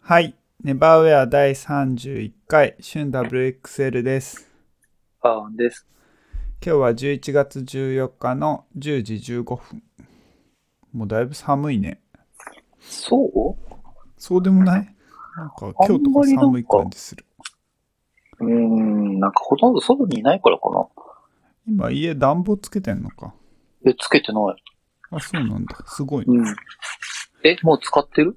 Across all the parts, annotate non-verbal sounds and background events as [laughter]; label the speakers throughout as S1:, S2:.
S1: はい。ネバーウェア第31回、旬 WXL です。
S2: パオンです。
S1: 今日は11月14日の10時15分。もうだいぶ寒いね。
S2: そう
S1: そうでもないなんか今日とか寒い感じする。
S2: うーん、なんかほとんど外にいないからかな。
S1: 今家暖房つけてんのか。
S2: え、つけてない。
S1: あ、そうなんだ。すごい。
S2: うん。え、もう使ってる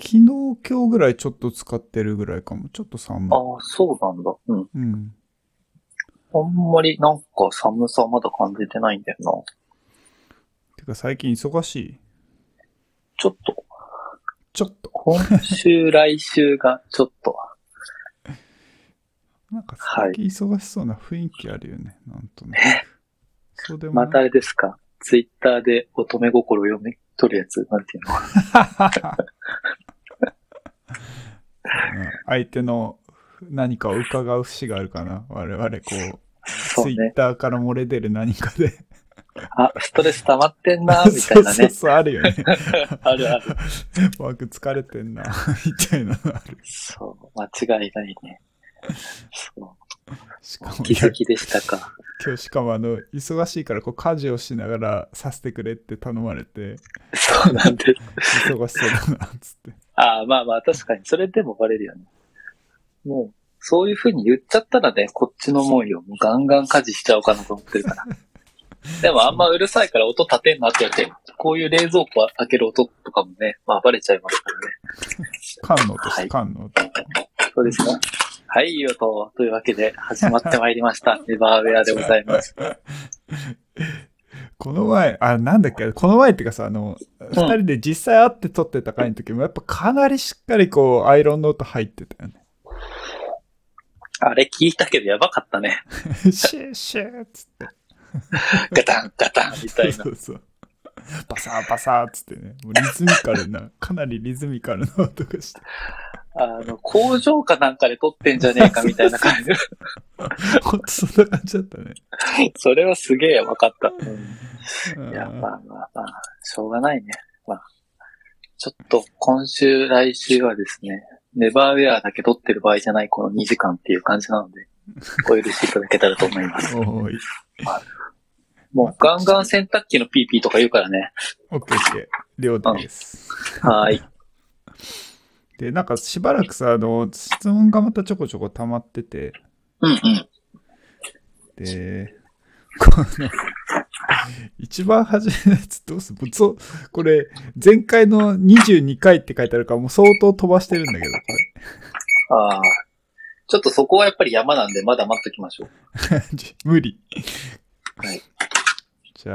S1: 昨日今日ぐらいちょっと使ってるぐらいかも。ちょっと寒
S2: あ
S1: い。
S2: あ、そうなんだ。うん。
S1: うん。
S2: あんまりなんか寒さまだ感じてないんだよな。
S1: てか最近忙しい。
S2: ちょっと、
S1: ちょっと。
S2: 今
S1: [laughs]
S2: 週、来週がちょっと。
S1: なんか
S2: は
S1: 最
S2: い
S1: 近忙しそうな雰囲気あるよね。なんとなく。そうでも
S2: また
S1: な
S2: あ
S1: い。
S2: れですかツイッターで乙女心を読み取るやつなんていうの
S1: うん相手の何かを伺う節があるかな我々こう
S2: そう
S1: ツイッ
S2: ね。
S1: ターから漏れ出る何かで
S2: あ、ストレス溜まってんな、み
S1: [laughs]
S2: た
S1: そ
S2: いうな
S1: そう
S2: ね。
S1: そうあるよ
S2: [laughs]
S1: ね
S2: あるある。
S1: ワーク疲れてんな [laughs] みたいなのある
S2: そう、間違いないね。そ
S1: しかも
S2: う、気づきでしたか。
S1: 今日しかもあの忙しいからこう家事をしながらさせてくれって頼まれて
S2: そうなんです。
S1: 忙しそうだなっつって
S2: ああ、まあまあ、確かに、それでもバレるよね。もう、そういう風に言っちゃったらね、こっちの思いをもうガンガン家事しちゃおうかなと思って
S1: [laughs]
S2: るから。でも、あんまうるさいから音立てんなってやって、こういう冷蔵庫開ける音とかもね、まあ、バレちゃいますからね。
S1: 缶の音し
S2: は
S1: て
S2: い
S1: 缶の音
S2: そうですかはい、いい音。というわけで、始まってまいり
S1: [laughs]
S2: ました。ネバーウェアでございます。
S1: この前、あ、なんだっけ、この前っていうかさ、あの、二、人で実際会って撮ってた回の時も、やっぱかなりしっかりこう、アイロンの音入ってた
S2: [laughs]
S1: よね。
S2: あれ聞いたけどやばかったね。
S1: シューシューっつって。
S2: ガタン、ガタン、みたいな
S1: そ。うそうそう。バサーバサーっつってね、もうリズミカル
S2: [laughs]
S1: な、かなりリズミカルな音がして、
S2: あの、工場かなんかで撮ってんじゃねえか、みたいな感じ。
S1: ほんとそんな感じだったね。
S2: それはすげえやばかった。
S1: うん
S2: いや、まあまあまあ、しょうがないね。まあ、ちょっと今週、来週はですね、ネバーウェアだけ撮ってる場合じゃないこの2時間っていう感じなの
S1: [laughs]
S2: で、お許しいただけたらと思います。
S1: おーい。
S2: もうガンガン洗濯機のピーピーとか言うからね。
S1: オッケーオッケー。りょうたです。
S2: はーい。
S1: で、なんかしばらくさ、あの、質問がまたちょこちょこ溜まってて、
S2: うんうん。
S1: で、この、一番初めのやつどうするそうこれ、前回の22回って書いてあるから、もう相当飛ばしてるんだけど、こ
S2: ああ。ちょっとそこはやっぱり山なんで、まだ待っときましょう。
S1: れ。無理。
S2: はい。
S1: じゃあ、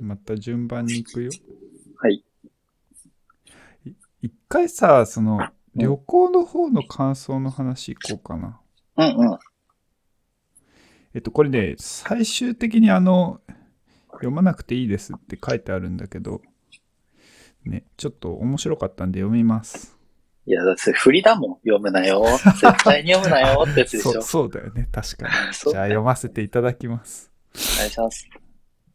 S1: また順番に行くよ。
S2: はい。
S1: い一回さ、その、
S2: うん
S1: 旅行の方の感想の話行こうかな。
S2: うんうん。
S1: えっと、これね、最終的にあの、読まなくていいですって書いてあるんだけど、ね、ちょっと面白かったんで読みます。
S2: いや、だって振りだもん。読むなよ。絶対に読むなよってやつでしょ。
S1: [laughs] そうそうだよね、確かに。
S2: そう
S1: じゃあ読ませていただきます。
S2: お願いします。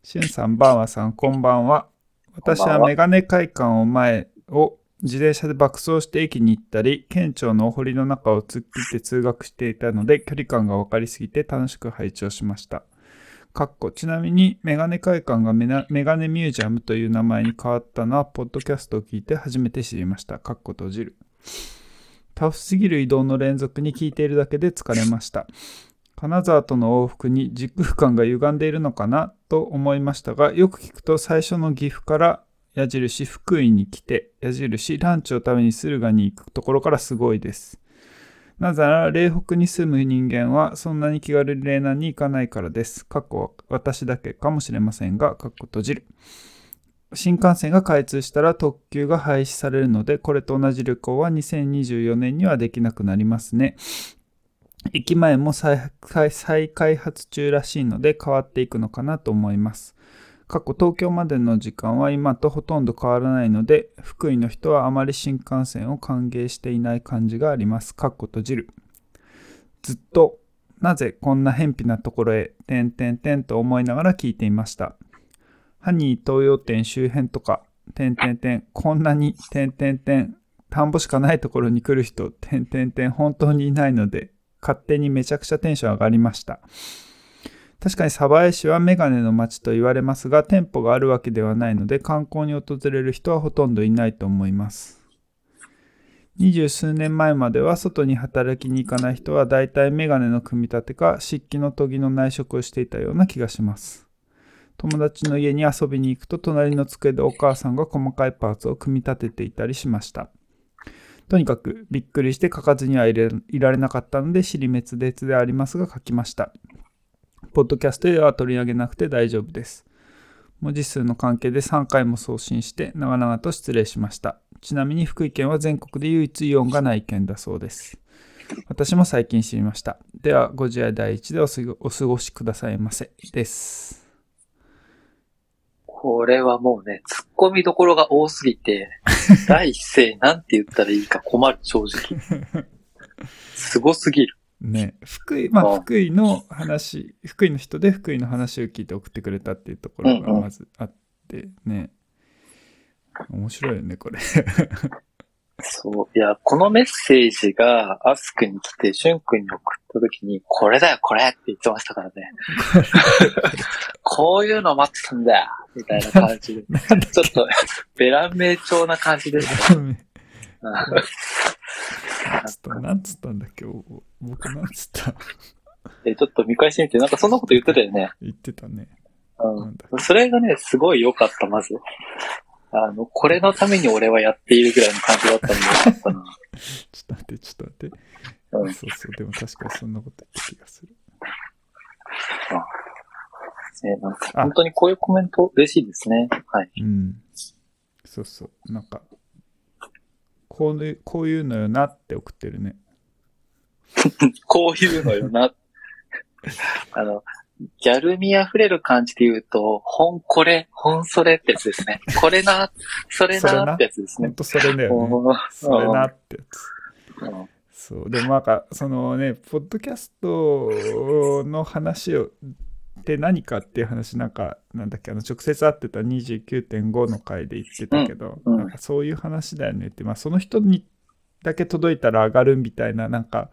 S1: しゅんさん、ばんわさん、こんばんは。私
S2: こんば
S1: は
S2: んは
S1: メガネ会館を前を自転車で爆走して駅に行ったり、県庁のお堀の中を突っ切って通学していたので、距離感が分かりすぎて楽しく拝聴しました。かっこちなみに、メガネ会館がメナメガネミュージアムという名前に変わったのは、ポッドキャストを聞いて初めて知りました。かっこ閉じる。タフすぎる移動の連続に聞いているだけで疲れました。金沢との往復に時空間が歪んでいるのかなと思いましたがよく聞くと最初の岐阜から矢印福井に来て矢印ランチを食べに駿河に行くところからすごいですなぜなら嶺北に住む人間はそんなに気軽に嶺南に行かないからです過去は私だけかもしれませんが過去閉じる新幹線が開通したら特急が廃止されるのでこれと同じ旅行は2024年にはできなくなりますね駅前も再再再開発中らしいので変わっていくのかなと思います。過去東京までの時間は今とほとんど変わらないので福井の人はあまり新幹線を歓迎していない感じがあります。かっこ閉じるずっとなぜこんな偏僻なところへ点々点と思いながら聞いていました。ハニー東洋店周辺とか点々点こんなに点々点田んぼしかないところに来る人、てんてんてん本当にいないので、勝手にめちゃくちゃテンション上がりました。確かに鯖江市はメガネの街と言われますが、店舗があるわけではないので、観光に訪れる人はほとんどいないと思います。二十数年前までは外に働きに行かない人は大体メガネの組み立てか漆器の研ぎの内職をしていたような気がします。友達の家に遊びに行くと隣の机でお母さんが細かいパーツを組み立てていたりしました。とにかくびっくりして書かずにはいれいられなかったので尻滅裂でありますが書きました。ポッドキャストでは取り上げなくて大丈夫です。文字数の関係で3回も送信して長々と失礼しました。ちなみに福井県は全国で唯一イオンがない県だそうです。私も最近知りました。では、ご自愛第一でおすごお過ごしくださいませ。です。
S2: これはもうね、突っ込みどころが多すぎ [laughs] て、第一声なんて言ったらいいか困る、正直。すごすぎる。
S1: ね、福井、ま
S2: あ
S1: あ、
S2: あ
S1: 福井の話、福井の人で福井の話を聞いて送ってくれたっていうところが
S2: うんうん
S1: まずあってね。面白いよね、こ
S2: [laughs]
S1: れ。
S2: そう。いや、このメッセージがアスクに来て、シュン君に送った時に、これだよ、これって言ってました [laughs] からね。こういうの待ってたんだよみたい [laughs] な感じで。ちょっと、ベラン名調な感じ [laughs] でした。うん
S1: つったなんつったんだっけお僕なんつった
S2: えちょっと見返してみて、なんかそんなこと言ってたよね。
S1: 言ってたね。
S2: うん
S1: なんだっ
S2: それがね、すごい良かった、まず。あの、これのために俺はやっているぐらいの感じだったので [laughs] 良かったな。
S1: けちょっと待って、ちょっと待って。
S2: うん
S1: そうそう、でも確かにそんなこと言った気がする。
S2: えーなんか
S1: あ
S2: 本当にこういうコメント嬉しいですね。はい。
S1: うん。そうそう、なんか、こういうこういうのよなって送ってるね。
S2: こういうのよな。 [laughs] あの、ギャル味あふれる感じで言うと、ほんこれ、ほんそれってやつですね。これ [laughs] な、それ
S1: それな
S2: なってやつです
S1: ほん
S2: ね。
S1: とそれだよね。
S2: おー
S1: それなってやつ。
S2: うん
S1: そうでもなんかそのねポッドキャストの話をって何かっていう話なんかなんだっけあの直接会ってた29.5の回で言ってたけど、
S2: うんうん
S1: なんかそういう話だよねって、まあ、その人にだけ届いたら上がるみたいななんか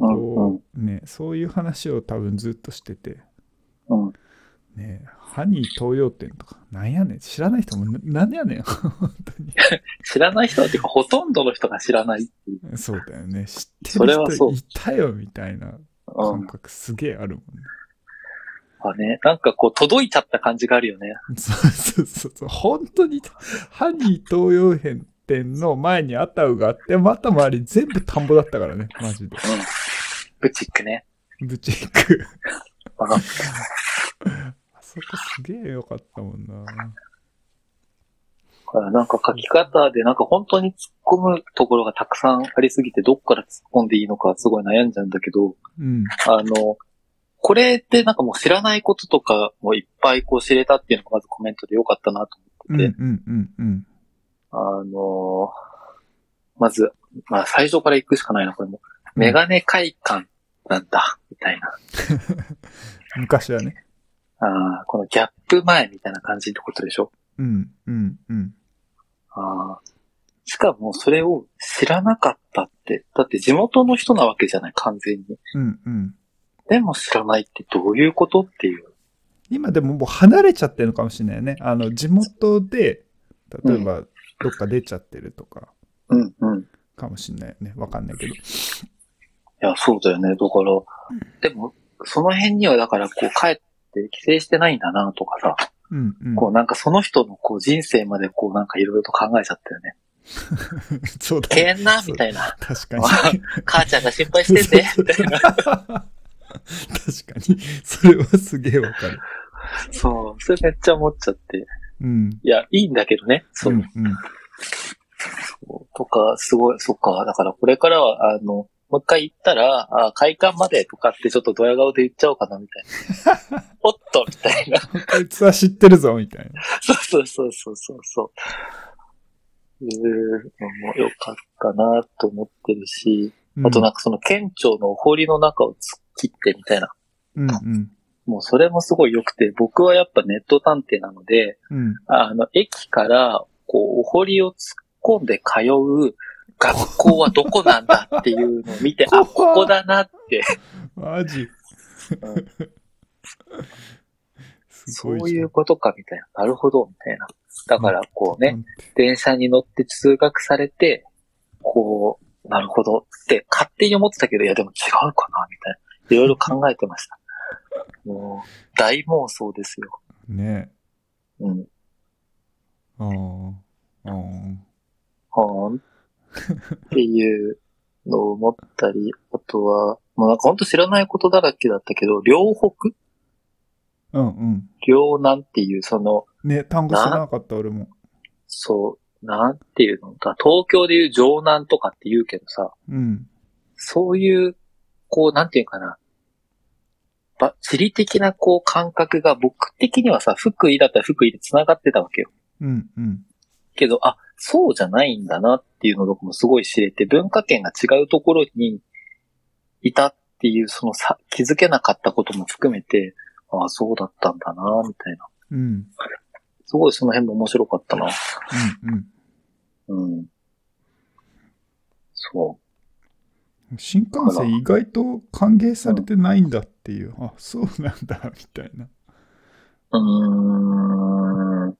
S2: うん
S1: こう、ね、そういう話を多分ずっとしてて。
S2: うんうん
S1: ねハニー東洋店とかなんやねん知らない人もななんやねん [laughs] 本当に
S2: 知らない人っていうか、ほとんどの人が知らないっていう。
S1: そうだよね知って
S2: それ
S1: る
S2: はそ
S1: 人
S2: う
S1: いたよみたいな
S2: う
S1: 感
S2: ん。
S1: 覚すげえあるもんね
S2: まあね、なんかこう、届いちゃった感じがあるよね。
S1: [laughs] そうそうそうそう、本当に、ハニー東洋編店の前にアタウがあって、また周り全部田んぼだったからね、マジで。
S2: うん。ブチックね。
S1: ブチック。
S2: あ
S1: あそこすげえ良かったもんな。
S2: あなんか書き方で、なんか本当に突っ込むところがたくさんありすぎて、どっから突っ込んでいいのかすごい悩んじゃうんだけど、
S1: うん。
S2: あの、これってなんかもう知らないこととかもいっぱいこう知れたっていうのがまずコメントでよかったなと
S1: うん
S2: 思っ
S1: う
S2: てて、
S1: んうんうん。
S2: あの、まず、まあ最初から行くしかないな、これも。メガネ会館なんだ、みたいな。
S1: 昔はね。
S2: あーこのギャップ前みたいな感じってことでしょ
S1: うんうんうん。
S2: ああ。しかもそれを知らなかったって。だって地元の人なわけじゃない、完全に。
S1: うんうん。
S2: でも知らないってどういうことっていう。
S1: 今でももう離れちゃってるのかもしれないよね。あの、地元で、例えばどっか出ちゃってるとか
S2: うんうん。い
S1: かもしれないよね。わかんないけど。
S2: や、そうだよね。だから、でも、その辺にはだからこう帰って帰省してないんだなとかさ、
S1: うんうん。
S2: こうなんかその人のこう人生までこうなんかいろいろと考えちゃったよね。
S1: [laughs] そうだ
S2: 敬
S1: ね。
S2: 遠なみたいな。
S1: 確かに。
S2: 母ちゃんが
S1: [laughs]
S2: 心配してて。みたいな。
S1: 確かに。それはすげえわかる。
S2: [laughs] そう。それめっちゃ思っちゃって。
S1: うん。
S2: いや、いいんだけどね。そう。
S1: うんうん。
S2: とか、すごい、そっか。だからこれからは、あの、もう一回行ったら、あ会館までとかってちょっとドヤ顔で言っちゃおうかな、みたい
S1: [laughs]
S2: な。おっとみたいな。
S1: こいつは知ってるぞ、みたいな。
S2: そうそうそうそうそうそう。いうのも良かったなと思ってるし、
S1: うん
S2: あとなんかその県庁の堀の中を突っ切ってみたいな。
S1: うんうん。
S2: もうそれもすごい良くて、僕はやっぱネット探偵なので、
S1: うん。
S2: あの、駅から、こう、お堀を突っ込んで通う学校はどこなんだっていうのを
S1: [laughs]
S2: 見て、
S1: 怖
S2: あ、
S1: っ
S2: ここだなって、
S1: マジ。
S2: うん
S1: す
S2: そ
S1: ごいじゃん。
S2: ういうことかみたいな。なるほど、みたいな。だから、こうね、
S1: うん
S2: 電車に乗って通学されて、こう、なるほどって勝手に思ってたけど、いやでも違うかな、みたいな。いろいろ考えてました。もう、大妄想ですよ。
S1: ね
S2: うん。
S1: あーあー。
S2: ほーん。っていうのを思ったり、あとは、もうなんかほんと知らないことだらけだったけど、両北
S1: うんうん。
S2: 両南っていう、その、
S1: ね、単語知らなかった、俺も。
S2: そう、なんていうのか、東京でいう城南とかって言うけどさ、
S1: うん。
S2: そういう、こう、なんていうかな。ば、地理的な、こう、感覚が、僕的にはさ、福井だったら福井で繋がってたわけよ。
S1: うんうん。
S2: けど、あ、そうじゃないんだなっていうのとかもすごい知れて、文化圏が違うところにいたっていう、そのさ、気づけなかったことも含めて、ああ、そうだったんだな、みたいな。
S1: うん。うん
S2: すごいその辺も面白かったな。
S1: う
S2: うん。そ
S1: ん。新幹線意外と歓迎されてないんだっていう。あ、そうなんだ、みたいな。
S2: う。うーん。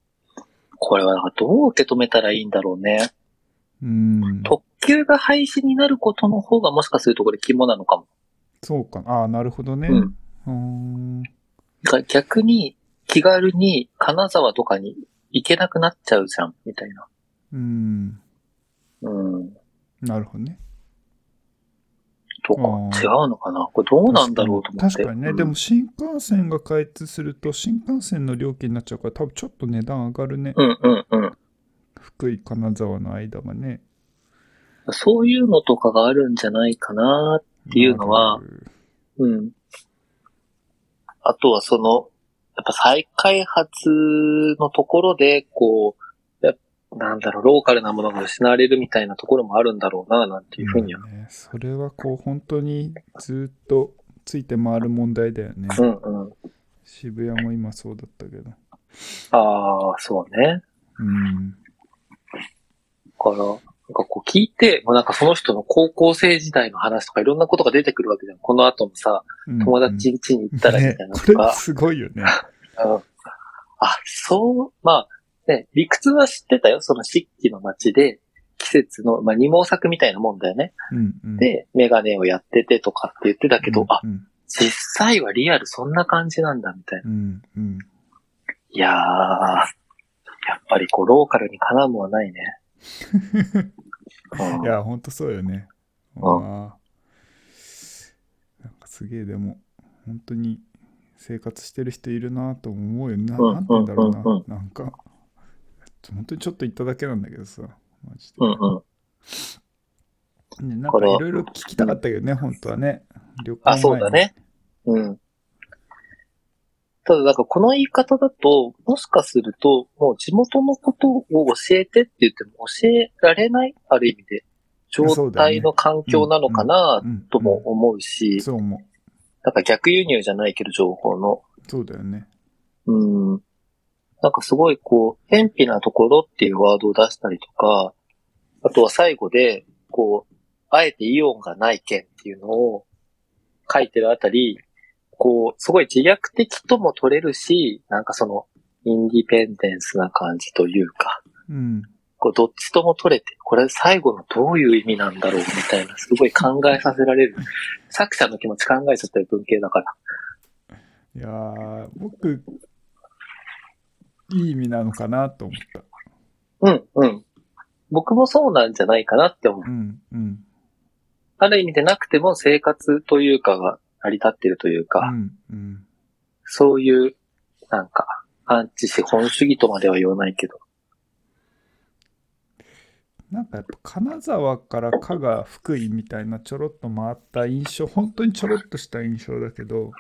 S2: これは、だからどう受け止めたらいいんだろうね。
S1: うん。
S2: 特急が廃止になることの方がもしかするとこれ肝なのかも。
S1: そうか。ああ、なるほどね。
S2: う。
S1: うんーん。
S2: だから逆に気軽に金沢とかに行けなくなっちゃうじゃん、みたいな。
S1: うん。
S2: うん。
S1: なるほどね。
S2: とか
S1: あー
S2: 違うのかなこれどうなんだろうと思って。
S1: 確かにね、
S2: うん
S1: でも。新幹線が開通すると、新幹線の料金になっちゃうから、多分ちょっと値段上がるね。
S2: うんうんうん。
S1: 福井、金沢の間がね。
S2: そういうのとかがあるんじゃないかな。ていうのは
S1: なる
S2: うん。あとはその、やっぱ再開発のところで、こう、やっぱなんだろう、ローカルなものが失われるみたいなところもあるんだろうな、なんていうふうには
S1: まあね、それはこう本当にずっとついて回る問題だよね、
S2: うんうん。
S1: 渋谷も今そうだったけど
S2: ああ、そうね。
S1: うん
S2: だから、なんかこう聞いて、もうなんかその人の高校生時代の話とかいろんなことが出てくるわけじゃん。この後もさ、
S1: うん
S2: 友達家に行ったらみたい
S1: [laughs]
S2: な
S1: ね
S2: と
S1: これ
S2: か。
S1: すごいよね
S2: うんあ、そう、まあ、ね、理屈は知ってたよ。その漆器の街で、季節の、まあ二毛作みたいなもんだよね。
S1: うんうん
S2: で、メガネをやっててとかって言ってたけど、あ
S1: う、ん
S2: 実際はリアルそんな感じなんだみたいな。
S1: うんうん
S2: いやー、やっぱりこう、ローカルにかなうもんはな
S1: [laughs]
S2: いね。うん
S1: いや本当そうよねああなんかすげえでも本当に生活してる人いるなと思うよな,、
S2: うん
S1: なんて言うんだろうな、
S2: うんうん
S1: なんか本当にちょっと行っただけなんだけどさマジで、
S2: うんうん。
S1: ね、なんか
S2: これ
S1: いろいろ聞きたかったけどね、本当はね。旅行前
S2: あ、
S1: に
S2: そうだ。ね。うん。ただ、なんかこの言い方だと、もしかすると、もう地元のことを教えてって言っても教えられない、ある意味で、状態の環境なのかな、
S1: うん、
S2: とも思う
S1: う
S2: し
S1: ん。、そう思う。
S2: なんか逆輸入じゃないけど、情報の。
S1: そうだよね。
S2: うん。なんかすごいこう、偏僻なところっていうワードを出したりとか、あとは最後で、こう、あえてイオンがない県っていうのを書いてるあたり、こう、すごい自虐的とも取れるし、なんかその、インディペンデンスな感じというか、
S1: うん。
S2: こう、どっちとも取れて、これ最後のどういう意味なんだろうみたいな、すごい考えさせられる。作者の気持ち考えちゃってる文系だから。
S1: いやー、僕、いい意味なのかなと思った。
S2: うん、うん。僕もそうなんじゃないかなって思う。
S1: うん、うん。
S2: ある意味でなくても生活というかが成り立ってるというか、
S1: うん、うん。
S2: そういう、なんか、アンチ資本主義とまでは言わないけど。
S1: なんかやっぱ金沢から加賀、福井みたいなちょろっと回った印象、本当にちょろっとした印象だけど、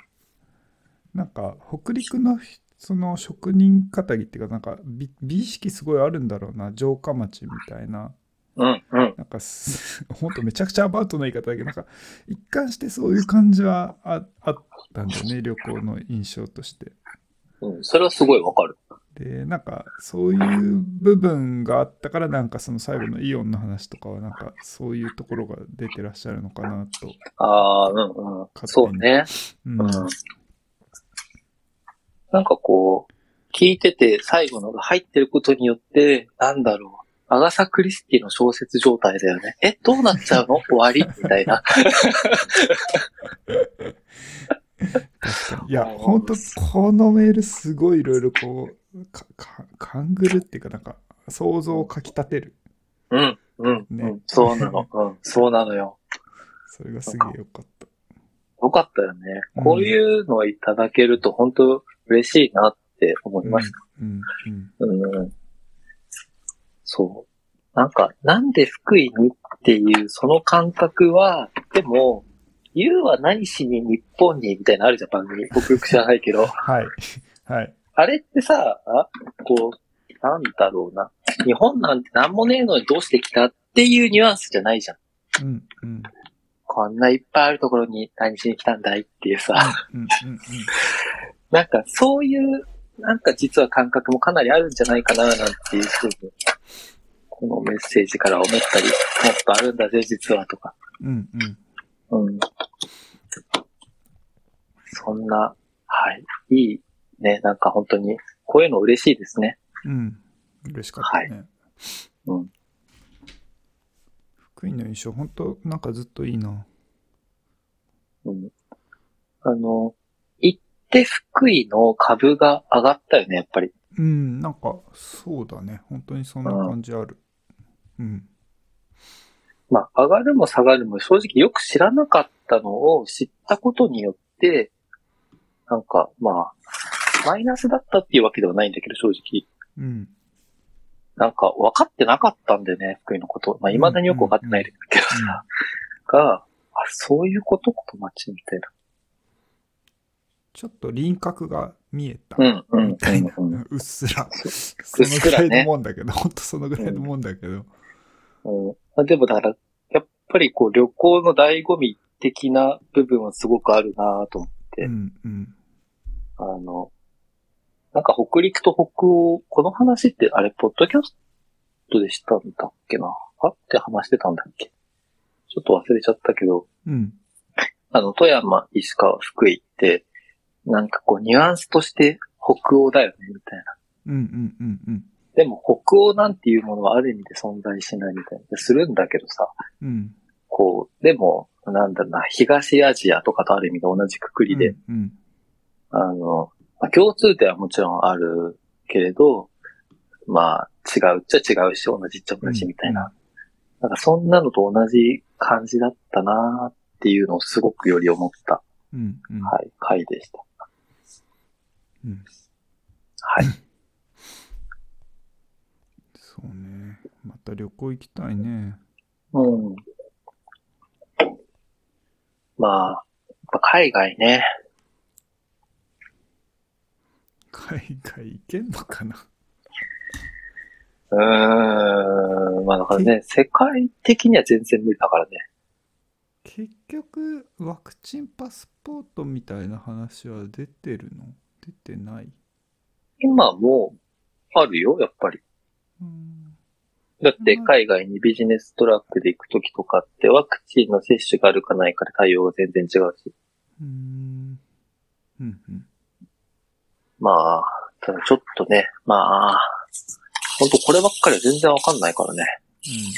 S1: なんか北陸のひその職人かたぎっていうか、なんか美美意識すごいあるんだろうな、城下町みたいな。
S2: うん、うん。
S1: なんかす、本当めちゃくちゃアバウトな言い方だけど、なんか、一貫してそういう感じはああったんだよね、旅行の印象として。
S2: うん、それはすごいわかる。
S1: でで、なんか、そういう部分があったから、なんかその最後のイオンの話とかは、なんか、そういうところが出てらっしゃるのかなと。
S2: ああ、うんうん。そうね。
S1: う。
S2: うんん。なんかこう、聞いてて最後のが入ってることによって、なんだろう。アガサ・クリスティの小説状態だよね。え、どうなっちゃうの終わりみたい [laughs] な。
S1: 確かに。いや、
S2: うん
S1: 本当このメール、すごいいろいろこう、か、か、勘ぐるっていうか、なんか、想像をかきたてる。
S2: うん、うん、う
S1: ね
S2: ん。そうなの。うん、そうなのよ。
S1: それがすげえよかった。
S2: よかったよね。
S1: うん
S2: こういうのをいただけると本当嬉しいなって思いました。
S1: うん、うん、
S2: うん。そう。なんか、なんで福井にっていうその感覚は、でも、言うは何しに日本にみたいなのあるじゃん、番組。僕よく知らないけど。 [laughs]
S1: はい。 [laughs] はい。
S2: あれってさ、あこう、なんだろうな。日本なんて何もねえのにどうしてきたっていうニュアンスじゃないじゃ
S1: う
S2: ん。
S1: ん、うん、
S2: こんないっぱいあるところに何しに来たんだいっていうさ。
S1: うん、うん、
S2: なんかそういう、なんか実は感覚もかなりあるんじゃないかな、なんていうふうに、このメッセージから思ったり、もっとあるんだぜ、実はとか。
S1: うん、うん。
S2: うん。そんな、はい。いいね。なんか本当に、こういうの嬉しいですね。
S1: うん。嬉しかったね。
S2: うん
S1: 福井の印象、本当なんかずっといいな。
S2: うん。あの、行って福井の株が上がったよね、やっぱり。
S1: うん、なんか、そうだね。本当にそんな感じある。うん。
S2: まあ、上がるも下がるも正直よく知らなかったのを知ったことによって、なんか、まあ、マイナスだったっていうわけではないんだけど、正直。
S1: うん。
S2: なんか、分かってなかったんでね、福井のこと。まあ、未だによく分かってないけど
S1: うん
S2: さ、が、あ、そういうことこと町みたいな。
S1: ちょっと輪郭が見えた。
S2: うん、うん、
S1: みたいな。
S2: う、
S1: うん
S2: うん。
S1: んうっす
S2: [laughs]
S1: ら。
S2: う
S1: その
S2: っす
S1: ぐ
S2: ら
S1: ら
S2: ね
S1: いのもんだけど、本当そのぐらいのもんだけど。
S2: うんまあ、でもだから、やっぱりこう旅行の醍醐味的な部分はすごくあるなぁと思って、
S1: うん、うん。
S2: あの、なんか北陸と北欧、この話ってあれ、ポッドキャストでしたんだっけなあって話してたんだっけちょっと忘れちゃったけど、
S1: うん。
S2: あの、富山、石川、福井って、なんかこうニュアンスとして北欧だよね、みたいな。
S1: うん、うん、うん、うん。
S2: でも北欧なんていうものはある意味で存在しないみたいな。するんだけどさ、
S1: うん。
S2: こう、でも、なんだろうな、東アジアとかとある意味で同じくくりで、
S1: うん。
S2: あの、まあ、共通点はもちろんあるけれど、まあ、違うっちゃ違うし、同じっちゃ同じみたいな。なんかそんなのと同じ感じだったなーっていうのをすごくより思った、
S1: うん、うん。
S2: はい、回でした。
S1: うん
S2: はい。
S1: そうね。また旅行行きたいね。
S2: うん。まあ、やっぱ海外ね。
S1: 海外行けんのかな
S2: うーん。まあだからね、世界的には全然無理だからね。
S1: 結局ワクチンパスポートみたいな話は出てるの出てない
S2: 今もあるよ、やっぱり。
S1: うん
S2: だって海外にビジネストラックで行くときとかってワクチンの接種があるかないかで対応が全然違うし。
S1: うーんうんうん
S2: まあ、ただちょっとね、まあ、ほんとこればっかりは全然わかんないからね。
S1: うんまあ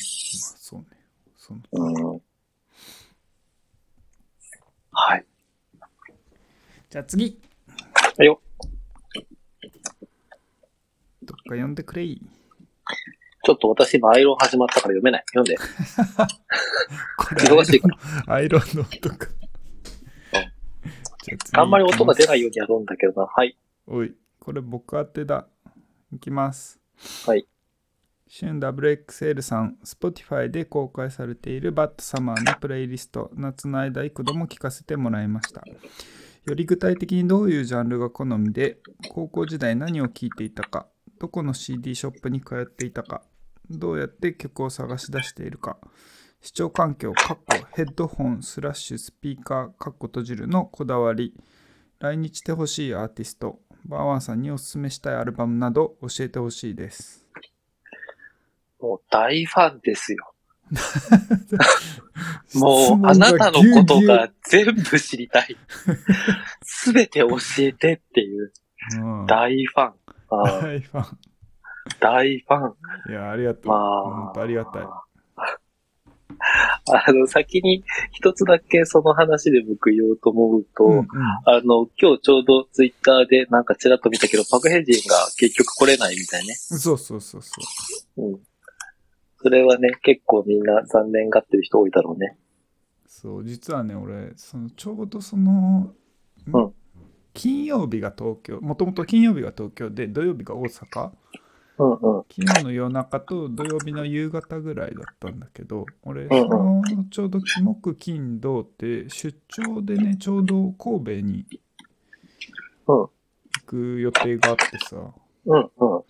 S1: そうねその
S2: うん。はい。
S1: じゃあ次
S2: はいよ
S1: どっか呼んでくれい
S2: ちょっと私今アイロン始まったから読めない。読んで。
S1: こ
S2: 忙し
S1: [laughs]
S2: いから
S1: アイロンアイロンの音か
S2: あんまり音が出ないように
S1: や
S2: やるんだけどな。はい。
S1: おいこれ僕宛てだいきます
S2: はい
S1: シュン WXL さん、Spotify で公開されているバッドサマーのプレイリスト、夏の間幾度も聞かせてもらいました。より具体的にどういうジャンルが好みで、高校時代何を聴いていたか、どこの CD ショップに通っていたか、どうやって曲を探し出しているか、視聴環境、かっこヘッドホン、スラッシュ、スピーカー、かっこ閉じるのこだわり、来日してほしいアーティスト、バーワンさんにおすすめしたいアルバムなど教えてほしいです。
S2: もう大ファンですよ。
S1: 質
S2: も
S1: 問
S2: う、
S1: が
S2: あなたのこと
S1: ぎゅうぎゅう
S2: が全部知りた
S1: [laughs]
S2: い。すべて教えてっていう、
S1: うん
S2: 大ファン。あ
S1: [laughs]
S2: ー
S1: 大ファン。
S2: 大ファン。
S1: いや、ありがとう。
S2: ま
S1: 本
S2: あ。
S1: 当ありがたい。
S2: [laughs] あの、先に一つだけその話で僕言おうと思うと、
S1: うんうん
S2: あの、今日ちょうどツイッターでなんかちらっと見たけど、パクヘジンが結局来れないみたいね。
S1: そうそうそうそう。
S2: うん。それはね、結構みんな残念がってる人多いだろうね。
S1: そう、実はね、俺、そのちょうどその、
S2: うん
S1: 金曜日が東京、もともと金曜日が東京で、土曜日が大阪。
S2: うんうん。
S1: 昨日の夜中と土曜日の夕方ぐらいだったんだけど、俺、
S2: うんうん
S1: そのちょうど木、金、土って出張でね、ちょうど神戸に
S2: うん
S1: 行く予定があってさ、
S2: うんうん。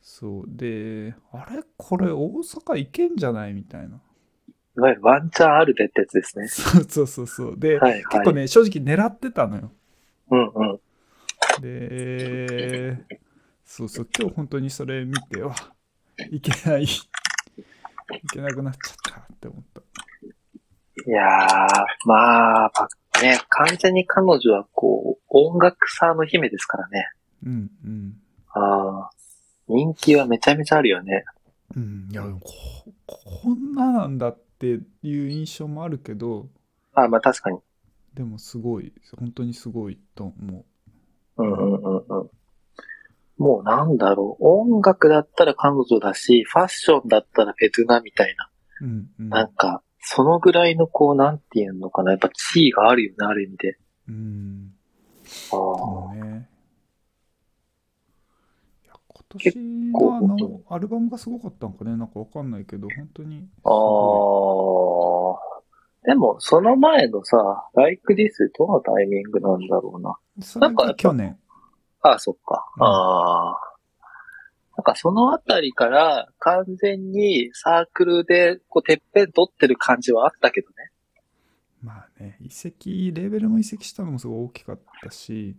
S1: そう、で、あれこれ大阪行けんじゃないみたいな。 [laughs]
S2: いわゆるワンチャンあるでってやつですね。
S1: そうそうそうそう。で、
S2: はい
S1: 結
S2: は
S1: 構
S2: い。
S1: ね、正直狙ってたのよ。
S2: うんうん。
S1: で、そうそう、今日本当にそれ見て、うわ、いけない、いけなくなっちゃったって思った。
S2: いやー、まあ、パクね、完全に彼女はこう、音楽さの姫ですからね。
S1: うんうん。
S2: ああ、人気はめちゃめちゃあるよね。
S1: うん、いやでもここんななんだっていう印象もあるけど
S2: あまあ確かに。
S1: でもすごい本当にすごいと思
S2: うんうんうんうん。もうなんだろう。音楽だったら彼女だし、ファッションだったらペトゥナみたいな。
S1: う。うんうん
S2: なんか、そのぐらいのこう、なんていうのかな。やっぱ地位があるよね、ある意味で。
S1: うん。で
S2: ああ。
S1: もね。いや今年はあのアルバムがすごかったんかねなんかわかんないけど本当にす
S2: ああ
S1: ご
S2: ー。でも、その前のさ、Like This どのタイミングなんだろうな。
S1: い。それ
S2: なんかやっ
S1: が
S2: ぱ
S1: 去年。
S2: ああ、そっか。
S1: うん
S2: ああ。なんかそのあたりから完全にサークルでこうてっぺん取ってる感じはあったけどね。
S1: まあね、移籍、レーベルも移籍したのもすごい大きかったし、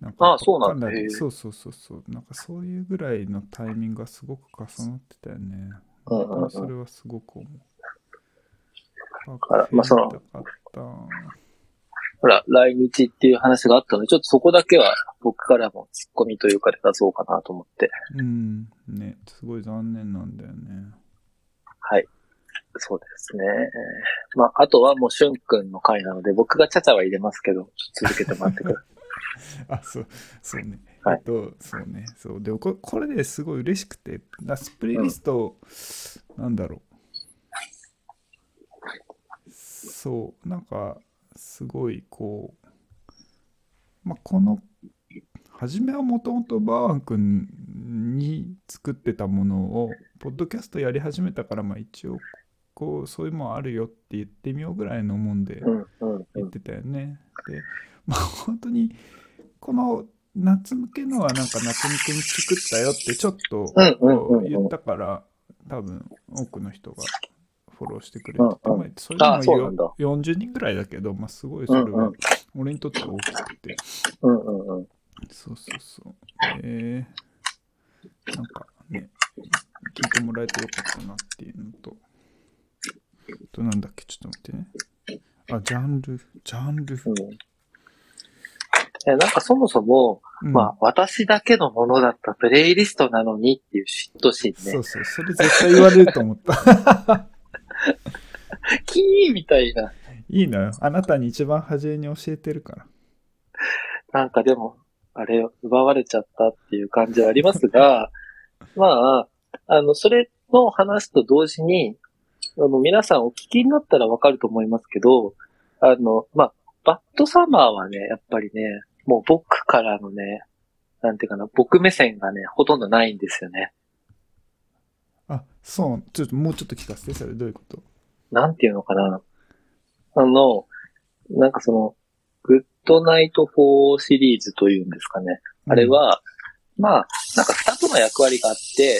S1: なん
S2: ああそうなんだ
S1: わか
S2: へえ
S1: そうそうそうそう、なんかそういうぐらいのタイミングがすごく重なってたよね。
S2: うんうんうん
S1: 本当にそれはすごく思う。
S2: からまあその
S1: かった。
S2: ほら、来日っていう話があったので、ちょっとそこだけは僕からもツッコミというかで出そうかなと思って。
S1: うん、ね、すごい残念なんだよね。
S2: はい。そうですね。まあ、あとはもうしゅんくんの回なので、僕がちゃちゃは入れますけど、ちょっと続けてもらってくださ
S1: [laughs]
S2: い。
S1: あ、そう、そうね。
S2: はい
S1: えっと、そうね。そう。で、ここれですごい嬉しくて、ラスプレイリストを、なんだろう。そう、なんか、すごい、こう、まあ、この、初めはもともとバーワン君に作ってたものを、ポッドキャストやり始めたから、まあ、一応、こう、そういうもんあるよって言ってみようぐらいのもんで、
S2: [laughs] うん、うん、う
S1: 言っ
S2: ん。
S1: てたよね。で、まあ、本当にこの夏向けのはなんか夏向けに作ったよってちょっと
S2: うん、うん、
S1: こ
S2: うん
S1: う
S2: う
S1: 言
S2: ん
S1: っ。たから多分多くの人がフォローしてくれてて、
S2: うんうん
S1: まあそれでも
S2: あそうなんだ
S1: よ40人ぐらいだけど、まあ、すごいそれ
S2: うん
S1: は
S2: うん
S1: 俺にとっては大きくて、
S2: うん、うん、うん。
S1: そうそうそう。えー、なんかね、聞いてもらえてよかったなっていうのと、あとなんだっけ、ちょっと待ってね。あ、ジャンル、ジャンル。
S2: うんえなんかそもそも、
S1: うん
S2: まあ、私だけのものだったプレイリストなのにっていう嫉妬心
S1: そ
S2: ね
S1: う。そう、それ絶対言われると思 [laughs] った。
S2: キーみたいな。
S1: いいのよ。あなたに一番初めに教えてるから。
S2: なんかでも、あれ、奪われちゃったっていう感じはあります
S1: [laughs]
S2: が、まあ、あの、それの話と同時に、あの、皆さんお聞きになったらわかると思いますけど、あの、まあ、バッドサマーはね、やっぱりね、もう僕からのね、なんていうかな、僕目線がね、ほとんどないんですよね。
S1: あ、そう。ちょっともうちょっと聞かせて、それどういうこと
S2: なんていうのかな。あの、なんかその、グッドナイト4シリーズというんですかね。あれ、は、まあ、なんか二つの役割があって、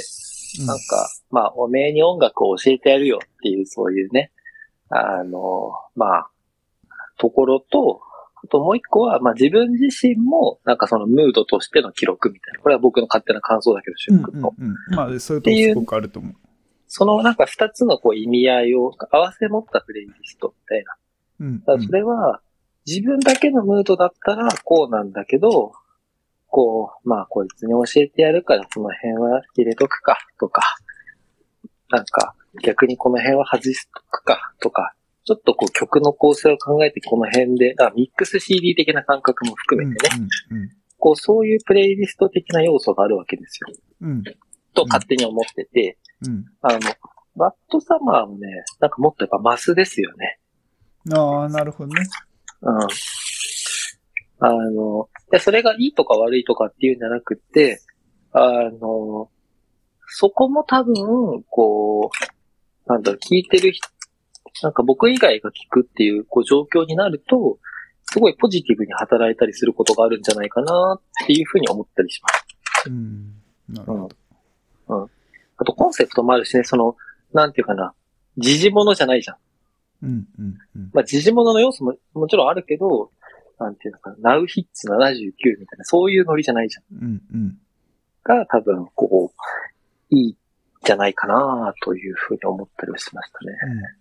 S1: うん
S2: なんか、まあ、おめえに音楽を教えてやるよっていう、そういうね、あの、まあ、ところと、あともう一個は、まあ、自分自身も、なんかそのムードとしての記録みたいな。これは僕の勝手な感想だけど、シ
S1: う
S2: ュ
S1: ん
S2: ン君の。
S1: うんうん。まあ、そういうとこすごくあると思う。
S2: そのなんか二つのこう意味合いを合わせ持ったプレイリストみたいな。
S1: うん
S2: だ
S1: う
S2: からそれは、自分だけのムードだったらこうなんだけど、こう、まあこいつに教えてやるからこの辺は入れとくかとか、なんか逆にこの辺は外しとくかとか、ちょっとこう曲の構成を考えてこの辺で、あミックス CD 的な感覚も含
S1: ん
S2: めてね、
S1: うんうん
S2: こうそういうプレイリスト的な要素があるわけですよ。
S1: うん
S2: と勝手に思ってて、
S1: うん
S2: あの、バッドサマーもね、なんかもっとやっぱマスですよね。
S1: ああ、なるほどね。
S2: うん。あの、でそれがいいとか悪いとかっていうんじゃなくて、あの、そこも多分、こう、なんだろう、聞いてる人、なんか僕以外が聞くっていう、こう状況になると、すごいポジティブに働いたりすることがあるんじゃないかなっていうふうに思ったりします。
S1: うん。なるほど。
S2: あとコンセプトもあるしね、その、なんていうかな、時事物じゃないじゃん。
S1: うんうんうん。
S2: まあ、時事物の要素ももちろんあるけど、なんていうのかな、ナウヒッツ79みたいな、そういうノリじゃないじゃん。
S1: うんうん。
S2: が多分、こう、いいんじゃないかなというふうに思ったりはしましたね。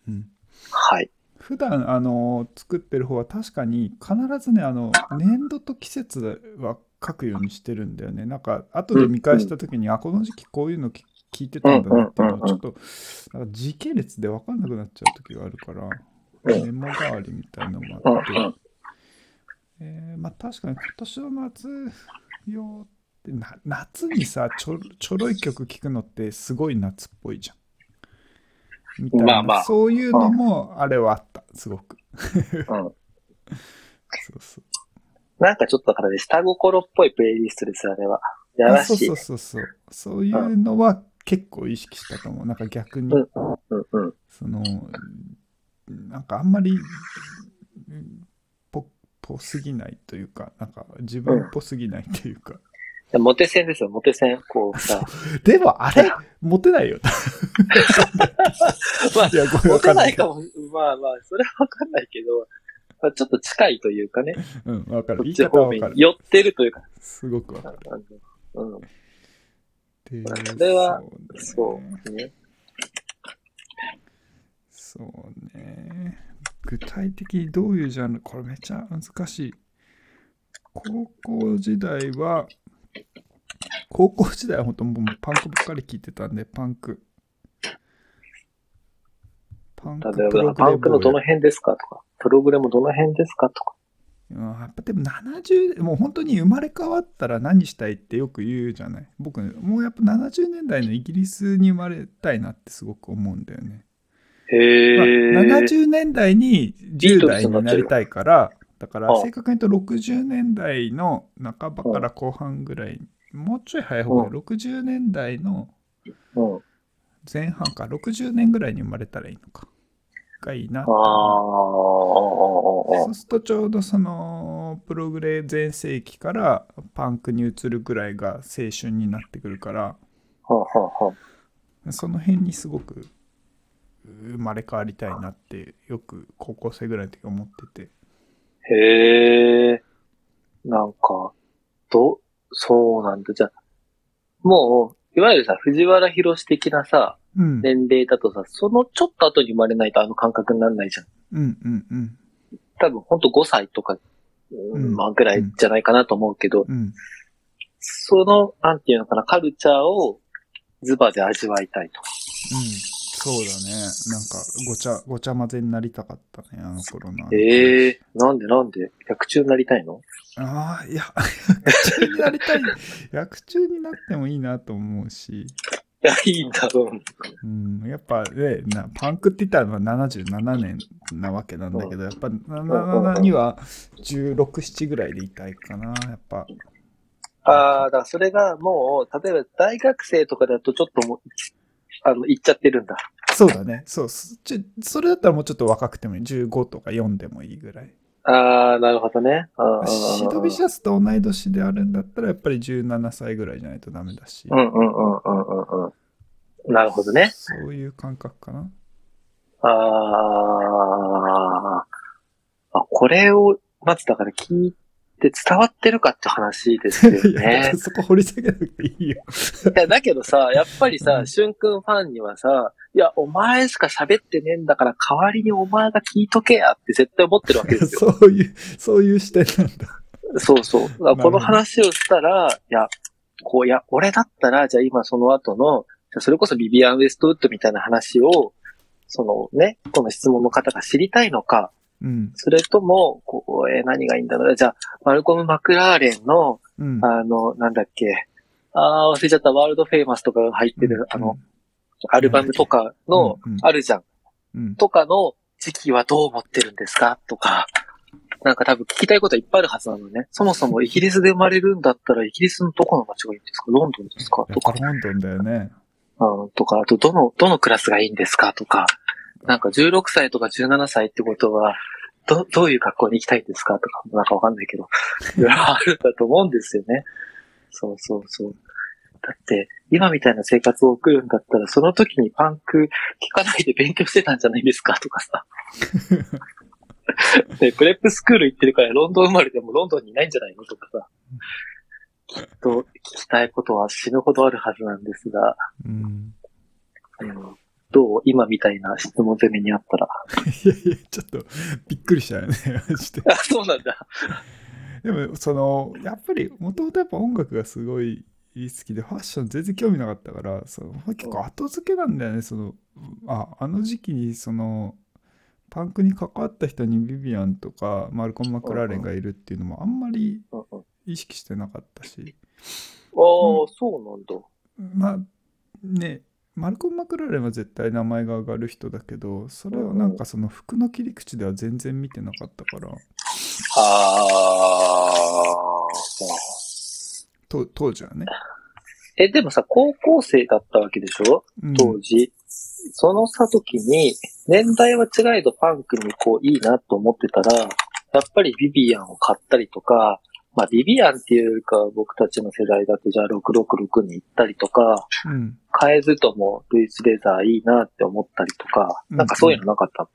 S1: うんうん
S2: はい。
S1: 普段あの作ってる方は確かに必ずねあの年度と季節は書くようにしてるんだよねなんか後で見返した時に、あこの時期こういうのき聞いてたんだなっていうのはちょっとなんか時系列で分かんなくなっちゃう時があるから
S2: うん
S1: メモ代わりみたいのも
S2: う
S1: あ
S2: んう
S1: って、
S2: ん。
S1: えーまあ確かに今年の夏用ってな夏にさちょちょろい曲聴くのってすごい夏っぽいじゃん。みたいな、
S2: まあまあ
S1: そういうのもあれはあった、すごく。 [laughs]
S2: うん
S1: そうそう
S2: なんかちょっとだからね、下心っぽいプレイリストです、あれは。や
S1: あ
S2: ら
S1: そう
S2: しい。
S1: そううそうそうそういうのは結構意識したかもなんか逆に、
S2: うんんうん。
S1: そのなんかあんまりうんぽぽすぎないというかなんか自分っぽすぎないというか、
S2: でモテ線ですよ、モテ線。こうさ。
S1: でもあれモテないよ
S2: [laughs] まあ
S1: いやごめん [laughs]
S2: モ
S1: わか
S2: テ
S1: んな
S2: ないい
S1: け
S2: か
S1: ど
S2: も。まあまあ、それはわかんないけど、まあちょっと近いというかね。
S1: うんわかる
S2: こ
S1: 言
S2: っ
S1: い方
S2: ち
S1: は
S2: 方
S1: わ
S2: 面
S1: か
S2: に
S1: る
S2: 寄ってるというか。
S1: すごくわかる
S2: あのうん。
S1: で
S2: それは
S1: そうね
S2: そうね。
S1: そうね。具体的にどういうジャンルこれめちゃ難しい。高校時代は、高校時代は本当もうパンクばっかり聞いてたんで、パンク。パンク
S2: 例えば、パンクのどの辺ですかとか、プログラムどの辺ですかとか。
S1: うんやっぱでも70もう本当に生まれ変わったら何したいってよく言うじゃない僕もうやっぱ70年代のイギリスに生まれたいなってすごく思うんだよね
S2: へ
S1: まあ
S2: ー。
S1: 70年代に
S2: ビ
S1: 10
S2: ートル
S1: 代
S2: ズにな
S1: に
S2: っ
S1: な
S2: てる
S1: りたいからだか
S2: あ
S1: ら
S2: あ
S1: 正確に言うと60年代の半ばから後半ぐらいもうちょい早い方がいい60年代の
S2: うん。
S1: 前半か60年ぐらいに生まれたらいいのかがいいな
S2: あーあ
S1: そうするとちょうどそのプログレ全盛期からパンクに移るぐらいが青春になってくるから
S2: ー、はあはあはあ
S1: その辺にすごく生まれ変わりたいなってよく高校生ぐらいの時思ってて。
S2: へえ。なんか、ど、そうなんだ。じゃあもう、いわゆるさ、藤原博士的なさ、
S1: うん、
S2: 年齢だとさ、そのちょっと後に生まれないとあの感覚にならないじゃん。
S1: うんうんうん
S2: 多分ほんと5歳とか、うん
S1: うん
S2: まあぐらいじゃないかなと思うけど、
S1: うん
S2: その、なんていうのかな、カルチャーをズバで味わいたいと。
S1: うん、そうだね。なんか、ごちゃ、ごちゃ混ぜになりたかったね、あの頃な。
S2: ええなんでなんで逆中になりたいの
S1: ああ、いや、役中になりたい。役中になってもいいなと思うし、
S2: いや、いいんだろう。
S1: うん、やっぱ、ね、なパンクって言ったらまあ77年なわけなんだけど、やっぱ77には16、7ぐらいでいたいかな、やっぱ。
S2: ああ、だからそれがもう、例えば大学生とかだとちょっともう、あの、行っちゃってるんだ。
S1: そうだね、そうすちょ、それだったらもうちょっと若くてもいい、15とか4でもいいぐらい。
S2: ああ、なるほどね。ああ
S1: シドビシャスと同い年であるんだったらやっぱり17歳ぐらいじゃないとダメだし、
S2: うんうんうんうんうんうん。なるほどね。
S1: そういう感覚かな
S2: あーあ、これを、まずだから聞いて伝わってるかって話ですよ
S1: [laughs] いや
S2: ね。
S1: そこ掘り下げなくていいよ。
S2: いや、だけどさ、やっぱり
S1: う
S2: さ、
S1: ん
S2: しゅんくんファンにはさ、いや、お前しか喋ってねえんだから代わりにお前が聞いとけやって絶対思ってるわけですよ。
S1: そういう、そういう視点なんだ。
S2: そうそう。だか
S1: なるほ
S2: ら
S1: ど
S2: この話をしたら、いや、こう、いや、俺だったら、じゃあ今その後の、じゃあそれこそビビアン・ウェストウッドみたいな話を、そのね、この質問の方が知りたいのか、
S1: うん。
S2: それとも、こう、えー何がいいんだろう。じゃあ、マルコム・マクラーレンの、
S1: うん。
S2: あの、なんだっけ、あー忘れちゃった、ワールド・フェイマスとかが入ってる、あの、アルバムとかの、
S1: うんうん
S2: あるじゃん。
S1: うん、うん。
S2: とかの時期はどう思ってるんですかとか、なんか多分聞きたいことはいっぱいあるはずなのね。そもそもイギリスで生まれるんだったらイギリスのどこの街がいいんですかロンドンですか
S1: や
S2: と
S1: っぱ
S2: か、
S1: ロンドンだよね。
S2: うん、とか、あとどの、どのクラスがいいんですかとか、なんか16歳とか17歳ってことは、ど、どういう学校に行きたいんですかとか、なんかわかんないけど、いろいろあるんだと思うんですよね。そうそうそう。だって、今みたいな生活を送るんだったら、その時にパンク聞かないで勉強してたんじゃないですかとかさ。で、プレップスクール行ってるから、ロンドン生まれでもロンドンにいないんじゃないのとかさ。きっと聞きたいことは死ぬほどあるはずなんですが、
S1: うん。
S2: うんどう今みたいな質問攻めにあったら。
S1: いやいや、ちょっとびっくりしたよね。マジで
S2: [laughs] あ、そうなんだ。
S1: [laughs] でもそのやっぱりもともとやっぱ音楽がすごい好きでファッション全然興味なかったからその結構後付けなんだよねそのああの時期にそのパンクに関わった人にビビアンとかマルコム・マクラーレンがいるっていうのもあんまり
S2: うんうん、ああ、
S1: 意識してなかったし
S2: そうなんだ。
S1: まあねマルコム・マクラーレンは絶対名前が上がる人だけどそれをなんかその服の切り口では全然見てなかったから
S2: ああ。
S1: と当時はね、
S2: え、でもさ、高校生だったわけでしょ
S1: うん、
S2: 当時。そのさ時に、年代は違えどパンクにこういいなと思ってたら、やっぱりビビアンを買ったりとか、まあビビアンっていうよりかは僕たちの世代だとじゃあ666に行ったりとか、
S1: うん
S2: 変えずともルイスレザーいいなって思ったりとか、なんかそういうのなかった
S1: う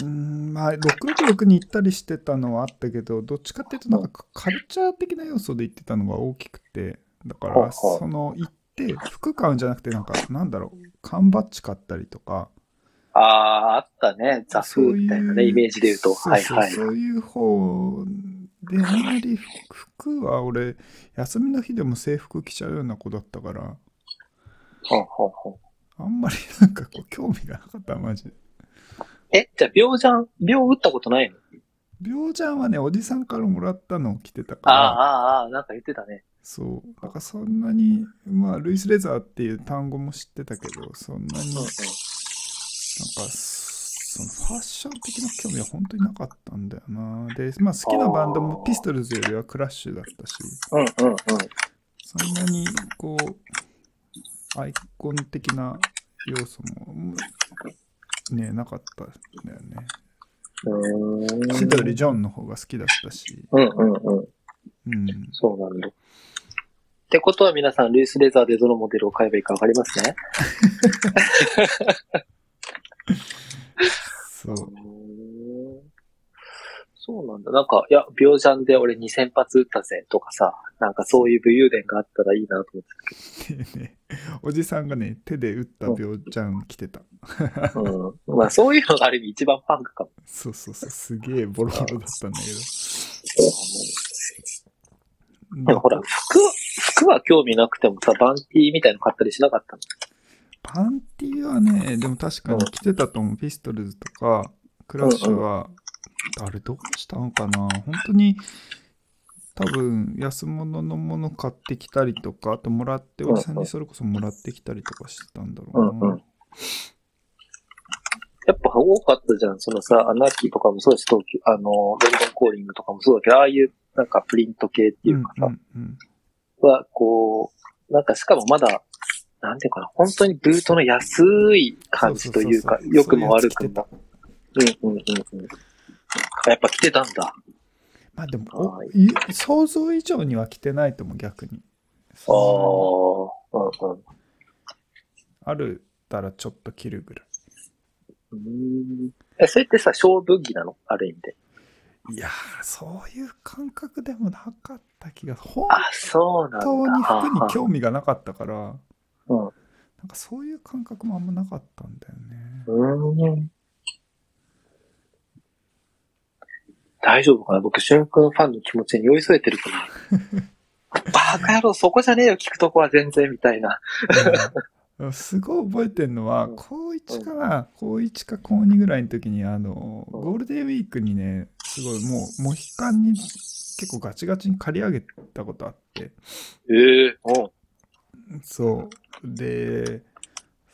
S1: ーんまあ666に行ったりしてたのはあったけどどっちかっていうとなんかカルチャー的な要素で行ってたのが大きくてだか
S2: ほうほ
S1: ら
S2: う
S1: その行って服買うんじゃなくてなんかなんだろう缶バッジ買ったりとか
S2: ああ、あったね。ザ
S1: そ
S2: フ
S1: うい
S2: ーみ
S1: う
S2: たいなね、イメージで言うと。
S1: そ
S2: はい
S1: そう
S2: はい。
S1: そういう方であんまり服は俺休みの日でも制服着ちゃうような子だったから
S2: ほんほんほん
S1: あんまりなんかこう興味がなかったマジで
S2: え、じゃあ、秒じゃん、秒打ったことないの
S1: 病じゃんはねおじさんからもらったのを着てたか
S2: あ
S1: ら
S2: あ、ああ、ああ、なんか言ってたね。
S1: そう。だからそんなに、まあ、ルイス・レザーっていう単語も知ってたけど、そんなに、なんか、そのファッション的な興味は本当になかったんだよな。で、まあ、好きなバンドも
S2: あー
S1: ピストルズよりはクラッシュだったし、
S2: うんうんうん。
S1: そんなに、こう、アイコン的な要素も、うんね、なかったんだよね。
S2: うーん。
S1: シドよりジョンの方が好きだったし、
S2: うんうんうん。
S1: うん。
S2: そうなんだ。ってことは皆さん、ルイスレザーでどのモデルを買えばいいかわかりますね。
S1: そう
S2: う。ーんそうなんだ。なんか、いや、秒じゃんで俺2000発打ったぜとかさ、なんかそういう武勇伝があったらいいなと思って
S1: でね、おじさんがね、手で打った病ちゃん着てた。 [laughs]
S2: うん。まあそういうのがある意味一番パンクかも。
S1: そうそうそう、すげえボロボロだったんだけど。
S2: でもほら、服、服は興味なくてもさ、バンティーみたいの買ったりしなかったの。
S1: パンティはね、でも確かに着てたと思う。ピストルズとか、クラッシュは、あれどうしたのかな本当に、多分、安物のもの買ってきたりとか、あともらって、
S2: うんうん
S1: おじさんにそれこそもらってきたりとかしてたんだろう
S2: うん
S1: な。
S2: うんやっぱ多かったじゃん。そのさ、アナーキーとかもそうだし、東京、あの、ロンドンコーリングとかもそうだけど、ああいうなんかプリント系っていうかさ、
S1: うんうん
S2: は、こう、なんかしかもまだ、なんていうかな、本当にブートの安い感じというか
S1: そ、そそ
S2: 良くも悪
S1: そうい
S2: く
S1: うやつ着てた
S2: も。うんうんうんうん。やっぱ着てたんだ。
S1: まあでも、お
S2: はい
S1: 想像以上には着てないと思う、逆に。
S2: ああ、うんうん。
S1: あるたらちょっと切るぐらい。
S2: うーんえ、それってさ、勝負着なのある意味で。
S1: いやー、そういう感覚でもなかった気が、本
S2: あ、そうなんだ。
S1: 当に服に
S2: は
S1: 興味がなかったから、
S2: あはあ
S1: なんかそういう感覚もあんまなかったんだよね。
S2: うん。うん。大丈夫かな僕、俊君ファンの気持ちに寄り添えてるか [laughs] なバカ野郎、そこじゃねえよ、聞くとこは全然、みたいな。 [laughs]
S1: うんすごい覚えてるのは、
S2: うん
S1: 高1かな、高1か高2ぐらいの時に、あの、
S2: うん
S1: ゴールデンウィークにね、すごいもう、モヒカンに結構ガチガチに借り上げたことあって、
S2: ええおう
S1: そう。で、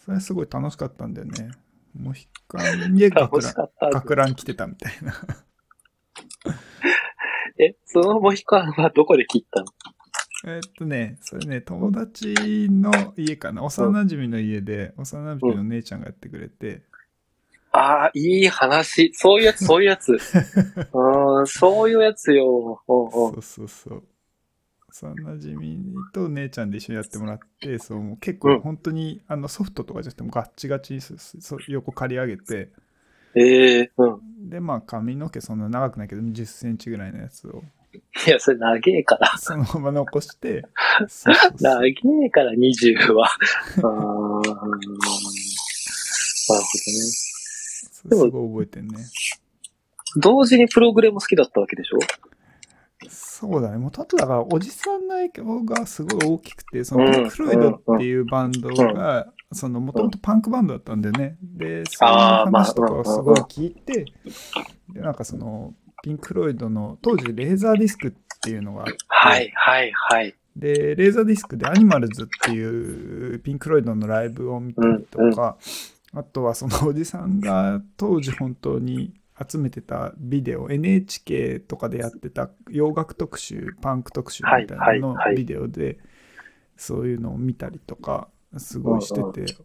S1: それすごい楽しかったんだよね。モヒカンに学
S2: 楽
S1: ラ
S2: し
S1: ン、
S2: かった。
S1: 学ラン着てたみたいな。
S2: え、そのモヒカンはどこで切ったの
S1: えっとね、それね、友達の家かな、幼馴染の家で、幼馴染の姉ちゃんがやってくれて、
S2: ああ、いい話。そういうや [laughs] つ、そういうやつ。うーん、そういうやつよ。おうおう
S1: そうそうそう。幼馴染と姉ちゃんで一緒にやってもらって、そうもう結構本当に、あのソフトとかじゃなくてもうガッチガチにすすそう横刈り上げて、
S2: ええうん。
S1: で、まあ髪の毛そんな長くないけど、10センチぐらいのやつを
S2: いや、それ長えから。
S1: そのまま残して、そう
S2: [laughs]
S1: そうそう
S2: 長えから20は。うーん。なるほどね。
S1: それすごい覚えてんね。
S2: 同時にプログレも好きだったわけでしょ
S1: そうだね。もともとだから、おじさんの影響がすごい大きくて、その
S2: うん
S1: ピンクフロイドっていうバンドが、そのもともとパンクバンドだったんだよね。で、そういう
S2: あーまあ
S1: 話とかをすごい聞いて、で、なんかその、ピンクフロイドの当時レーザーディスクっていうのがあって、
S2: はい、はい、はい。
S1: で、レーザーディスクでアニマルズっていうピンク・ロイドのライブを見たりとか、あとはそのおじさんが当時本当に集めてたビデオ、NHK とかでやってた洋楽特集、パンク特集みたいなのの
S2: はいはいはい
S1: ビデオで、そういうのを見たりとか、すごいしてて、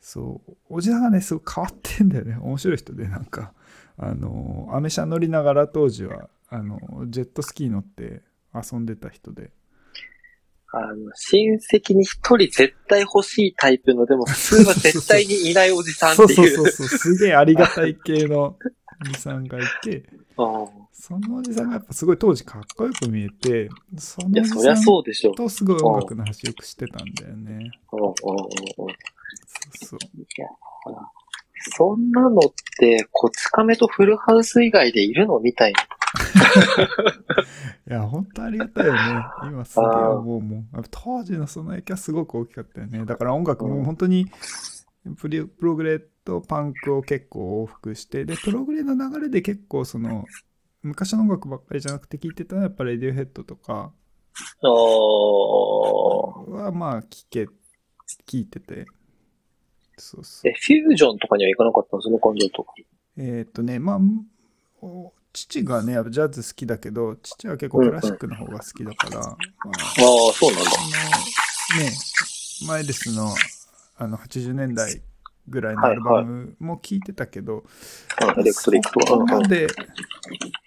S1: そう、おじさんがね、すごい変わってんだよね。面白い人で、なんか。あのアメ車乗りながら当時はあのジェットスキー乗って遊んでた人で
S2: あの、親戚に一人絶対欲しいタイプの、でも普通は絶対にいないおじさんって
S1: そうそう
S2: い
S1: そう
S2: う。
S1: そうすげえありがたい系のおじさんがいて
S2: うん
S1: そのおじさんがやっぱすごい当時かっこよく見えてそ
S2: い
S1: のお
S2: や、
S1: じ
S2: そり
S1: さ
S2: ゃ
S1: ん
S2: そうでしょ。
S1: とすごい音楽の話よくしてたんだよね
S2: うんうんうんうん
S1: そうそう
S2: そんなのって、こち亀とフルハウス以外でいるのみたいな。
S1: いや本当ありがたいよね今すげえ思うもんやっぱ当時のその影響はすごく大きかったよねだから音楽も本当にプリプログレとパンクを結構往復してでプログレの流れで結構その昔の音楽ばっかりじゃなくて聴いてたのはやっぱレディオヘッドとか
S2: あ
S1: はまあ聴け聴いててそうそう
S2: え、フュージョンとかには行かなかったのその感じだと。
S1: えーっとねまあお父がねジャズ好きだけど父は結構クラシックの方が好きだから、まあ
S2: ああ、そうなんだ。
S1: あのねマイルスのあの80年代ぐらいのアルバムも聴いてたけど、
S2: うんエレクトリック
S1: そ
S2: と
S1: こ
S2: か。う
S1: ま
S2: ん
S1: で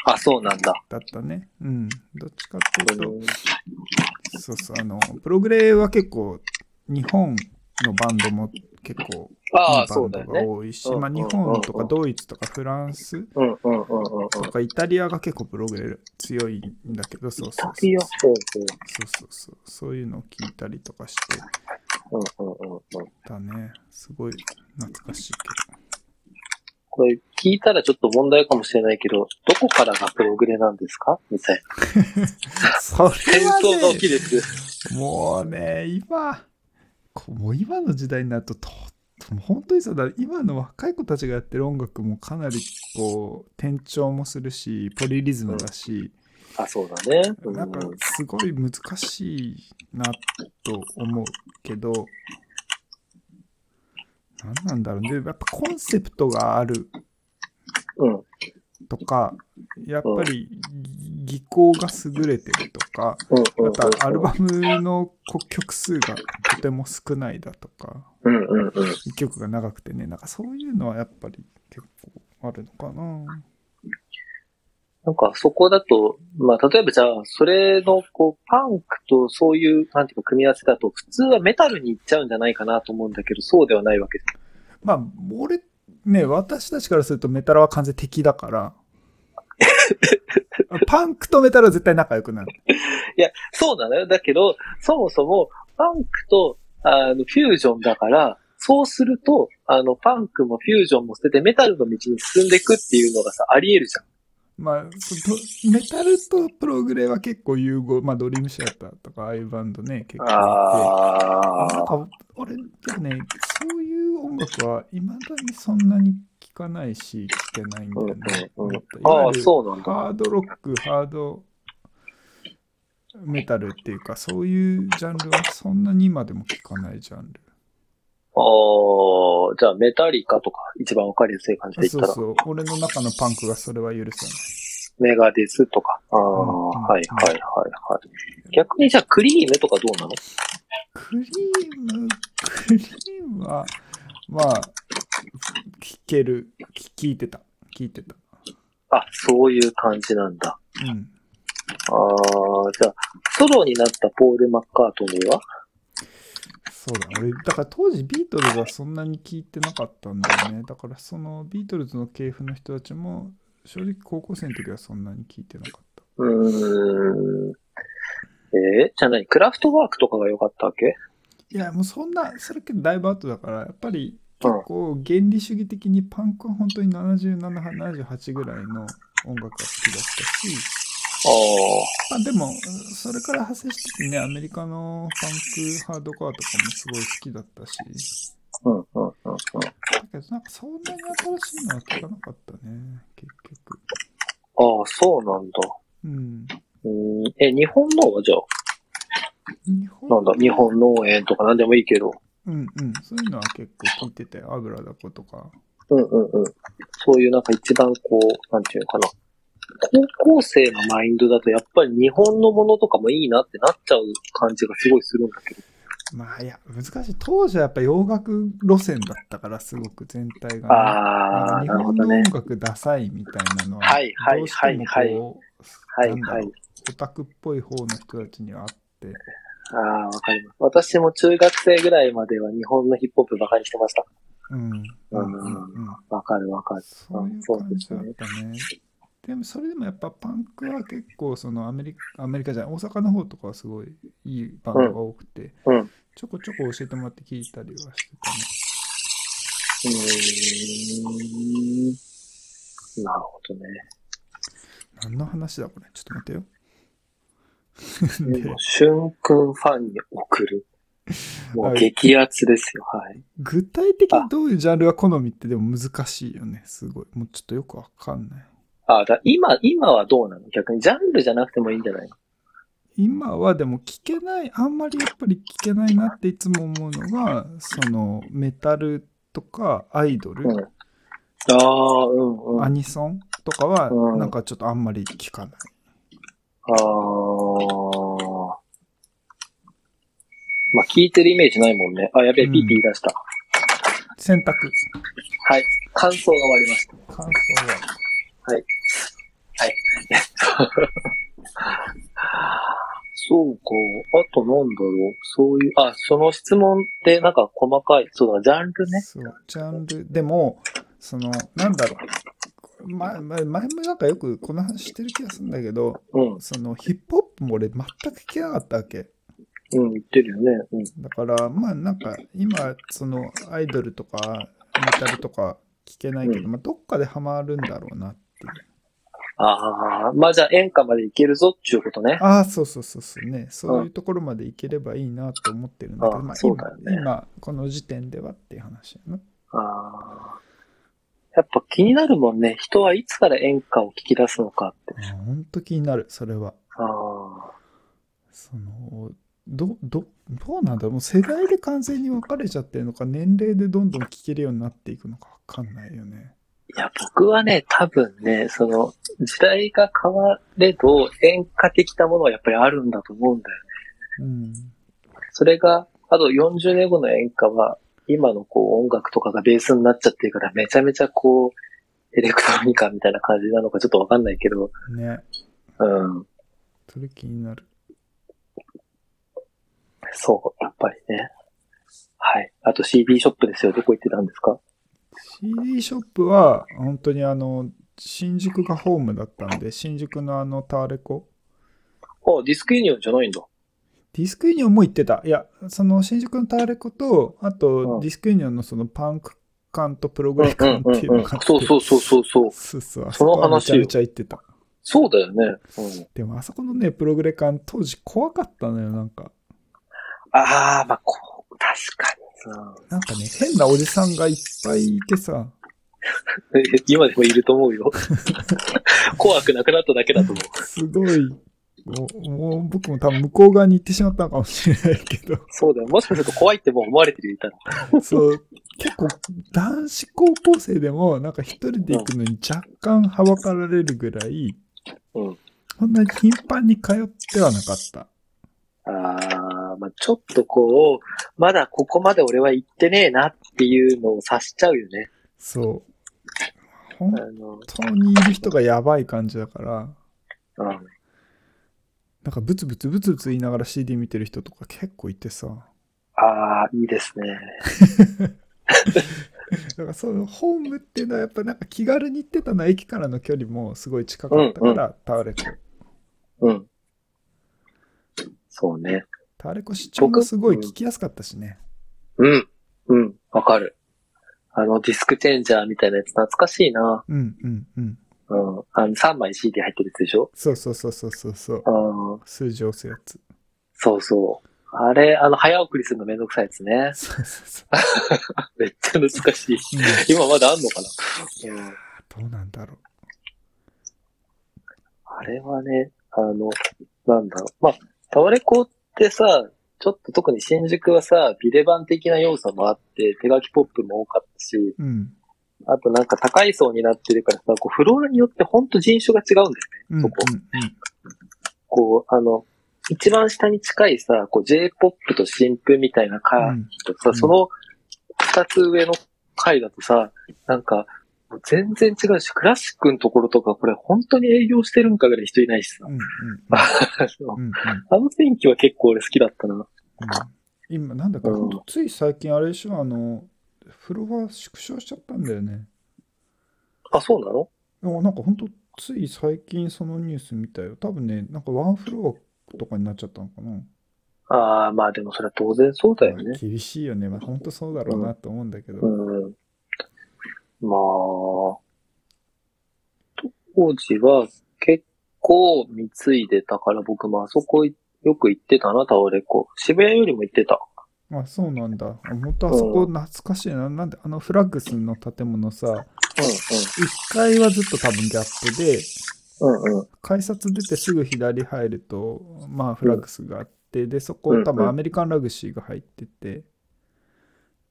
S2: あ、そうなんだ。
S1: だったねうんどっちかっていう
S2: う
S1: と
S2: ん
S1: そうそうあのプログレは結構日本のバンドも結構い
S2: あ
S1: い
S2: あ、
S1: バ
S2: そう
S1: ン
S2: だ
S1: ド
S2: よ
S1: が
S2: ね。
S1: 多いし、
S2: うん
S1: まあ、
S2: うん
S1: 日本と
S2: うんう
S1: か
S2: ん
S1: ドイツとかフランス
S2: うんうんうんうんうん。
S1: とかイタリアが結構プログレ強いんだけどそうそう
S2: タ
S1: そう
S2: ピオ。うん
S1: そうそうそうそういうのを聞いたりとかして
S2: うんうんうんうん。
S1: だね。すごい懐かしいけど。
S2: これ聞いたらちょっと問題かもしれないけど、どこからがプログレなんですかみたいな。
S1: それ
S2: 戦争が
S1: は
S2: 起き
S1: ね、
S2: るって。
S1: もうね、今、こうもう今の時代になると、ともう本当にさ、だから今の若い子たちがやってる音楽もかなりこう、転調もするし、ポリリズムだし、
S2: あ、そうだね。うん
S1: なんかすごい難しいなと思うけど、なんなんだろうね。やっぱコンセプトがある
S2: うん。
S1: とか、やっぱり技巧が優れてるとか、
S2: うんうんうん
S1: またアルバムの曲数がとても少ないだとか、
S2: うんうんうん。
S1: 1曲が長くてね、なんかそういうのはやっぱり結構あるのかな。
S2: なんかそこだと、まあ例えばじゃあ、それのこう、パンクとそういう、なんていうか組み合わせだと、普通はメタルに行っちゃうんじゃないかなと思うんだけど、そうではないわけで
S1: まあ、俺、ね、私たちからするとメタラは完全敵だ
S2: [laughs]
S1: から。パンクとメタラは絶対仲良くなる。
S2: そうなのよ。だけど、そもそも、パンクと、あの、フュージョンだから、そうすると、あの、パンクもフュージョンも捨ててメタルの道に進んでいくっていうのがさ、あり得るじゃん。
S1: まあ、とメタルとプログレは結構融合、まあ、ドリームシアターとか、ああいうバンドね、結構あって。なん
S2: ああ。
S1: か、俺、でもね、そういう音楽はいまだにそんなに聴かないし、聴けないんだよね。
S2: うんうんうん
S1: 思ったいわ
S2: あ
S1: ゆ
S2: あ、
S1: る
S2: そうなんだ。
S1: ハードロック、ハードメタルっていうか、そういうジャンルはそんなに今でも聴かないジャンル。
S2: ああ、じゃあメタリカとか一番わかりやすい感じで言
S1: そ
S2: った
S1: う
S2: ら、
S1: そう、俺の中のパンクがそれは許せない。
S2: メガデスとか。ああ、
S1: うん
S2: はいはいはいはい。逆にじゃあクリームとかどうなの
S1: クリーム、クリームは、まあ、聴ける、聴いてた、聴いてた。
S2: あ、そういう感じなんだ。
S1: うん。
S2: ああ、じゃあ、ソロになったポール・マッカートニーは
S1: そうだ、俺、だから当時ビートルズはそんなに聞いてなかったんだよね。だからそのビートルズの系譜の人たちも、正直高校生の時はそんなに聞いてなかった。
S2: うーん。えー、じゃあ何クラフトワークとかが良かったわけ
S1: いや、もうそんな、それけどだいぶ後だから、やっぱり結構原理主義的にパンクは本当に77、78ぐらいの音楽が好きだったし、
S2: ああ
S1: まあでも、それから派生しててね、アメリカのパンクハードコアとかもすごい好きだったし、、
S2: うんうんうんうん。
S1: だけどなんかそんなに新しいのは聞かなかったね、結局。
S2: ああ、そうなんだ。
S1: うん。
S2: うーんえ、日本のはじゃあ、
S1: 日本
S2: なんだ、日本農園とか何でもいいけど。
S1: うんうん、そういうのは結構聞いてて、アブラダコとか。
S2: うんうんうん。そういうなんか一番こう、なんていうのかな。高校生のマインドだとやっぱり日本のものとかもいいなってなっちゃう感じがすごいするんだけど。
S1: まあいや、難しい。当時はやっぱ洋楽路線だったから、すごく全体がね、な
S2: ああ、
S1: んか日
S2: なるほ
S1: 本
S2: ど
S1: の音
S2: ね。
S1: 楽ダサいみたいなのは、
S2: はいはい
S1: どうしても
S2: はい
S1: こう、
S2: はい
S1: なんだ
S2: は
S1: ろ。
S2: いう
S1: オタクっぽい方の人たちにはあって、
S2: ああ、わかります。私も中学生ぐらいまでは日本のヒップホップばかりしてました。
S1: うん、うん、うん、うん。
S2: わかるわかる。
S1: そういう感じだったね。でもそれでもやっぱパンクは結構そのアメリカ、アメリカじゃない、大阪の方とかはすごいいいバンドが多くて、
S2: うん
S1: ちょこちょこ教えてもらって聞いたりはしてたね。
S2: うーん。なるほどね。
S1: 何の話だこれちょっと待ってよ。
S2: で
S1: で
S2: も、、しゅんくんファンに送 [laughs] る。も
S1: は
S2: う
S1: い
S2: 激アツですよ。はい。
S1: 具体的にどういうジャンルが好みってでも難しいよね。すごい。もうちょっとよくわかんない。
S2: あ、だ今、今はどうなの逆にジャンルじゃなくてもいいんじゃない
S1: 今はでも聞けない、あんまりやっぱり聞けないなっていつも思うのが、そのメタルとかアイドル、
S2: うんああー、うんうん。
S1: ア
S2: あ
S1: ニソンとかは
S2: うん
S1: なんかちょっとあんまり聞かない。
S2: あ。まあ、聞いてるイメージないもんね。あ、やべえ、
S1: うん
S2: ピーピー出した。
S1: 選択。
S2: はい。感想が終わりました。
S1: 感想は。
S2: そうか。あとなんだろう。そういう、あ、その質問ってなんか細かい。そうだ、ジャンルね。
S1: そう、ジャンル、でも、その、なんだろう。ま、ま前もなんかよくこの話してる気がするんだけど、
S2: うん。
S1: そのヒップホップも俺全く聞けなかったわけ。
S2: うん、言ってるよね。うん。
S1: だから、まあなんか今、そのアイドルとかメタルとか聞けないけど、
S2: うん
S1: まあどっかでハマるんだろうなっていう。
S2: ああ、まあじゃあ演歌までいけるぞっていうことね。
S1: ああ、そうそうそうそうね。そういうところまでいければいいなと思ってるんだけど、
S2: あ
S1: まあ
S2: そうだよ
S1: 今、
S2: ね
S1: 今この時点ではっていう話やな。
S2: ああ。やっぱ気になるもんね。人はいつから演歌を聞き出すのかって。
S1: あほんと気になる、それは。
S2: ああ。
S1: そのどどどうなんだろうもう世代で完全に分かれちゃってるのか年齢でどんどん聞けるようになっていくのか分かんないよね。
S2: いや、僕はね、多分ね、その、時代が変われど、演歌的なものはやっぱりあるんだと思うんだよね
S1: うん、
S2: それが、あと40年後の演歌は、今のこう音楽とかがベースになっちゃってるから、めちゃめちゃこう、エレクトロニカみたいな感じなのかちょっとわかんないけど、
S1: ね
S2: うん。
S1: それ気になる。
S2: そう、やっぱりね。はい。あと CD ショップですよ。どこ行ってたんですか
S1: CD ショップは、本当にあの、新宿がホームだったんで、新宿のあのタワレコ。
S2: あ、ディスクユニオンじゃないんだ。
S1: ディスクユニオンも行ってた。いや、その新宿のタワレコと、あ
S2: う
S1: と
S2: ん
S1: ディスクユニオンのそのパンク感とプログレ感っていうのがあって。
S2: そうそうそうそうそう。
S1: そうそう、あそ
S2: そ
S1: こ
S2: の話
S1: はめちゃめちゃ行ってた。
S2: そうだよね。うん、
S1: でもあそこのね、プログレ感当時怖かったのよ、なんか。
S2: ああ、まあ、こう、確か
S1: なんかね、変なおじさんがいっぱいいてさ、
S2: に。うん今でもいると思うよ。 [laughs] 怖くなくなっただけだと思う。
S1: すごい、おもう僕も多分向こう側に行ってしまったのかもしれないけど、 [laughs]
S2: そうだよ。もしかすると怖いってもう思われてるよいたら。
S1: そう、結構男子高校生でもなんか一人で行くのに若干はばかられるぐらい、
S2: うん
S1: そんなに頻繁に通ってはなかった。
S2: ああ、まあ、ちょっとこう、まだここまで俺は行ってねえなっていうのを察しちゃうよね。
S1: そう。本
S2: あの、
S1: 当にいる人がやばい感じだから、
S2: うん。
S1: なんかブツブツブツブツ言いながら CD 見てる人とか結構いてさ、
S2: ああ、いいですね。
S1: だからそのホームっていうのはやっぱなんか気軽に行ってたのは駅からの距離もすごい近かったから、
S2: うん
S1: タワレコ。
S2: うん。そうね。
S1: タワレコ主張がすごい聞きやすかったしね。
S2: うん。うん。わかる。あの、ディスクチェンジャーみたいなやつ懐かしいな。
S1: うんうんうん。
S2: うん。あの、3枚 CD 入ってるやつでしょ
S1: そうそうそうそうそうそう。
S2: うん。
S1: 数字押すやつ。
S2: そうそう。あれ、あの、早送りするのめんどくさいやつね。
S1: そうそうそ
S2: めっちゃ難しい。
S1: う。うん、い
S2: 今まだあんのかなうん。
S1: やどうなんだろう。
S2: あれはね、あの、なんだろう。まあ、タワレコってさ、ちょっと特に新宿はさ、ビレ版的な要素もあって、手書きポップも多かったし、
S1: うん。
S2: あとなんか高い層になってるからさ、こうフロアによってほんと人種が違うんだよね。
S1: うんうん
S2: そここう、あの、一番下に近いさ、こう J-POP と新風みたいな
S1: うんう
S2: 階
S1: ん。
S2: と
S1: う
S2: さ、
S1: ん
S2: その二つ上の階だとさ、なんか、もう全然違うし、クラシックのところとか、これ本当に営業してるんかぐらい人いないしさ [laughs]
S1: う。んうんうんうんうん。
S2: あの雰囲気は結構俺好きだったな。
S1: 今なんだか、
S2: うん
S1: ほんとつい最近あれでしょ、あの、フロア縮小しちゃったんだよね。
S2: あ、そうなの
S1: でもなんか本当つい最近そのニュース見たよ。多分ね、なんかワンフロアとかになっちゃったのかな。
S2: ああ、まあでもそれは当然そうだよ
S1: まあ
S2: ね。
S1: 厳しいよね。まあ本当そうだろうなと思うんだけど。
S2: うん。まあ、当時は結構貢いでたから僕もあそこよく行ってたな、タワレコ。渋谷よりも行ってた。
S1: まあそうなんだ。あ本当あそこ懐かしいな。なんであのフラッグスの建物さ、1階はずっと多分ギャップで、
S2: うんうん。うんうん。
S1: 改札出てすぐ左入ると、まあフラッグスがあって、で、そこ多分アメリカンラグシーが入ってて。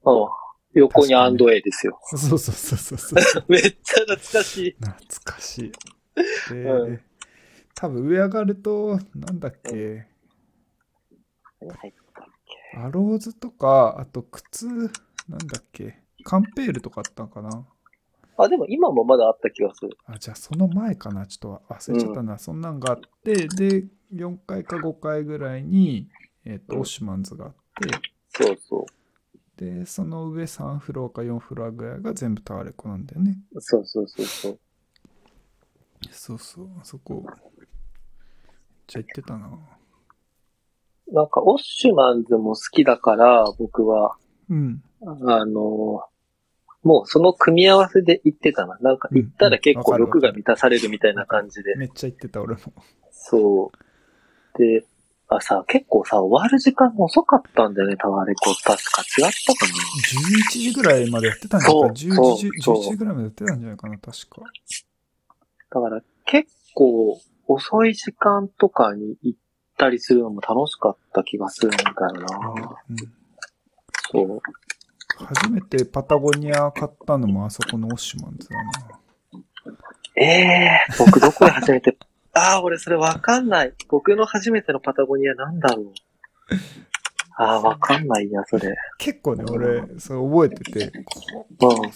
S2: ああ横にアンドエイですよ。
S1: そうそうそうそうそう。
S2: [laughs] めっちゃ懐かしい。
S1: 懐かしい。で、
S2: うん
S1: 多分上上がると、なんだっけ、アローズとか、あと靴、なんだっけ、カンペールとかあったのかな。
S2: あ、でも今もまだあった気がする。
S1: あ、じゃあその前かな、ちょっと忘れちゃったな。そんなんがあって、で、4回か5回ぐらいに、えっ、と、
S2: うん
S1: オッシュマンズがあっ
S2: そうそ
S1: て、で、その上3フロアか4フロアぐらいが全部タワレコなんだよね。
S2: う。そうそうそうそう。
S1: そうそう、あそこ。じゃあ行ってたな。
S2: なんか、オッシュマンズも好きだから、僕は、
S1: うん。
S2: あの、もうその組み合わせで行ってたな。なんか行ったら結構
S1: うんうんわかるわ
S2: 欲
S1: かる
S2: が満たされるみたいな感じで。
S1: めっちゃ行ってた、俺も。
S2: そう。で、あさ、結構さ、終わる時間も遅かったんだよね、タワレコ。確か違ったかな。
S1: 11時ぐらいまでやってたんじゃないかな
S2: そう
S1: 11時
S2: そう
S1: ,11 時ぐらいまでやってたんじゃないかな確か
S2: だから結構遅い時間とかに行ったりするのも楽しかった気がするんだよな。
S1: うん
S2: そう。
S1: 初めてパタゴニア買ったのもあそこのオッシュマンズだな
S2: ええー、僕どこで初めて、 [laughs] ああ、俺それわかんない。僕の初めてのパタゴニアなんだろう。ああ、わかんないや、それ。
S1: 結構ね俺そう覚えててこ
S2: うん。
S1: 3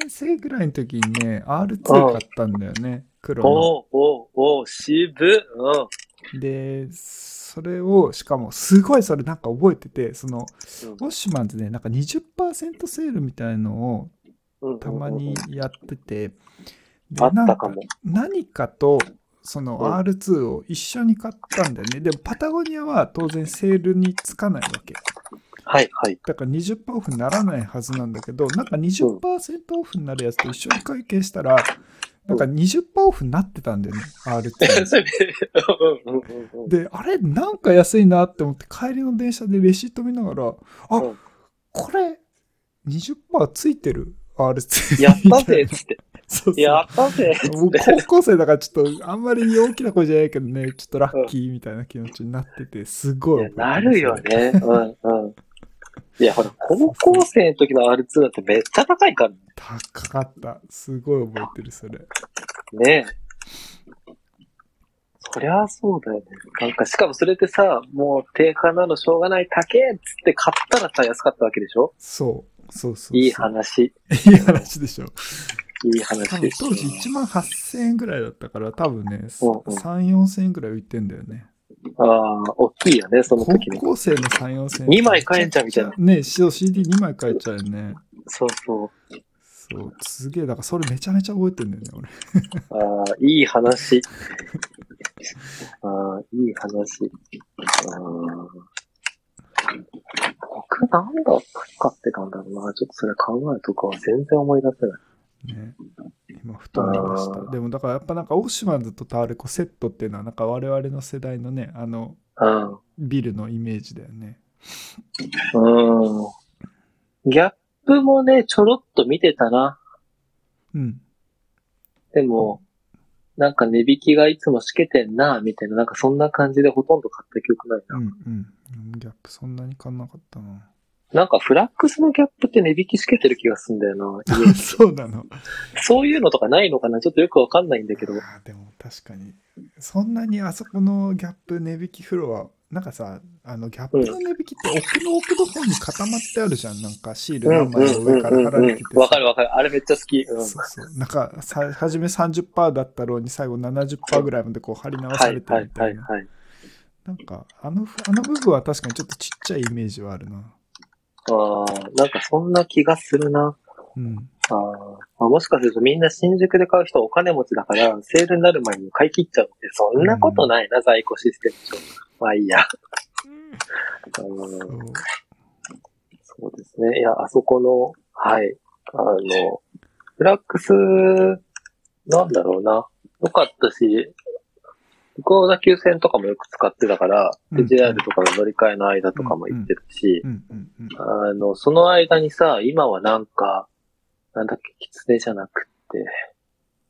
S1: 年生ぐらいの時にね R2 買ったんだよね黒
S2: おうおうおう、渋っ。
S1: のでそれをしかもすごいそれなんか覚えててその
S2: うん
S1: オッシュマンズでなんか20%セールみたいのを
S3: うん
S1: たまにやってて、で
S3: あっ
S1: なん
S3: たか
S1: か
S3: も。
S1: 何かとその
S3: うん
S1: R2 を一緒に買ったんだよね。でもパタゴニアは当然セールにつかないわけ。
S2: はい、はい。
S1: だから20%オフにならないはずなんだけど、なんか20%オフになるやつと一緒に会計したら、なんか20%オフになってたんだよね、R2。
S2: [laughs] それ
S3: うんうんうん
S1: で、あれ、なんか安いなって思って、帰りの電車でレシート見ながら、あ、
S3: うん
S1: これ、20%ついてる ?R2。
S2: やったぜ、つって。
S1: そうそう
S2: やったぜ、つ
S1: もう
S2: って。
S1: 高校生だからちょっとあんまり大きな声じゃないけどね、ちょっとラッキーみたいな気持ちになってて、すご
S2: い
S1: い
S2: やなるよ。ね。うんうん。いや、ほら、高校生の時の R2 だってめっちゃ高いからね
S1: 高かった。すごい覚えてる、それ。
S2: ねえ。そりゃそうだよね。なんか、しかもそれでさ、もう定価なのしょうがない、高えっつって買ったらさ、安かったわけでしょ
S1: そう。そうそうそう。
S2: いい話。
S1: いい話でしょ。
S2: いい
S1: 多
S2: 話
S1: 分
S2: です。
S1: 当時1万8000円ぐらいだったから、多分ね、
S2: うん
S1: 3、4000円ぐらい浮いてんだよね。
S2: ああ、大きいよね、その
S1: 高
S2: 時に。
S1: 校生の3、4000円。
S2: 2枚買えんじゃんみたいな。
S1: ね、そう CD2 枚買えちゃうよね。
S2: そうそう。
S1: そう、すげえ、だからそれめちゃめちゃ覚えてんだよね、俺。
S2: ああ、いい話。ああ、いい話。あー僕、なんだ、使ってたんだろうな。ちょっとそれ考えとかは全然思い出せない。
S1: ね、今ふと思いまし
S2: あ
S1: た
S2: ー
S1: でもだからやっぱなんかオーシュマンズとタワレコセットっていうのはなんか我々の世代のねあの
S2: うん。
S1: ビルのイメージだよね
S2: うん。ギャップもね、ちょろっと見てたな。
S1: うん
S2: でも、なんか値引きがいつもしけてんな、みたいな、なんかそんな感じでほとんど買った記憶ないうな。
S1: んうんギャップそんなに買んなかった
S2: [laughs]
S1: な
S2: なんかフラックスのギャップって値引きしけてる気がすんだよな。
S1: [laughs]
S2: 家
S1: そうなの
S2: そういうのとかないのかなちょっとよくわかんないんだけど。
S1: あーでも確かにそんなにあそこのギャップ値引きフロアなんかさあのギャップの値引きって奥の奥の方に固まってあるじゃんなんかシール
S2: う
S1: 何
S2: んうん
S1: 枚も
S2: う
S1: 上
S2: ん
S1: から貼ら
S2: うん
S1: れ
S2: う
S1: てて
S2: ん。わかるわかる。あれめっちゃ好き。うん。
S1: そうそうなんかさ初め30%だったろうに最後70%ぐらいまでこう貼り直
S2: は
S1: さ
S2: い
S1: れて
S2: は
S1: るみ
S2: い
S1: た
S2: はいい
S1: な
S2: はい。
S1: なんか、あの、あの部分は確かにちょっとちっちゃいイメージはあるな。
S2: ああ、なんかそんな気がするな。
S1: うん。
S2: あーまあ、もしかするとみんな新宿で買う人はお金持ちだから、セールになる前に買い切っちゃうって、そんなことないな、在庫システム上。まあいいや。
S1: そ
S2: うん
S1: う
S2: そうですね。いや、あそこの、はい。あの、フラックス、なんだろうな。良かったし、向こうの急線とかもよく使ってたから、
S1: うん
S2: JR とかの乗り換えの間とかも行ってるし、
S1: うんうんうん。
S2: あの、その間にさ、今はなんか、なんだっけ、キツネじゃなくって、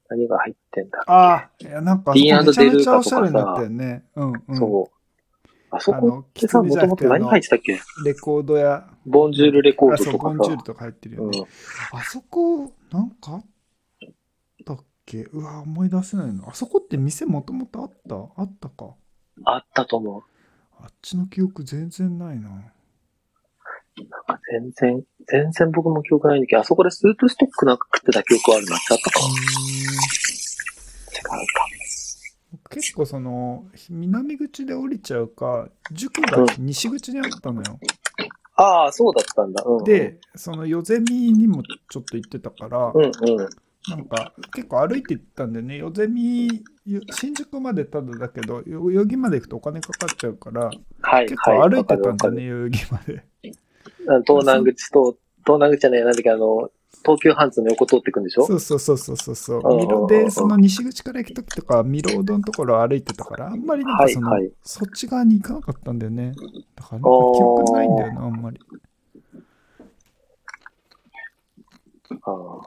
S2: 何が入ってんだ、
S1: ああ、いや、なんか、めちゃ
S2: D&D
S1: めちゃおしゃれになったよね。うんうん。
S2: そう。あそ
S1: あ
S2: こ
S1: の、
S2: ってさ、
S1: 狐
S2: も
S1: じゃ
S2: と
S1: な
S2: も
S1: くて
S2: と
S1: あ
S2: 何
S1: の
S2: 入ってたっけ
S1: レコードや、
S2: ボンジュールレコー
S1: あ、
S2: ド
S1: そう、
S2: と
S1: コン
S2: か
S1: チュー
S2: さ
S1: ル。とか入ってるよ
S2: うん
S1: ね。、あそこ、なんかあったっけうわ、思い出せないの。あそこって店もともとあったあったか。
S2: あったと思
S1: あっちの記憶全然ないな。
S2: う。なんか全然、全然僕も記憶ないんだけど、あそこでスープストックなんか食ってた記憶あるな。違った
S1: う
S2: か
S1: ーん。
S2: 違うか。
S1: 結構その南口で降りちゃうか塾が西口にあったのよ、
S2: ああ、そうだったんだ。うん、、
S1: でその夜ゼミにもちょっと行ってたから、
S2: うんうん。
S1: なんか結構歩いて行ったんだよね夜ゼミよ新宿までただだけど代々木まで行くとお金かかっちゃうから
S2: はい、
S1: 結
S2: はい。
S1: 構歩いてたん
S2: わか
S1: だ
S2: る
S1: ね、代々木まで
S2: わかる東南口と、東南口じゃない、なんだっけ、あの、東急ハンズの横通ってくんでしょ
S1: そうそうそうそうそうそう
S2: うんうん
S1: ミロでその西口から行く時とかミロードのところを歩いてたからあんまりなんかその、
S2: はいはい
S1: そっち側に行かなかったんだよねだからなんか記憶ないんだよなあんまり
S2: あー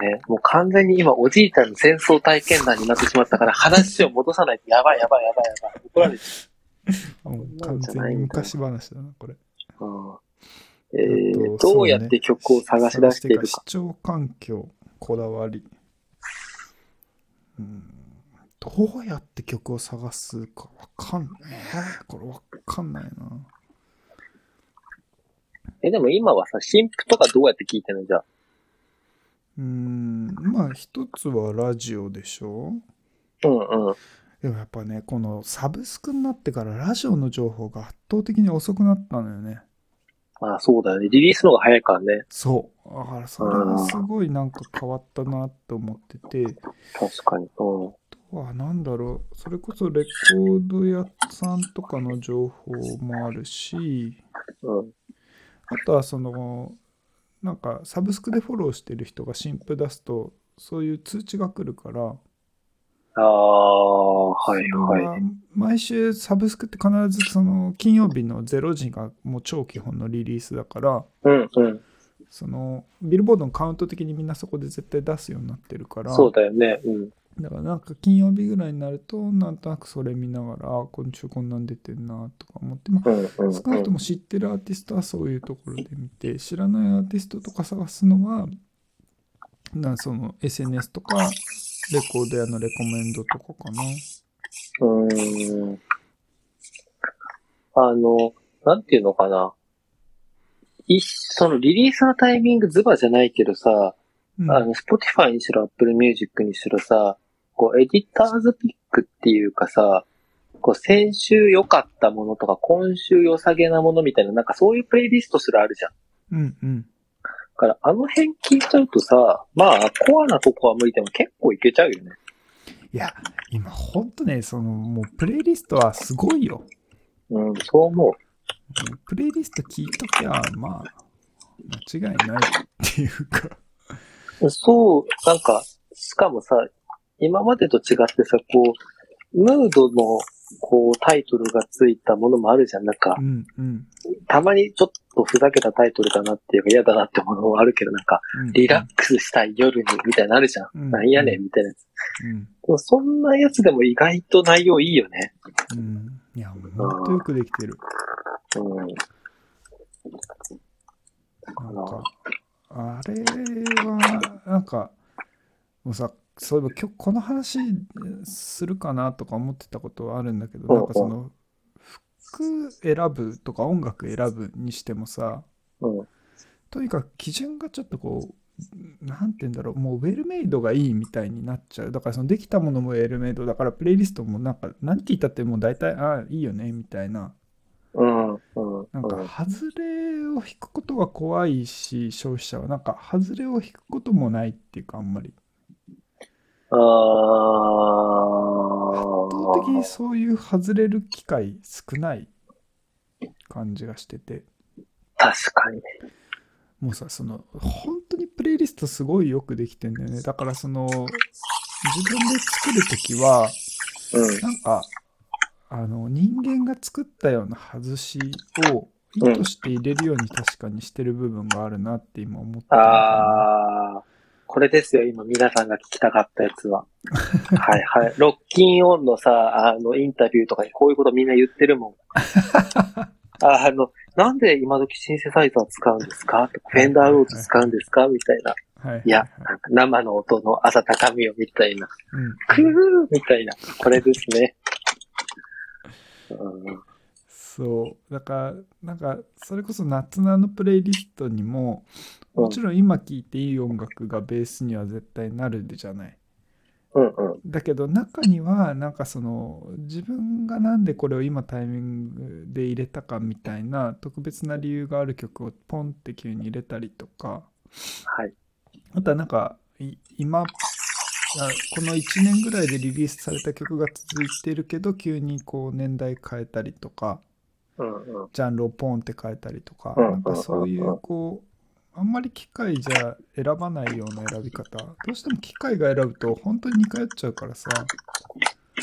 S2: ね、もう完全に今、おじいちゃんの戦争体験談になってしまったから、話を戻さないと、やばいやばいやばいやばい。怒られち
S1: もう完全に昔話だな、これ。
S2: ゃう。うんえーどうやって曲を探し出しているか。
S1: 視聴環境、こだわり。うんどうやって曲を探すかわかんない。えーこれわかんないな。
S2: え、でも今はさ、新譜とかどうやって聞いてるのじゃあ
S1: うーん、まあ一つはラジオでしょ
S2: うんうん。
S1: でもやっぱね、このサブスクになってからラジオの情報が圧倒的に遅くなったのよね。
S4: まあそうだよね。リリースの方が早いからね。
S1: そう。だからそれがすごいなんか変わったなと思ってて、
S2: 確かに。うん。
S1: あとはなんだろう、それこそレコード屋さんとかの情報もあるし、
S2: うん。
S1: あとはその、なんかサブスクでフォローしてる人が新譜出すと、そういう通知が来るから、
S4: ああ、はいはい。
S1: 毎週サブスクって必ずその金曜日の0時がもう超基本のリリースだから、
S2: うん。うん。
S1: そのビルボードのカウント的にみんなそこで絶対出すようになってるから、
S2: そうだよね。うん。
S1: だからなんか金曜日ぐらいになるとなんとなくそれ見ながらあ今週こんなん出てんなとか思って、まあ
S2: うん。うん。
S1: 少なくとも知ってるアーティストはそういうところで見て知らないアーティストとか探すのはなその SNS とかレコード屋のレコメンドとかかな
S2: うーんあの、なんていうのかな。いそのリリースのタイミングズバじゃないけどさ、
S1: うん
S2: あの、Spotify にしろ Apple Music にしろさ、こう、エディターズピックっていうかさ、こう、先週良かったものとか、今週良さげなものみたいな、なんかそういうプレイリストすらあるじゃん。
S1: うんうん
S2: だから、あの辺聞いちゃうとさ、まあ、コアなとこは向いても結構いけちゃうよね。
S1: いや今ほんとねそのもうプレイリストはすごいよ
S2: うん、そう思う。
S1: うんプレイリスト聞いときゃまあ間違いないっていうか [laughs]
S2: そう、なんか、しかもさ、今までと違ってさ、こう、ムードの、こう、タイトルがついたものもあるじゃん。なんか
S1: う、んうん
S2: たまにちょっとふざけたタイトルだなっていうか嫌だなってものもあるけど、なんか、
S1: うん
S2: リラックスしたい夜に、みたいなのあるじゃん。
S1: うん
S2: なんやねん、みたいなやつ。で
S1: うん
S2: もそんなやつでも意外と内容いいよね。
S1: うんいや、もうほんとよくできてる。
S2: うん。
S1: なんか、あれは、なんか、もうさ、そういえば今日この話するかなとか思ってたことあるんだけど、
S2: うんうん
S1: なんかその、服選ぶとか音楽選ぶにしてもさ、
S2: うん
S1: とにかく基準がちょっとこう、なんて言うんだろう、もうウェルメイドがいいみたいになっちゃう。だからそのできたものもウェルメイドだから、プレイリストもなんか、何聞いたってもう大体、ああ、いいよね、みたいな。
S2: うん。うん。うん
S1: なんか、外れを引くことが怖いし、消費者は、なんか、外れを引くこともないっていうか、あんまり。
S2: あ
S1: 圧倒的に
S2: ー。
S1: そういう外れる機会少ない感じがしてて、
S2: 確かにね。
S1: もうさ、その、本当にプレイリストすごいよくできてんだよね。だから、その、自分で作るときは、
S2: うん。
S1: なんか、あの、人間が作ったような外しを、意図して入れるように確かにしてる部分があるなって今思ってるんだよね
S2: ああ、これですよ、今皆さんが聞きたかったやつは。はいはい。ロッキンオンのさ、あの、インタビューとかにこういうことみんな言ってるもん。あの、なんで今時シンセサイザー使うんですかとかフェンダーローズ使うんですかみたいな。
S1: はいはいはい
S2: いや、なんか生の音の温かみをみたいな。
S1: うん
S2: クーみたいな。これですね。うん
S1: そうだからなんかそれこそ夏菜のプレイリストにも
S2: うん
S1: もちろん今聴いていい音楽がベースには絶対なるじゃない
S2: うんうん。
S1: だけど中にはなんかその自分がなんでこれを今タイミングで入れたかみたいな特別な理由がある曲をポンって急に入れたりとか
S2: はい。
S1: あとはなんかい今あこの1年ぐらいでリリースされた曲が続いてるけど急にこう年代変えたりとか
S2: うんうん。
S1: ジャンルをポンって変えたりとか、
S2: うん
S1: なんかそうい
S2: うんう
S1: うこう、あんまり機械じゃ選ばないような選び方、どうしても機械が選ぶと本当に似通っちゃうからさ、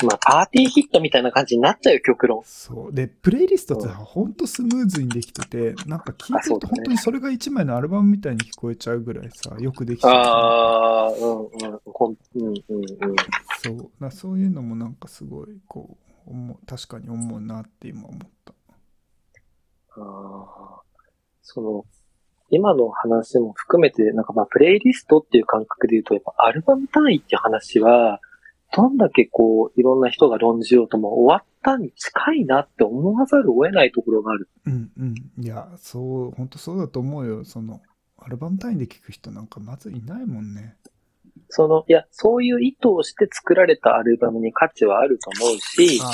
S2: まあ、パーティーヒットみたいな感じになっちゃうよ、極論。
S1: そう。で、プレイリストって本当スムーズにできてて、なんか聞いて
S2: あそ
S1: る
S2: う
S1: と
S2: だね
S1: 本当にそれが一枚のアルバムみたいに聞こえちゃうぐらいさ、よくできてる
S2: ああ、うんうん、こんうんうんうん。
S1: そう。なそういうのもなんかすごい、こう、思う確かに思うなって今思った。
S2: あーその、今の話も含めて、なんかまあ、プレイリストっていう感覚で言うと、やっぱアルバム単位っていう話は、どんだけこう、いろんな人が論じようとも終わったに近いなって思わざるを得ないところがある。
S1: うんうん。いや、そう、本当そうだと思うよ。その、アルバム単位で聞く人なんかまずいないもんね。
S2: その、いや、そういう意図をして作られたアルバムに価値はあると思うし、
S1: あ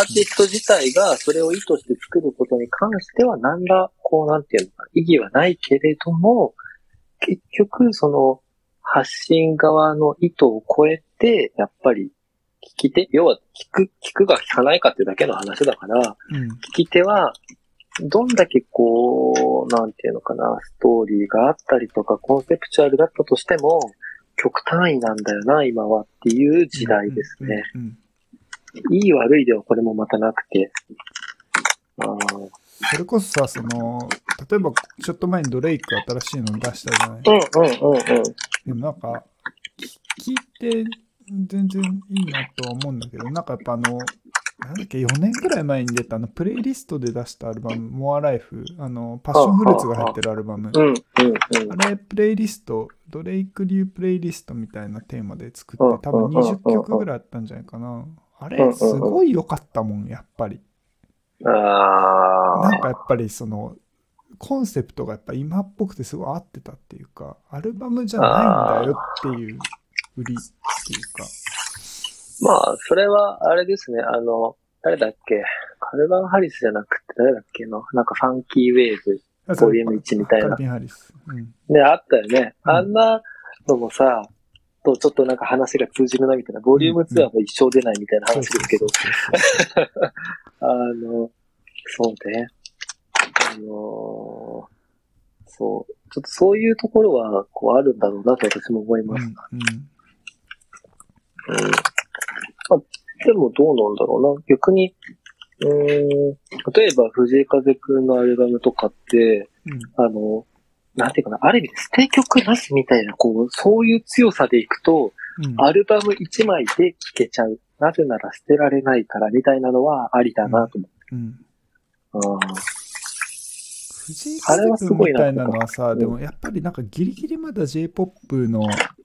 S2: アーティスト自体がそれを意図して作ることに関しては何ら、こうなんていうのかな、意義はないけれども、結局その発信側の意図を超えて、やっぱり聞き手、要は聞く、聞くが聞かないかってだけの話だから、
S1: ーうん。
S2: 聞き手は、どんだけこう、なんていうのかな、ストーリーがあったりとか、コンセプチュアルだったとしても、極端位なんだよな、今はっていう時代ですね。
S1: うん。うんうん
S2: いい悪いではこれもまたなくて。あー
S1: それこそさ、その、例えばちょっと前にドレイク新しいの出したじゃない
S2: うんうんうんうん。
S1: でもなんか、き聞いて全然いいなとは思うんだけど、なんかやっぱあの、なんだっけ、4年くらい前に出たあの、プレイリストで出したアルバム、モアライフ、あの、パッションフルーツが入ってるアルバム。
S2: うんうんうん。
S1: あれ、プレイリスト、ドレイク流プレイリストみたいなテーマで作
S2: うんうんう
S1: っ
S2: ん
S1: て、多分20曲ぐらいあったんじゃないかな。あ
S2: うんうんう
S1: れ、
S2: ん
S1: すごい良かったもん、やっぱり。な
S2: あ
S1: ん
S2: あ。
S1: かやっぱりその、コンセプトがやっぱ今っぽくてすごい合ってたっていうか、アルバムじゃないんだよっていう売りっていうか。
S2: まあ、それは、あれですね、あの、誰だっけカルバン・ハリスじゃなくて、誰だっけのなんかファンキーウェーブ。
S1: あ
S2: ボリューム1みたい
S1: カ
S2: な
S1: ルビン・ハリス。うん。
S2: ね、あったよね。
S1: うん
S2: あんなのもさ、とちょっとなんか話が通じるなみたいな、ボリューム2はもう一生出ないみたいな話ですけど、
S1: そうそうそう
S2: あの、そうね。あのーそう。ちょっとそういうところは、こうあるんだろうなと私も思い
S1: そう。う
S2: ま
S1: ん
S2: す。
S1: うん
S2: うんまあ、でもどうなんだろうな。逆に、うーん、例えば藤井風くんのアルバムとかって、
S1: うん
S2: あの、なんていうかな、ある意味で捨て曲なしみたいな、こう、そういう強さでいくと、
S1: うん
S2: アルバム1枚で聴けちゃう。なぜなら捨てられないからみたいなのはありだなと
S1: うん
S2: 思う。うん
S1: 藤井
S2: あれは
S1: 風
S2: す
S1: み
S2: ごいな
S1: たいなのはさ、
S2: ん
S1: でもやっぱりなんかギリギリまだ J-POP の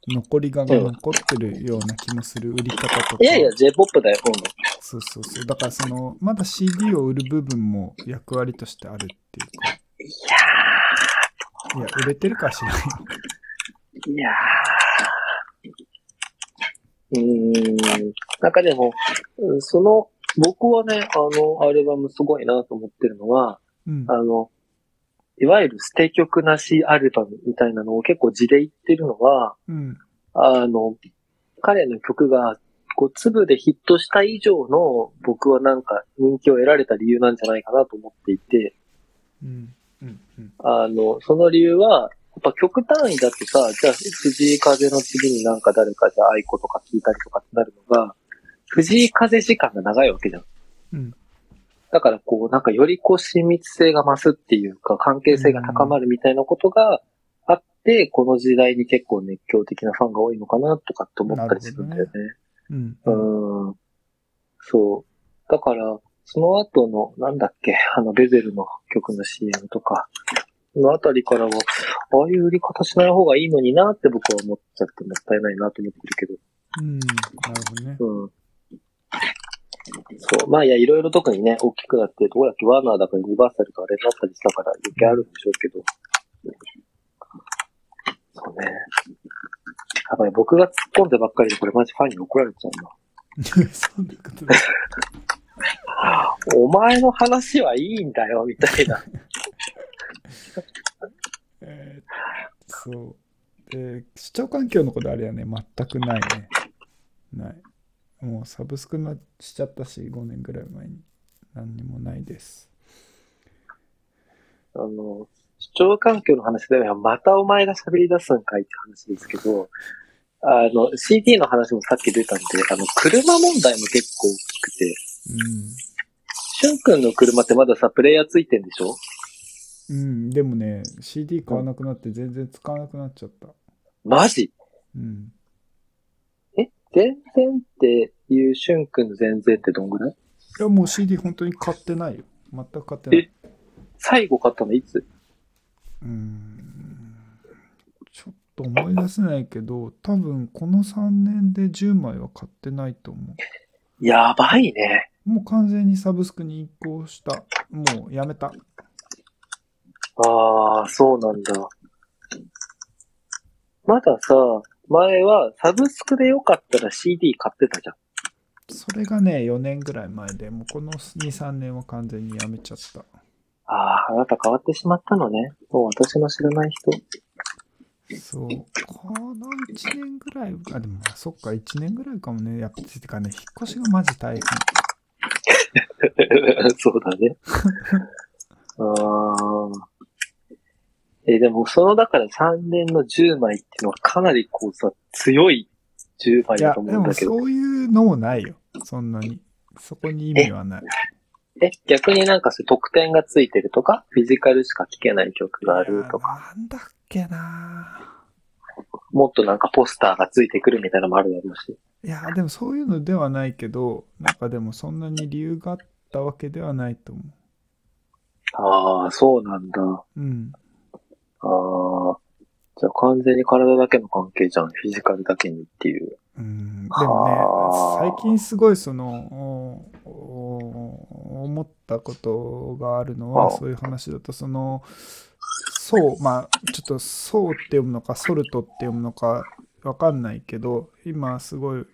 S1: 残りが残ってるような気もする売り方とか。
S2: いやいや、J-POP だよ、今度。
S1: そうそうそう。だからその、まだ CD を売る部分も役割としてあるっていうか。いやいや、売れてるかしらんよ。
S2: いやー。うーん。なんかでも、うんその、僕はね、あの、アルバムすごいなと思ってるのは、
S1: うん
S2: あ。の、いわゆる捨て曲なしアルバムみたいなのを結構字で言ってるのは、
S1: うん。
S2: あの、彼の曲が、こう、粒でヒットした以上の、僕はなんか人気を得られた理由なんじゃないかなと思っていて、
S1: うん。うん。うん。
S2: あの、その理由は、やっぱ曲単位だってさ、じゃあ藤井風の次になんか誰かじゃあ愛子とか聞いたりとかってなるのが、藤井風時間が長いわけじゃん。
S1: うん
S2: だからこう、なんかよりこう親密性が増すっていうか、関係性が高まるみたいなことがあって、この時代に結構熱狂的なファンが多いのかなとかって思ったりするんだよね。
S1: うん。
S2: うん。そう。だから、その後の、なんだっけ、あの、ベゼルの曲の CM とか、のあたりからは、ああいう売り方しない方がいいのになって僕は思っちゃってもったいないなと思ってる
S1: うん。なるほどね [laughs]
S2: け。ど。うん。そう。まあいや、いろいろ特にね、大きくなって、どうやってワーナーだからユニバーサルとあれになったりしたから余計あるんでしょうけど。そうね。やばい、僕が突っ込んでばっかりでこれマジファンに怒られちゃうな。
S1: そんなことない。
S2: お前の話はいいんだよ、みたいな。
S1: えーそう。で、視聴環境のことあれやね、全くないね。ない。もうサブスクなしちゃったし、5年ぐらい前に。何にもないです。
S2: あの、視聴環境の話では、またお前が喋り出すんかいって話ですけど、あの、CD の話もさっき出たんで、あの、車問題も結構大きくて、しゅんくんの車ってまださ、プレイヤーついてんでしょ
S1: うん。うん、でもね、CD 買わなくなって全然使わなくなっちゃった。
S2: マジ
S1: うん。
S2: 全然っていうしゅんくんの全然ってどんぐらい
S1: いや、もう CD 本当に買ってないよ。全く買ってない。
S2: 最後買ったのいつ
S1: うん。ちょっと思い出せないけど、多分この3年で10枚は買ってないと思う。
S2: やばいね。
S1: もう完全にサブスクに移行した。もうやめた。
S2: ああ、そうなんだ。まださ、前はサブスクでよかったら CD 買ってたじゃん。
S1: それがね、4年ぐらい前で、もうこの2、3年は完全にやめちゃった。
S2: ああ、あなた変わってしまったのね。もう私の知らない
S1: [laughs]
S2: 人。
S1: そう。この1年ぐらい、あ、でも、まあそっか、1年ぐらいかもね。やっぱ、てかね、引っ越しがマジ大変。
S2: そうだね。 [laughs] ああ。え、でもその、だから3年の10枚っていうのはかなりこうさ、強い10枚
S1: い
S2: だ
S1: や、
S2: と思
S1: で
S2: うん
S1: も
S2: だけど。
S1: そういうのもないよ。そんなに。そこに意味はない。
S2: え、逆になんかそう特典がついてるとか、フィジカルしか聴けない曲があるとか、
S1: いやなんだっけな
S2: もっとなんかポスターがついてくるみたいなのもあるだろうし。
S1: いや、でもそういうのではないけど、なんかでもそんなに理由があったわけではないと思
S2: ああ、そうなんだ。
S1: う。うん。
S2: ああ。じゃあ完全に体だけの関係じゃん。フィジカルだけにっていう。
S1: うんでも
S2: はあ
S1: ね、最近すごいその、おお思ったことがあるの
S2: は
S1: は、
S2: あ
S1: そういう話だと、その、そう、まあ、ちょっと、そうって読むのか、ソルトって読むのか、わかんないけど、今すごい、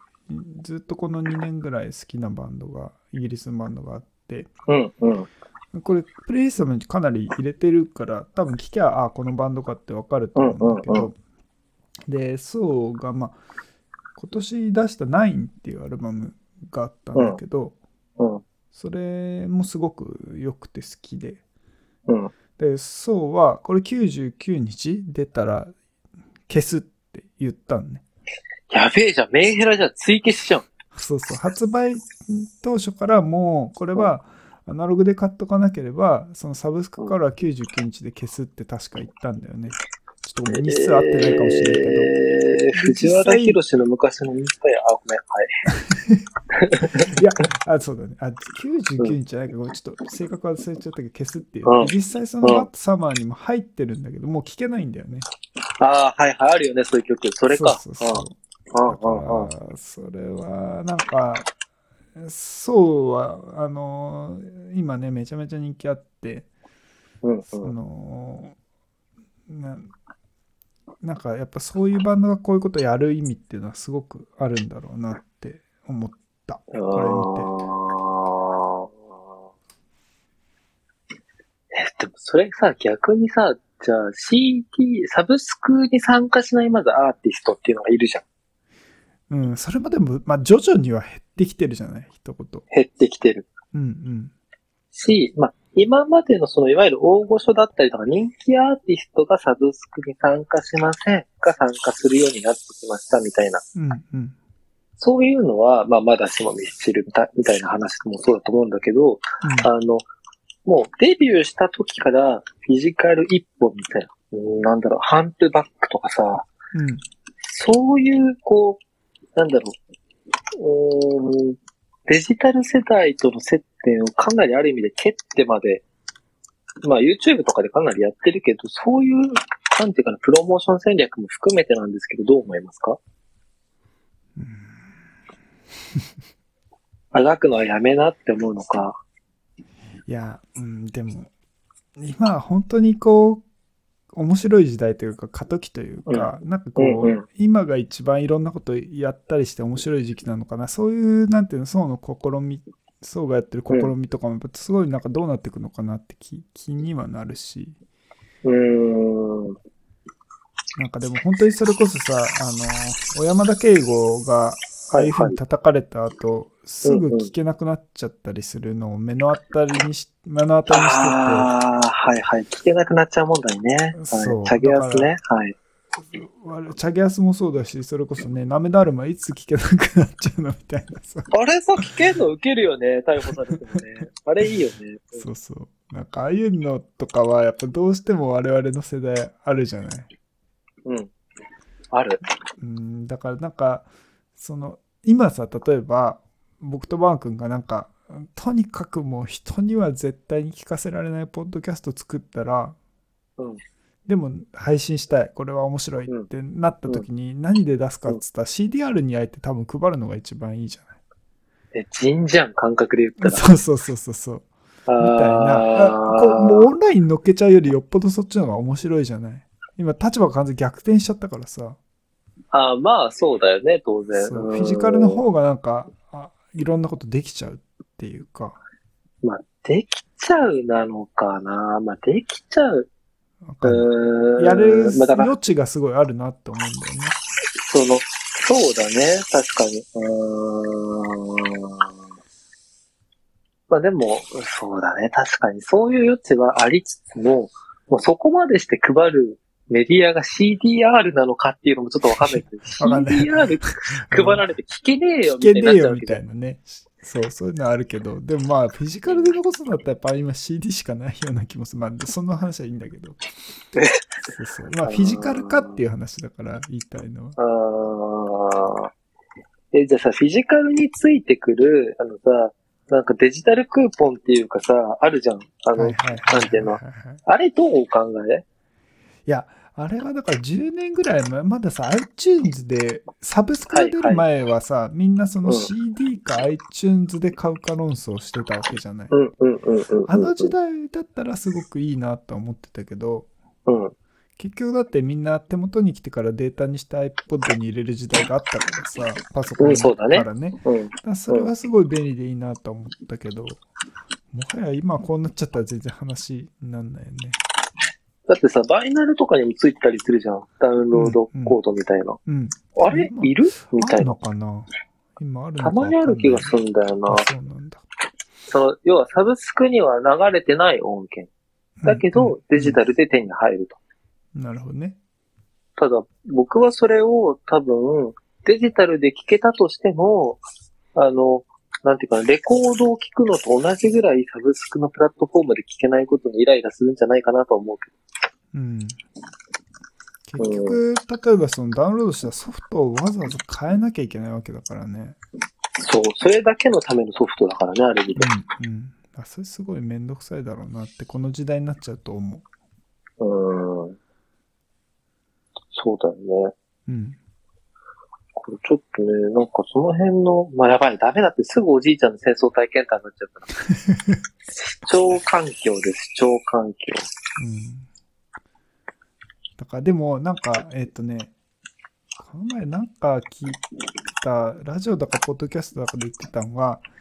S1: ずっとこの2年ぐらい好きなバンドが、イギリスのバンドがあって、
S2: うん、うん。
S1: これ、プレイリストにかなり入れてるから、多分聞きゃ、ああ、このバンドかってわかると思うんだけど、
S2: うんうん
S1: で、そうが、まあ、今年出した「9」っていうアルバムがあったんだけど、
S2: うん、
S1: それもすごく良くて好きで、
S2: うん。
S1: で、そうは、これ99日出たら消すって言ったんね。
S2: やべえじゃん。メンヘラじゃん。追消しじゃん。
S1: そうそう、発売当初からもう、これはアナログで買っとかなければ、そのサブスクから99日で消すって確か言ったんだよね。ちょっとごめん日数合ってないかもしれないけど。
S2: えー、藤原宏の昔のインスタや、あ、ごめん、はい。
S1: いや、あ、そうだね。あ、99日じゃないか、ごめんちょっと正確は忘れちゃったけど、消すっていう。
S2: うん
S1: 実際その
S2: うん
S1: バッドサマーにも入ってるんだけど、もう聞けないんだよね。
S2: ああ、はいはい、あるよね、そういう曲。それか。
S1: そうそうそう。
S2: うん
S1: だか
S2: うんうん
S1: ら、それは、なんか、そうは、あの、今ね、めちゃめちゃ人気あって、
S2: うん
S1: そ
S2: うん。
S1: の、ななんかやっぱそういうバンドがこういうことやる意味っていうのはすごくあるんだろうなって思った。これ見て。
S2: え、でもそれさ、逆にさ、じゃあ CD、サブスクに参加しないまずアーティストっていうのがいるじゃん。
S1: うん、それまでも、まあ、徐々には減ってきてるじゃない、一言。
S2: 減ってきてる。
S1: うん
S2: し、まあ、今までのその、いわゆる大御所だったりとか、人気アーティストがサブスクに参加しませんが参加するようになってきましたみたいな。
S1: うん。うんうん。
S2: そういうのは、まあ、まだしもミスチルみたみたいな話もそうだと思うんだけど、あの、もうデビューした時からフィジカル一本みたいな、うんなんだろう、ハンプバックとかさ、
S1: うん。うん
S2: そういう、こう、なんだろう、うーんデジタル世代との接点をかなりある意味で蹴ってまで、まあ YouTube とかでかなりやってるけど、そういう、なんていうかな、プロモーション戦略も含めてなんですけど、どう思いますかあがくのはやめなって思うのか。
S1: いや、うん、でも、今は本当にこう、面白い時代というか、過渡期というか、なんかこう、
S2: うんうん
S1: 今が一番いろんなことやったりして面白い時期なのかな、そういう、なんていうの、層の試み、層がやってる試みとかも、やっぱすごいなんかどうなっていくのかなって気気にはなるし。
S2: うーん。
S1: なんかでも本当にそれこそさ、あの、小山田圭吾が、ああいう風に叩かれた後、すぐ聞けなくなっちゃったりするのを目の当たりにし、目の当たりにし
S2: ああ、はいはい。聞けなくなっちゃう問題ね。
S1: そ
S2: は
S1: う
S2: い。チャゲアスね。はい。
S1: てて、あれチャゲアスもそうだし、それこそね、ナメダルマいつ聞けなくなっちゃうのみたいなさ、
S2: あれさ、聞けんの受けるよね。逮捕されてもね。あれいいよね。
S1: そうそう。なんかああいうのとかは、やっぱどうしても我々の世代あるじゃない。
S2: うん。ある。
S1: うん、だからなんか、その、今さ、例えば、僕とバー君がなんか、とにかくもう人には絶対に聞かせられないポッドキャスト作ったら、
S2: うん
S1: でも配信したい、これは面白いってなった時に何で出すかっつったら CDR に焼いて多分配るのが一番いいじゃ
S2: え、ジンじゃん、感覚で言
S1: な
S2: っ
S1: い。
S2: た
S1: そうそうそうそうそう。
S2: ら。
S1: みたいな。あこうもうオンライン乗っけちゃうよりよっぽどそっちの方が面白いじゃない。今立場が完全に逆転しちゃったからさ。
S5: あまあ、そうだよね、当然。
S1: そう
S5: うん
S1: フィジカルの方がなんかあいろんなことできちゃうっていうか
S2: まあ、できちゃうなのかな。まあ、できちゃう。
S1: わかんないう
S2: ーん
S1: やる
S2: まあ、だから、
S1: 余地がすごいあるなって思うんだよね。
S2: その、そうだね。確かに。うーん。まあ、でも、そうだね。確かに。そういう余地はありつつも、もうそこまでして配るメディアが CDR なのかっていうのもちょっとわかんないけど、
S1: [laughs] わかんない
S2: CDR 配られて聞けねえよ
S1: 聞
S2: み
S1: け
S2: た
S1: ねえ
S2: いになっちゃう
S1: よ
S2: わ
S1: み
S2: けじ
S1: た
S2: ゃん
S1: いなね。そう、そういうのはあるけど、でもまあ、フィジカルで残すんだったらやっぱ今 CD しかないような気もする。まあ、その話はいいんだけ [laughs] ど。そうそう。まあ、フィジカルかっていう話だから、言いたいのは。
S2: あーえ、じゃあさ、フィジカルについてくる、あのさ、なんかデジタルクーポンっていうかさ、あるじゃん。あの、
S1: はいはい
S2: なんていうの
S1: はいはいはい
S2: あれどうお考え
S1: いや、あれはだから10年ぐらい前、まださ、iTunes で、サブスクが出る前はさ、みんなその
S2: うん
S1: CD か iTunes で買うか論争してたわけじゃない。
S2: うんうんうんうんうん。
S1: あの時代だったらすごくいいなとは思ってたけど、
S2: うん。
S1: 結局だってみんな手元に来てからデータにして iPod に入れる時代があったからさ、パソコ
S2: う
S1: ン
S2: んそうだね
S1: からね。だか
S2: うん。
S1: らそれはすごい便利でいいなと思ったけど、もはや今こうなっちゃったら全然話になんないよね。
S2: だってさ、バイナルとかにもついてたりするじゃん。ダウンロードコードみたいな。
S1: うん。
S2: あれ
S1: うん
S2: いるみ
S1: あ
S2: た
S1: る
S2: い
S1: の
S2: な。
S1: かな今あるのか
S2: たまにある気がするんだよな
S1: あ。そうなんだ。
S2: その、要はサブスクには流れてない音源。だけ
S1: うんう
S2: ど
S1: ん、
S2: デジタルで手に入ると。
S1: なるほどね。
S2: ただ、僕はそれを多分、デジタルで聴けたとしても、あの、なんていうかな、レコードを聴くのと同じぐらいサブスクのプラットフォームで聴けないことにイライラするんじゃないかなとは思うけ
S1: うん。結局、例えばそのダウンロードしたソフトをわざわざ変えなきゃいけないわけだからね。
S2: ど。そう、それだけのためのソフトだからね、あれ見て。
S1: うんうん。あそれすごいめんどくさいだろうなって、この時代になっちゃうと思
S2: うーん。そうだよね。
S1: う。うん。
S2: これちょっとね、なんかその辺の、まあやばい、ダメだってすぐおじいちゃんの戦争体験談になっちゃうから。
S1: [laughs]
S2: 視聴環境です、視聴環境。
S1: うん。だからでも、なんか、えっ、とね、この前なんか聞いた、ラジオだかポッドキャストだかで言ってたのが、
S2: うん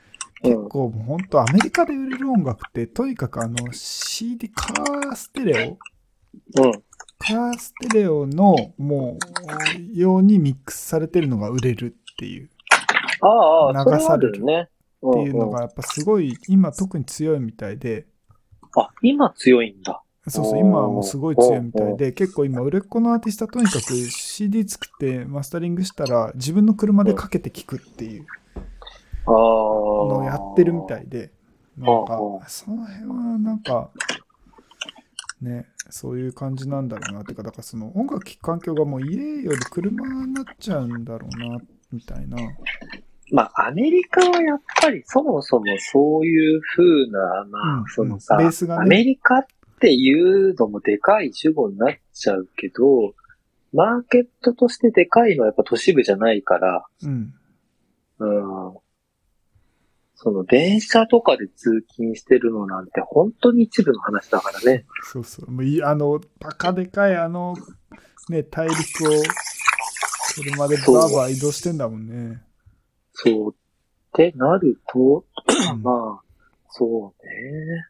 S1: 結構もう本当アメリカで売れる音楽って、とにかくあの CD カーステレオ
S2: うん。
S1: カーステレオのもうようにミックスされてるのが売れるっていう
S2: ああ、それ
S1: 流
S2: は
S1: さ
S2: あ
S1: れ
S2: る
S1: る
S2: よね。っ
S1: っていうのがやっぱすごい今特に強いみたいで
S2: あ、今強いんだ。
S1: そうそう
S2: おー
S1: 今はもうすごい強いみたいで結構今売れっ子のアーティストはとにかく CD 作ってマスタリングしたら自分の車でかけて聴くっていう
S2: ああ。
S1: のをやってるみた
S2: い。
S1: いでなんか
S2: おー
S1: その辺はなんかねそういう感じなんだろうなっていうかだからその音楽聴く環境がもう家より車になっちゃうんだろうなみたいな。
S2: まあ、アメリカはやっぱりそもそもそういう風な、ま
S1: うん
S2: あ、そのさ、
S1: ベースがね
S2: アメリカっていうのもでかい主語になっちゃうけど、マーケットとしてでかいのはやっぱ都市部じゃないから、
S1: うん。
S2: うん。その電車とかで通勤してるのなんて本当に一部の話だからね。
S1: そうそう。もういあの、バカでかい、あの、ね、大陸を車でバーバー移動してんだもんね。
S2: そう。ってなると、
S1: うん
S2: まあ、そうね。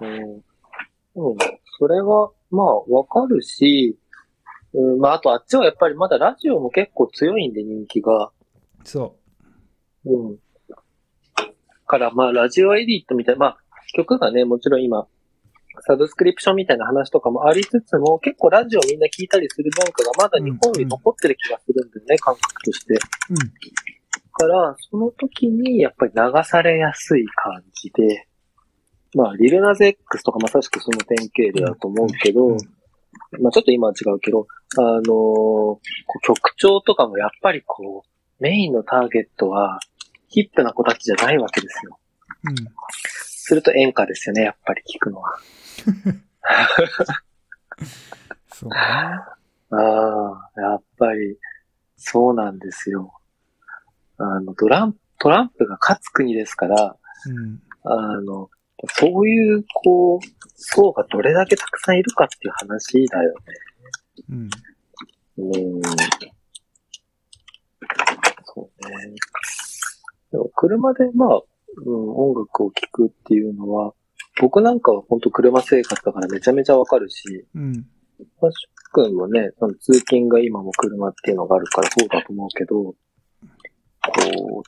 S2: うん。うん、それは、まあ、わかるし、うん、まあ、あとあっちはやっぱりまだラジオも結構強いんで人気が。
S1: そ
S2: うん。から、まあ、ラジオエディットみたいな、まあ、曲がね、もちろん今、サブスクリプションみたいな話とかもありつつも、結構ラジオみんな聞いたりする文化がまだ日本に残ってる気がするんだよね、感覚として。
S1: う。うん。
S2: から、その時にやっぱり流されやすい感じで、まあ、リルナゼックスとかまさしくその典型例だと思うけど、
S1: うん
S2: まあちょっと今は違うけど、あのーこう曲調とかもやっぱりこう、メインのターゲットはヒップな子たちじゃないわけですよ。
S1: うん。
S2: すると演歌ですよね、やっぱり聞くのは。
S1: そうね。
S2: ああ、やっぱり、そうなんですよ。あの、トランプ、トランプが勝つ国ですから、
S1: うん。
S2: あの、そういう、こう、層がどれだけたくさんいるかっていう話だよ
S1: うん。
S2: ね。うん。車でまあ、うん、音楽を聴くっていうのは、僕なんかは本当車生活だからめちゃめちゃわかるし、
S1: うん。
S2: まあ、しゅくんはね、その通勤が今も車っていうのがあるからそうだと思うけど、こ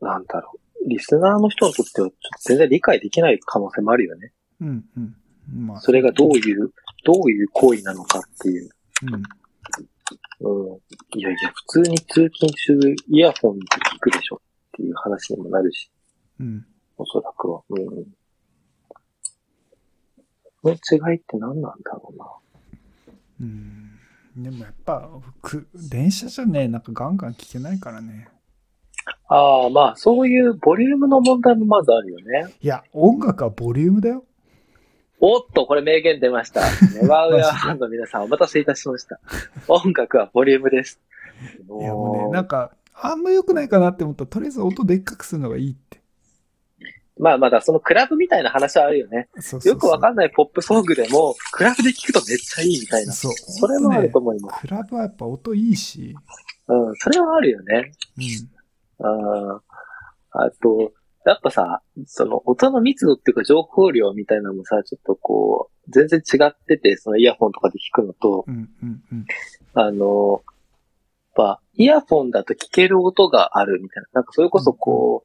S2: う、なんだろう。リスナーの人にとってはちょっと全然理解できない可能性もあるよね。
S1: うん。うん。まあ、
S2: それがどういう、どういう行為なのかっていう。
S1: うん。
S2: うん。いやいや、普通に通勤中イヤホンで聞くでしょっていう話にもなるし、
S1: うん。
S2: おそらくは。うんうん。この違いって何なんだろうな。
S1: うん。でもやっぱ、く電車じゃね、なんかガンガン聞けないからね。
S2: ああ、まあ、そういうボリュームの問題もまずあるよね。
S1: いや、音楽はボリュームだよ。
S2: おっと、これ名言出ました。 [laughs] ネバウェアファンの皆さん、お待たせいたしました。音楽はボリュームです。
S1: いや、もうね、なんか、あんま良くないかなって思ったら、とりあえず音でっかくするのがいいって。
S2: まあ、まだそのクラブみたいな話はあるよね。
S1: そうそうそう
S2: よくわかんないポップソングでも、クラブで聞くとめっちゃいいみたいな。
S1: そう。
S2: それもあると
S1: ね
S2: 思います。
S1: クラブはやっぱ音いいし。
S2: うん、それはあるよね。
S1: うん。
S2: うん。あと、やっぱさ、その音の密度っていうか情報量みたいなのもさ、ちょっとこう、全然違ってて、そのイヤホンとかで聞くのと、
S1: うん。うん。うん。
S2: あの、やっぱ、イヤフォンだと聞ける音があるみたいな。なんか、それこそこ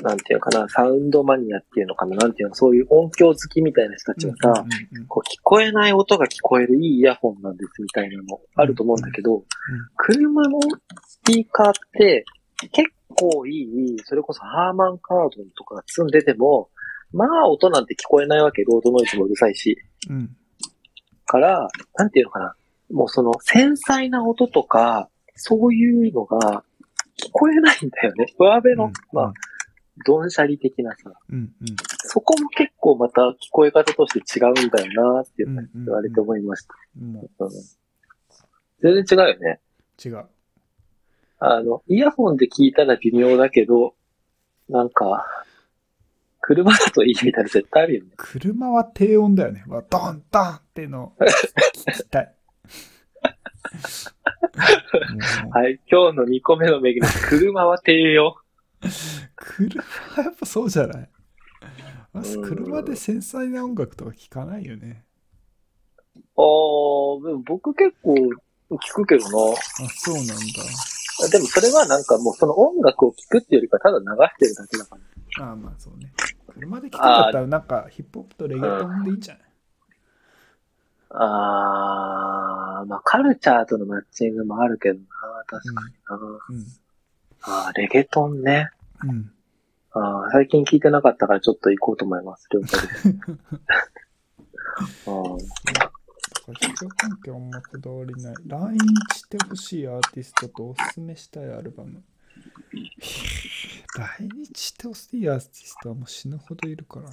S2: う、なんていうのかな、サウンドマニアっていうのかな、なんていうの、そういう音響好きみたいな人たちはさ、
S1: うんうん
S2: こう聞こえない音が聞こえるいいイヤホンなんですみたいなのあると思うんだけど、車のスピーカーって結構いい、それこそハーマンカードンとか積んでても、まあ音なんて聞こえないわけ、ロードノイズもうるさいし。
S1: うん。うん
S2: から、なんていうのかな。もうその繊細な音とか、そういうのが聞こえないんだよね。上辺の、まあ、ドンシャリ的なさ。
S1: うん。うん。
S2: そこも結構また聞こえ方として違うんだよなっていうのを言われて思いました。
S1: うん。も
S2: うん全然違うよね。
S1: う違う。
S2: あの、イヤホンで聞いたら微妙だけど、なんか、車だといいみたいな絶対あるよね。
S1: 車は低音だよね。わドンドンっていうのを聞きたい。もう
S2: はい、今日の2個目の巡り、車は低音。
S1: 車はやっぱそうじゃない。まず
S2: うん
S1: 車で繊細な音楽とか聞かないよね。
S2: ああ、でも僕結構聞くけどな。
S1: あ、そうなんだ。
S2: でもそれはなんかもうその音楽を聞くっていうよりかただ流してるだけだから。
S1: あまあそうね。車で聞くんだったらなんかヒップホップとレゲエトンでいいんじゃない
S2: ああ、まあカルチャーとのマッチングもあるけどな、確かにな。ああ、レゲトンね。
S1: うん。うん。
S2: ああ、最近聞いてなかったからちょっと行こうと思います、了解
S1: [laughs]
S2: です。あ
S1: だから視聴環境あんまこだわりない。来日してほしいアーティストとおすすめしたいアルバム。来日してほしいアーティストはもう死ぬほどいるからな。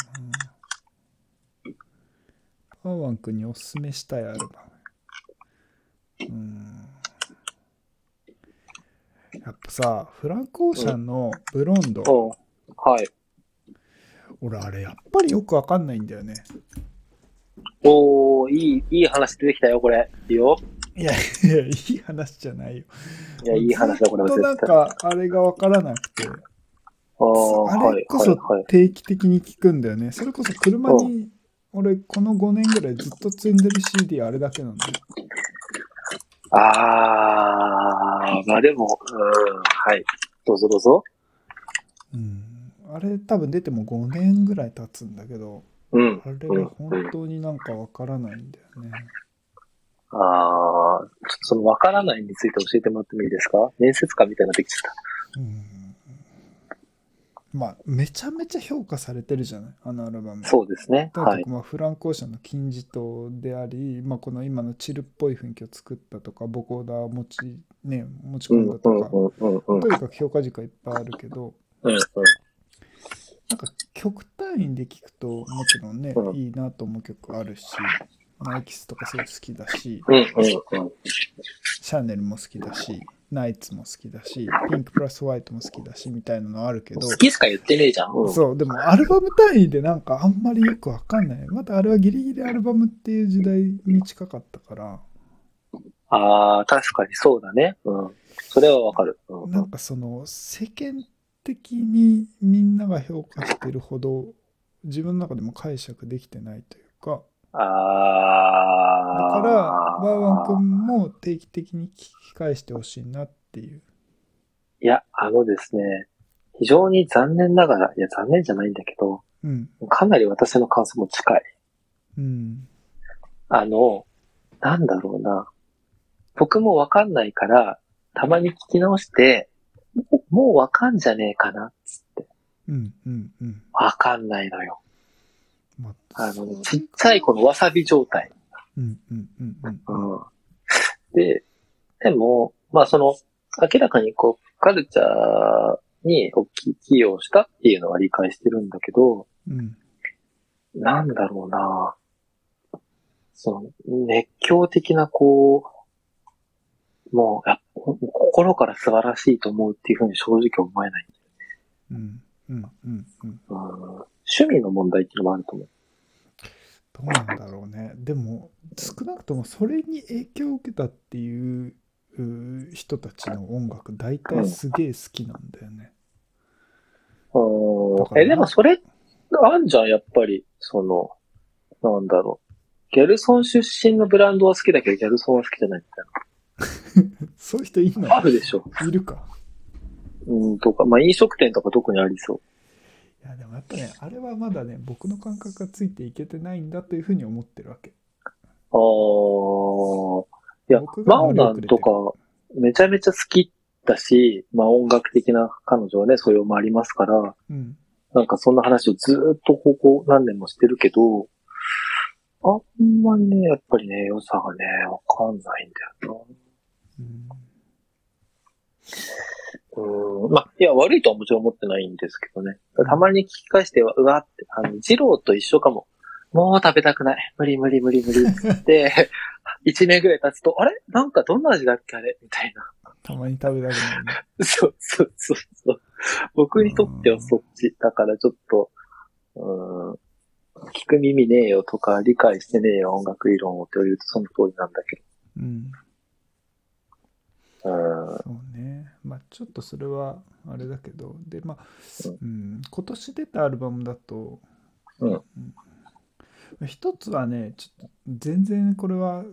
S1: パワーワン君におすすめしたいアルバム。うーん。やっぱさ、フランク・オーシャンのブロンド、
S2: あ、うん。はい。
S1: 俺あれやっぱりよくわかんないんだよね。 [laughs]
S2: おおいい、いい話出てきたよ、これ。いいよ。
S1: いや、いや、いい話じゃないよ。
S2: いや、いい話だ、これは
S1: ずっとなん
S2: 絶対。あ
S1: か、あれがわからなくて、
S2: あ、
S1: あ
S2: は
S1: れ
S2: い、
S1: こ
S2: はい、
S1: そ
S2: はい。
S1: 定期的に聞くんだよね。それこそ車に、俺、この5年ぐらいずっと積んでる CD あれだけなんだよ。
S2: ああ、まあでも、うん、はい。どうぞどうぞ。
S1: うん。あれ、多分出ても5年ぐらい経つんだけど、
S2: うん。
S1: あれが本当になんかわからないんだよね。
S2: ああ、ちょっとそのわからないについて教えてもらってもいいですか面接官みたいなのできちゃった。
S1: うん。まあ、めちゃめちゃ評価されてるじゃない、あのアルバム。
S2: そうですね。
S1: とに
S2: は
S1: か
S2: い
S1: く。まあフランク・オーシャンの金字塔であり、まあ、この今のチルっぽい雰囲気を作ったとかボコーダー持ち,、ね、持ち込
S2: うん
S1: ん
S2: う
S1: だ
S2: んう
S1: と
S2: ん
S1: か、
S2: うんうん。
S1: とにかく評価軸はいっぱいあるけど
S2: うんうん
S1: なんか曲単位で聴くともちろんね、
S2: うん
S1: いいなと思う曲あるしナイキスとかすごい好きだし
S2: うんうんうん。
S1: シャネルも好きだしナイツも好きだしピンクプラスホワイトも好きだしみたいなのあるけど
S2: 好きしか言ってねえじゃん。うん
S1: そう、でもアルバム単位でなんかあんまりよくわかんない。またあれはギリギリアルバムっていう時代に近かったから、
S2: ああ、確かにそうだね。うん。それはわかる。うん。う
S1: なん
S2: ん
S1: かその世間的にみんなが評価してるほど自分の中でも解釈できてないというかだ
S6: あ
S1: か
S6: ー
S1: らワーワン君も定期的に聞き返してほしいなっていう
S2: いや、あのですね、非常に残念ながら、いや、残念じゃないんだけど、
S1: うん
S2: かなり私の感想も近い。
S1: うん
S2: あの、なんだろうな。僕もわかんないから、たまに聞き直して、もうもうわかんじゃねえかな、つって。
S1: うんうんうん
S2: わかんないのよ。
S1: ま
S2: あのね、ちっちゃいこのわさび状態。
S1: うんうんうんうん
S2: うん。で、でも、まあその、明らかにこう、カルチャーに大きい寄与したっていうのは理解してるんだけど、
S1: うん
S2: なんだろうなその、熱狂的なこう、もう、やっ心から素晴らしいと思うっていうふうに正直思えない。
S1: うんうんうんうん
S2: うん、趣味の問題っていうのもあると思う。
S1: どうなんだろうね。でも少なくともそれに影響を受けたっていううー人たちの音楽大体すげえ好きなんだよね。
S2: う
S1: だ
S2: ん
S1: から
S2: え、でもそれ、あんじゃん、やっぱり。その、なんだろう。ギャルソン出身のブランドは好きだけど、ギャルソンは好きじゃないみたい
S1: そういう人いるの
S2: な。あるでしょ。
S1: いるか。
S2: うん、とか、まあ、飲食店とか特にありそ
S1: いやでもやっぱねあれはまだね僕の感覚がついていけてないんだというふうに思ってるわけ。
S2: う。ああ。いや
S1: 僕、が
S2: マオナンとか、めちゃめちゃ好きだし、まあ、音楽的な彼女はね、素養もありますから、
S1: うん。
S2: なんかそんな話をずーっとここ何年もしてるけど、あんまりね、やっぱりね、良さがね、わかんないんだよな。
S1: うん
S2: うんまあ、いや、悪いとはもちろん思ってないんですけどね。たまに聞き返しては、うわって、あの、二郎と一緒かも。もう食べたくない。無理無理無理無理っつって、 [laughs] 一年ぐらい経つと、あれなんかどんな味だっけあれみたいな。 [laughs]
S1: たまに食べたくなるね。
S2: そうそうそうそう。僕にとってはそっち。だからちょっと、うん、聞く耳ねえよとか、理解してねえよ音楽理論をって言われるとその通りなんだけ
S1: うん。
S2: ど。うん。
S1: そうね。まあちょっとそれはあれだけど、で、まあ、うん、今年出たアルバムだと、
S2: うん
S1: うん一つはね、ちょっと全然これは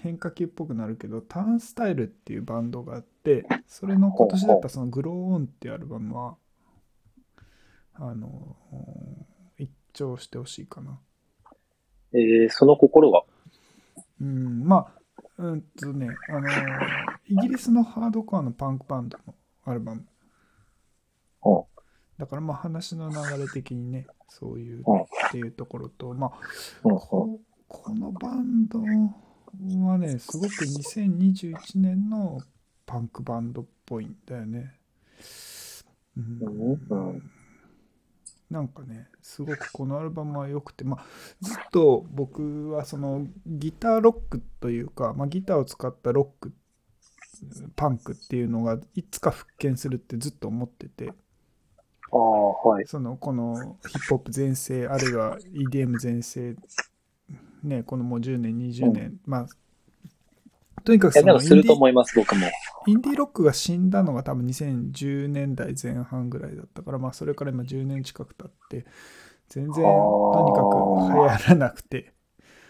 S1: 変化球っぽくなるけど、ターンスタイルっていうバンドがあって、それの今年出たそのグローオンっていうアルバムは、あの、一聴してほしいかな。
S2: えー、その心は
S1: うん、まあ、うんとね、あの、イギリスのハードコアのパンクバンドのアルバム。
S2: うん
S1: だからまあ話の流れ的にね、そういう
S2: うん
S1: っていうところと、まあ、
S2: うんうん
S1: ここのバンドはね、すごく2021年のパンクバンドっぽいんだよね。う
S2: うんうん
S1: ん、なんかね、すごくこのアルバムは良くて、まあずっと僕はそのギターロックというか、まあ、ギターを使ったロックパンクっていうのがいつか復権するってずっと思ってて
S2: ああ、はい。
S1: そのこのヒップホップ全盛あるいは EDM 全盛ねこのもう10年20年、まあとにかくそ
S2: え、で
S1: のイ
S2: も
S1: ン
S2: す
S1: デ
S2: ると
S1: ィ
S2: 思います、僕も。
S1: インディーロックが死んだのが多分2010年代前半ぐらいだったから、まあ、それから今10年近く経って全然
S2: あ
S1: と
S2: ー
S1: にかく流行らなくて。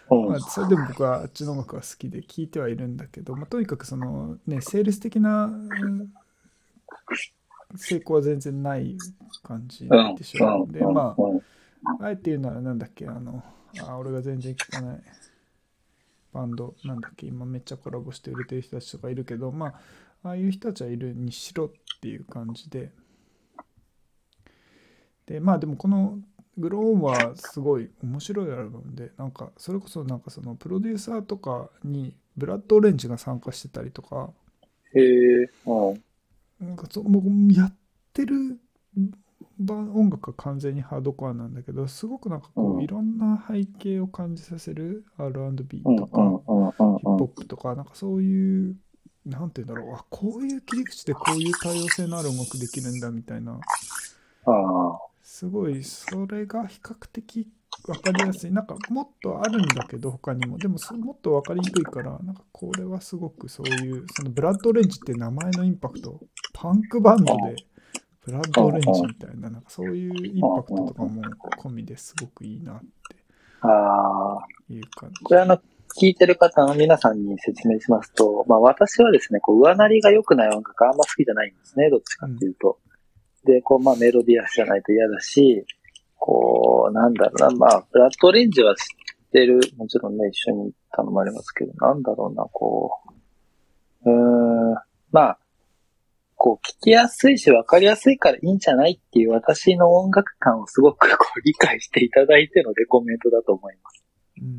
S2: うん
S1: まあ、それでも僕はあっちの音楽は好きで聴いてはいるんだけど、まあ、とにかくそのねセールス的なうん成功は全然ない感じでしょ、でま
S2: うん
S1: ああえて言うならなんだっけあのあ俺が全然聴かないバンドなんだっけ今めっちゃコラボして売れてる人たちとかいるけどまあああいう人たちはいるにしろっていう感じででまあでもこのグローンはすごい面白いアルバムでなんかそれこそなんかそのプロデューサーとかにブラッド・オレンジが参加してたりとか
S2: へえ、うん。
S1: なんかそもうやってるば音楽は完全にハードコアなんだけどすごくなんかこ
S2: う
S1: うんいろんな背景を感じさせる R&B
S2: うん
S1: と
S2: う
S1: か
S2: んうんうん
S1: ヒップホップとかなんかそういうなんて言うんだろうあこういう切り口でこういう多様性のある音楽できるんだみたいな
S2: うん。あ
S1: すごいそれが比較的分かりやすいなんかもっとあるんだけど他にもでもそもっと分かりにくいからなんかこれはすごくそういうそのブラッドオレンジって名前のインパクトパンクバンドでブラッドオレンジみたいな、なんかそういうインパクトとかも込みですごくいいなっ
S2: ああ、
S1: ていう感じ。
S2: これあの、聞いてる方の皆さんに説明しますと、まあ私はですね、こう、上なりが良くない音楽あんま好きじゃないんですね、どっちかっていうと。で、こう、まあメロディアスじゃないと嫌だし、こう、なんだろうな、まあ、ブラッドオレンジは知ってる、もちろんね、一緒に行ったのもありますけど、なんだろうな、こう、うーん、まあ、こう、聞きやすいし、わかりやすいからいいんじゃないっていう私の音楽感をすごくこう理解していただいてのレコメントだと思います。
S1: うん、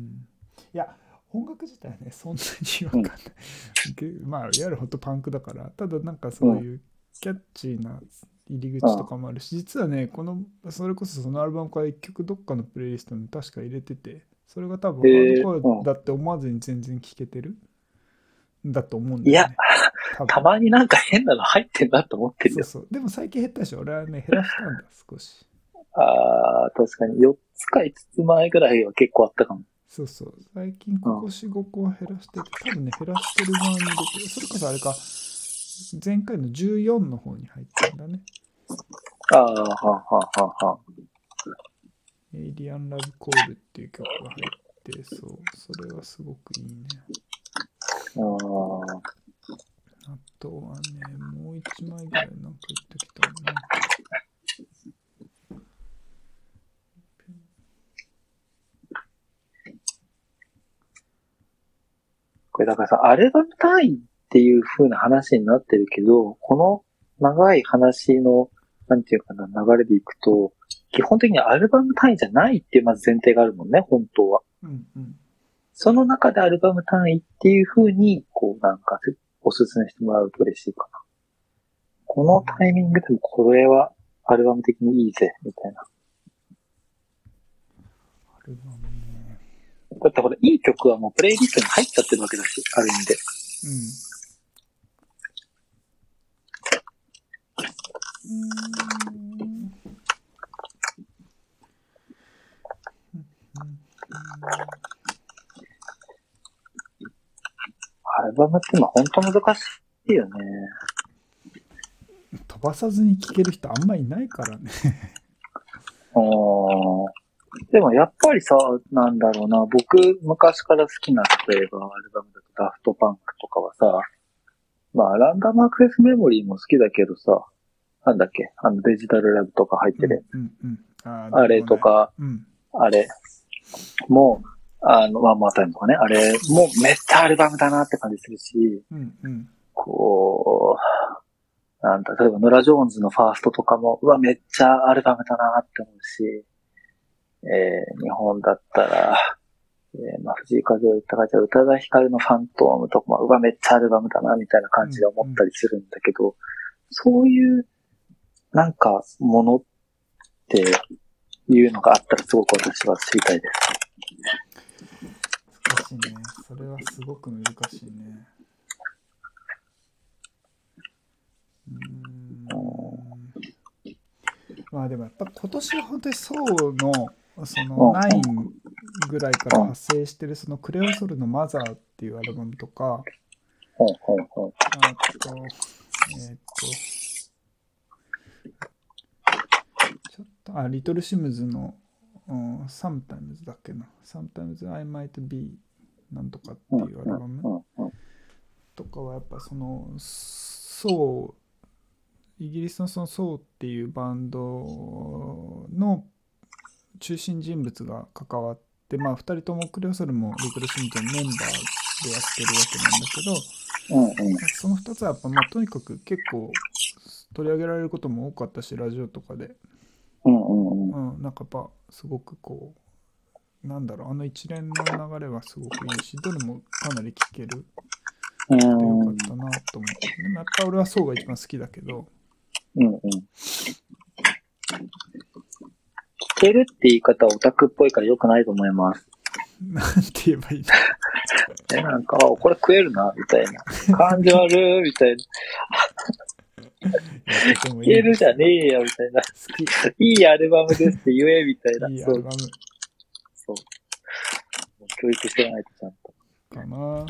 S1: いや、音楽自体はね、そんなにわかんない。まあ、いわゆるほんとパンクだから、ただなんかそういうキャッチーな入り口とかもあるし、実はね、この、それこそそのアルバムから一曲どっかのプレイリストに確か入れてて、それが多分ハ
S2: へ
S1: ー
S2: ー
S1: ドコアだって思わずに全然聴けてるんだと思うんだよね。多分
S2: たまになんか変なの入ってんなと思ってる
S1: そう
S2: よ。
S1: そう。でも最近減ったでしょ。俺はね、減らしたんだ、少し。
S2: ああ、確かに。4つか5つ前ぐらいは結構あったかも。
S1: そうそう。最近ここ4、5個は減らしてて、多分ね、減らしてる側に出てる。それこそあれか、前回の14の方に入ったんだね。
S2: ああ、はあはあはあは
S1: エイリアン・ラブ・コールっていう曲が入って、そう。それはすごくいいね。あ
S2: あ。
S1: とはね、もう一枚ぐらいなんか言ってきたのね。
S2: これだからさ、アルバム単位っていう風な話になってるけど、この長い話の、なんていうかな、流れでいくと、基本的にアルバム単位じゃないっていうまず前提があるもんね、本当は。
S1: うんうん。
S2: その中でアルバム単位っていう風に、こうなんか、おすすめしてもらうと嬉しいかな。このタイミングでもこれはアルバム的にいいぜ、みたいな。
S1: アルバムね。
S2: だってこれいい曲はもうプレイリストに入っちゃってるわけだし、ある意味で。
S1: うん。うーん
S2: アルバムって今ほんと難しいよね。
S1: 飛ばさずに聴ける人あんまいないからね。
S2: うーんでもやっぱりさ、なんだろうな、僕昔から好きな、例えばアルバムだとダフトパンクとかはさ、まあランダムアクセスメモリーも好きだけどさ、なんだっけ、あのデジタルラブとか入ってる、
S1: うんうんあー
S2: あれと。か、
S1: うん。
S2: あれも、あの、ワンモアタイムとかね、あれもめっちゃアルバムだなって感じするし、
S1: うんうん。
S2: こう、なんだ、例えばノラ・ジョーンズのファーストとかも、うわ、めっちゃアルバムだなって思うし、えー、日本だったら、えー、まあ、藤井風を歌がちゃ宇多田ヒカルのファントームとかも、うわ、めっちゃアルバムだな、みたいな感じで思ったりするんだけど、そういう、なんか、ものっていうのがあったら、すごく私は知りたいです。
S1: 難しいね。それはすごく難しいね。うーん。まあでもやっぱ今年は本当に層の、その
S2: うん
S1: 9ぐらいから発生してるそのクレオソルのマザーっていうアルバムとか、
S2: ほんほんほ
S1: あ
S2: ん。
S1: と、えーっと、ちょっと、あ、リトルシムズの、うん、サムタイムズだっけな。サムタイムズ I might be なんとかって
S2: うん
S1: いうアルバム
S2: うんうん
S1: とかはやっぱその、そう、イギリスのそのソウっていうバンドの中心人物が関わって、まあ2人ともクレオソルもリトルシムズのメンバーでやってるわけなんだけど、
S2: うんうん
S1: その2つはやっぱ、まあ、とにかく結構取り上げられることも多かったしラジオとかで、
S2: うんうんうん。
S1: うん、なんかやっぱすごくこうなんだろうあの一連の流れはすごくいいしどれもかなり聴けるでよかったなと思ってでもやっぱ俺はそうが一番好きだけど [laughs]
S2: うんうん。聞けるって言い方はオタクっぽいから良くないと思います。
S1: なんて言えばいいんだ
S2: え、なんか、あこれ食えるな、みたいな。感じ悪い、みたいな。
S1: でも
S2: い
S1: いい
S2: けるじゃねえよ、みたいな。
S1: 好
S2: いいアルバムですって言え、みたいな
S1: き。いいア
S2: そ
S1: ル
S2: う
S1: バム
S2: そう。教育してないとちゃんと。
S1: かな
S2: はい。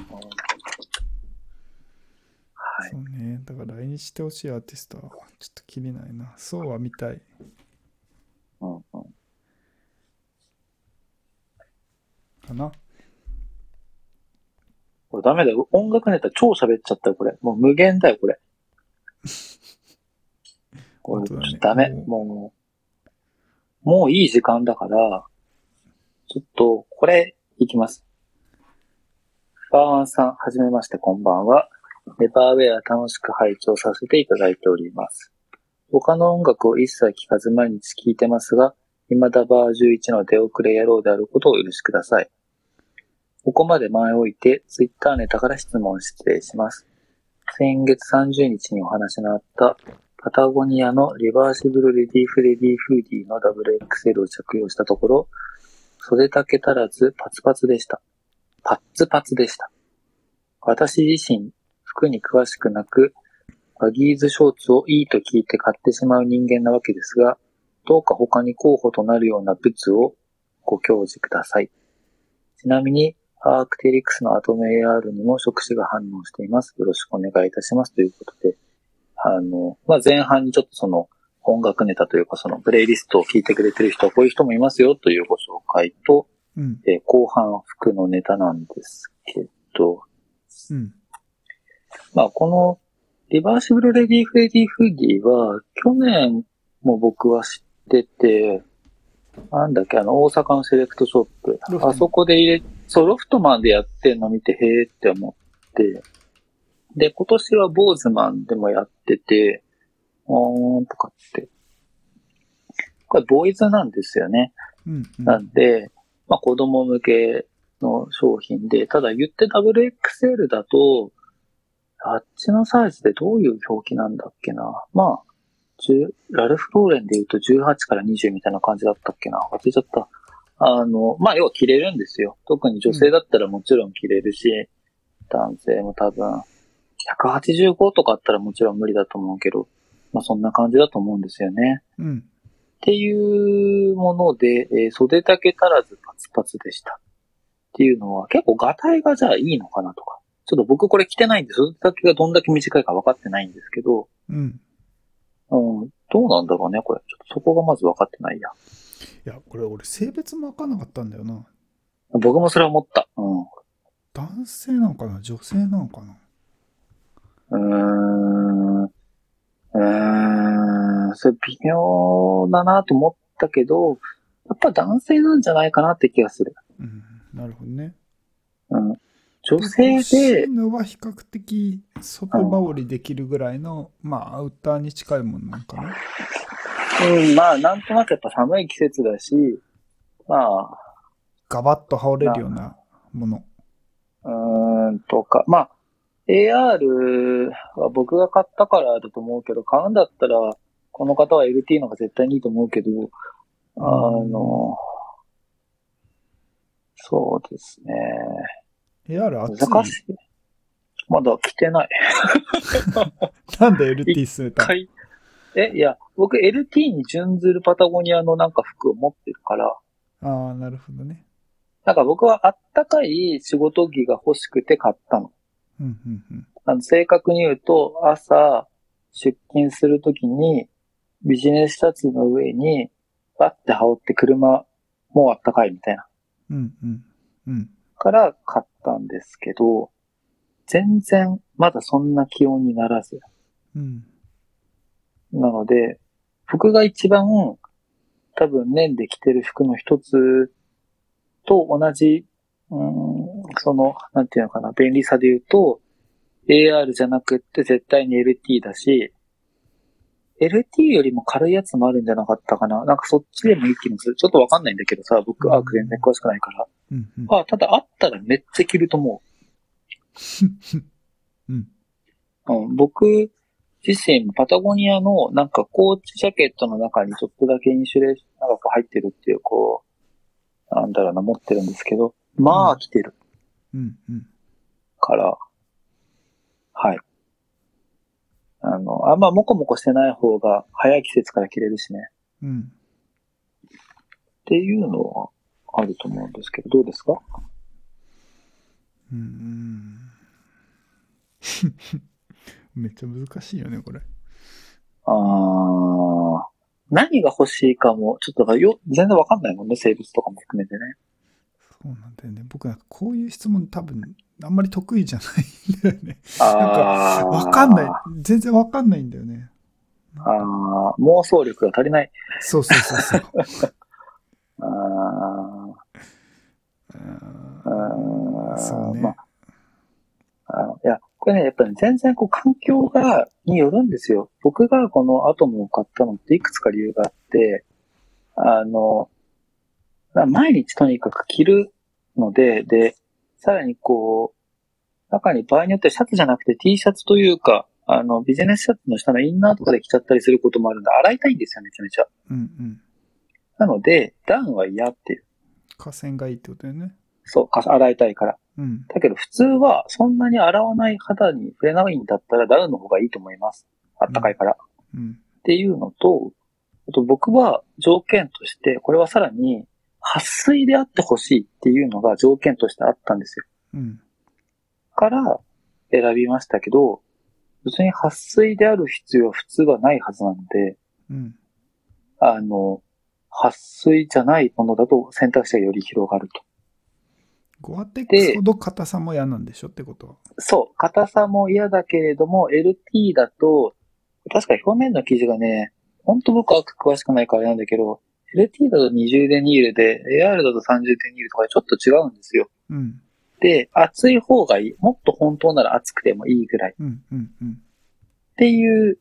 S2: はい。
S1: そうね。だから来日してほしいアーティストは、ちょっと切れないな。そうは見たい。
S2: うんうん。
S1: かな。
S2: これダメだよ。音楽ネタ超喋っちゃったよ、これ。もう無限だよ、
S1: [laughs]
S2: これ。これ、
S1: 本当だね
S2: ダメ。もう、もういい時間だから、ちょっと、これ、いきます。バーワンさん、はじめまして、こんばんは。ネバーウェア楽しく拝聴させていただいております。他の音楽を一切聴かず毎日聴いてますが、未だバー11の出遅れ野郎であることをお許しください。ここまで前置いて、ツイッターネタから質問失礼します。先月30日にお話のあった、パタゴニアのリバーシブルレディフレディフーディの WXL を着用したところ、袖丈足らずパツパツでした。パッツパツでした。私自身、服に詳しくなく、バギーズショーツをいいと聞いて買ってしまう人間なわけですが、どうか他に候補となるようなブツをご教示ください。ちなみに、アークテリクスのアトム AR にも触手が反応しています。よろしくお願いいたします。ということで、あの、まあ、前半にちょっとその音楽ネタというかそのプレイリストを聞いてくれてる人はこういう人もいますよというご紹介と、
S1: うん。
S2: えー後半は服のネタなんですけど、
S1: うん。
S2: まあ、このリバーシブルレディーフレディーフーディーは去年も僕は知ってて、なんだっけ、あの、大阪のセレクトショップ
S1: ロフト。マン
S2: あそこで入れ、そう、ロフトマンでやってんの見て、へえって思って。で、今年はボーズマンでもやってて、うーん、とかって。これ、ボーイズなんですよね。
S1: うん。うん
S2: なんで、まあ子供向けの商品で、ただ言って WXL だと、あっちのサイズでどういう表記なんだっけな。まあ、10ラルフ・ローレンで言うと18から20みたいな感じだったっけな。忘れちゃった。あの、まあ要は着れるんですよ。特に女性だったらもちろん着れるし、男性も多分、185とかあったらもちろん無理だと思うけど、まあそんな感じだと思うんですよね。
S1: うん。
S2: っていうもので、えー袖丈足らずパツパツでした。っていうのは、結構画体がじゃあいいのかなとか。ちょっと僕これ着てないんで、袖丈がどんだけ短いか分かってないんですけど、
S1: うん。
S2: うん、どうなんだろうね、これ。ちょっとそこがまず分かってないや。
S1: いや、これ俺性別もわかんなかったんだよな。
S2: 僕もそれ思った。う。
S1: 男性なのかな女性なのかなん
S2: うーん。うーん。それ微妙だなと思ったけど、やっぱ男性なんじゃないかなって気がする。
S1: うん。なるほどね。
S2: うん。女性
S1: 欲し
S2: で
S1: い、のは比較的外羽織できるぐらいの、まあアウターに近いものなんかな。
S2: うん、まあ、なんとなくやっぱ寒い季節だし、ま
S1: ガバッと羽織れるようなもの。
S2: あ、うーん、とか、まあ、AR は僕が買ったからだと思うけど、買うんだったら、この方は LT のが絶対にいいと思うけど、あの、そうですね。
S1: AR 熱い
S2: 難しい。まだ着てない。
S1: なんで LT 進めたの
S2: い。え、いや、僕 LT に準ずるパタゴニアのなんか服を持ってるから、
S1: ああ、なるほどね。
S2: なんか僕はあったかい仕事着が欲しくて買ったの。
S1: うんうんうん。
S2: あの正確に言うと、朝、出勤するときに、ビジネスシャツの上に、バッて羽織って車、もうあったかいみたいな。
S1: うんうん。うん。
S2: から買ったんですけど、全然、まだそんな気温にならず。
S1: うん。
S2: なので、服が一番、多分年で着てる服の一つと同じ、うーん、その、なんていうのかな、便利さで言うと、AR じゃなくって絶対に LT だし、LT よりも軽いやつもあるんじゃなかったかな。なんかそっちでもいい気もする。ちょっとわかんないんだけどさ、僕、アーク全然詳しくないから。
S1: うんうん。
S2: あ、ただあったらめっちゃ着ると思う。
S1: [laughs] うん。
S2: うん、僕自身、パタゴニアのなんかコーチジャケットの中にちょっとだけインシュレーション長く入ってるっていう、こう、なんだろうな、持ってるんですけど、ま
S1: う
S2: あ
S1: ん
S2: 着てる
S1: うんうん。
S2: から、はい。あの、あんまモコモコしてない方が早い季節から着れるしね。
S1: うん。
S2: っていうのはあると思うんですけど、どうですか
S1: うんうん [laughs] めっちゃ難しいよね、これ。
S2: あー何が欲しいかも、ちょっとだからよ、全然わかんないもんね、性別とかも含めてね。
S1: そうなんだよね。僕なんかこういう質問多分、あんまり得意じゃないんだよね。 [laughs]
S2: あー
S1: わかんない。全然わかんないんだよね。
S2: あー妄想力が足りない。
S1: そうそうそうそう。
S2: あー
S1: う
S2: [laughs] あ
S1: ん
S2: ー
S1: そうね。
S2: まあの、いや、これね、やっぱり全然こう環境が、によるんですよ。僕がこのアトムを買ったのっていくつか理由があって、あの、まあ毎日とにかく着るので、で、さらにこう、中に場合によってはシャツじゃなくて T シャツというか、あの、ビジネスシャツの下のインナーとかで着ちゃったりすることもあるんで、洗いたいんですよ、めちゃめちゃ。
S1: うんうん。
S2: なので、ダウンは嫌っていう。
S1: 河川がいいってことだよね。
S2: そう、か洗いたいから。
S1: うん。
S2: だけど普通はそんなに洗わない肌に触れないんだったらダウンの方がいいと思います。あったかいから。っ
S1: うん。
S2: ていうのと、あと僕は条件として、これはさらに、撥水であってほしいっていうのが条件としてあったんですよ。
S1: うん。
S2: から選びましたけど、別に撥水である必要は普通はないはずなので、
S1: うん。
S2: あの、撥水じゃないものだと選択肢がより広がると。
S1: ゴアテックスほど硬さも嫌なんでしょってことは。
S2: そう、硬さも嫌だけれども、LT だと、確か表面の生地がね、ほんと僕は詳しくないからあれなんだけど、LT だと20デニールで、AR だと30デニールとかでちょっと違うんですよ。
S1: うん。
S2: で、厚い方がいい。もっと本当なら厚くてもいいぐらい。っ
S1: うん。うん。うん。
S2: ていう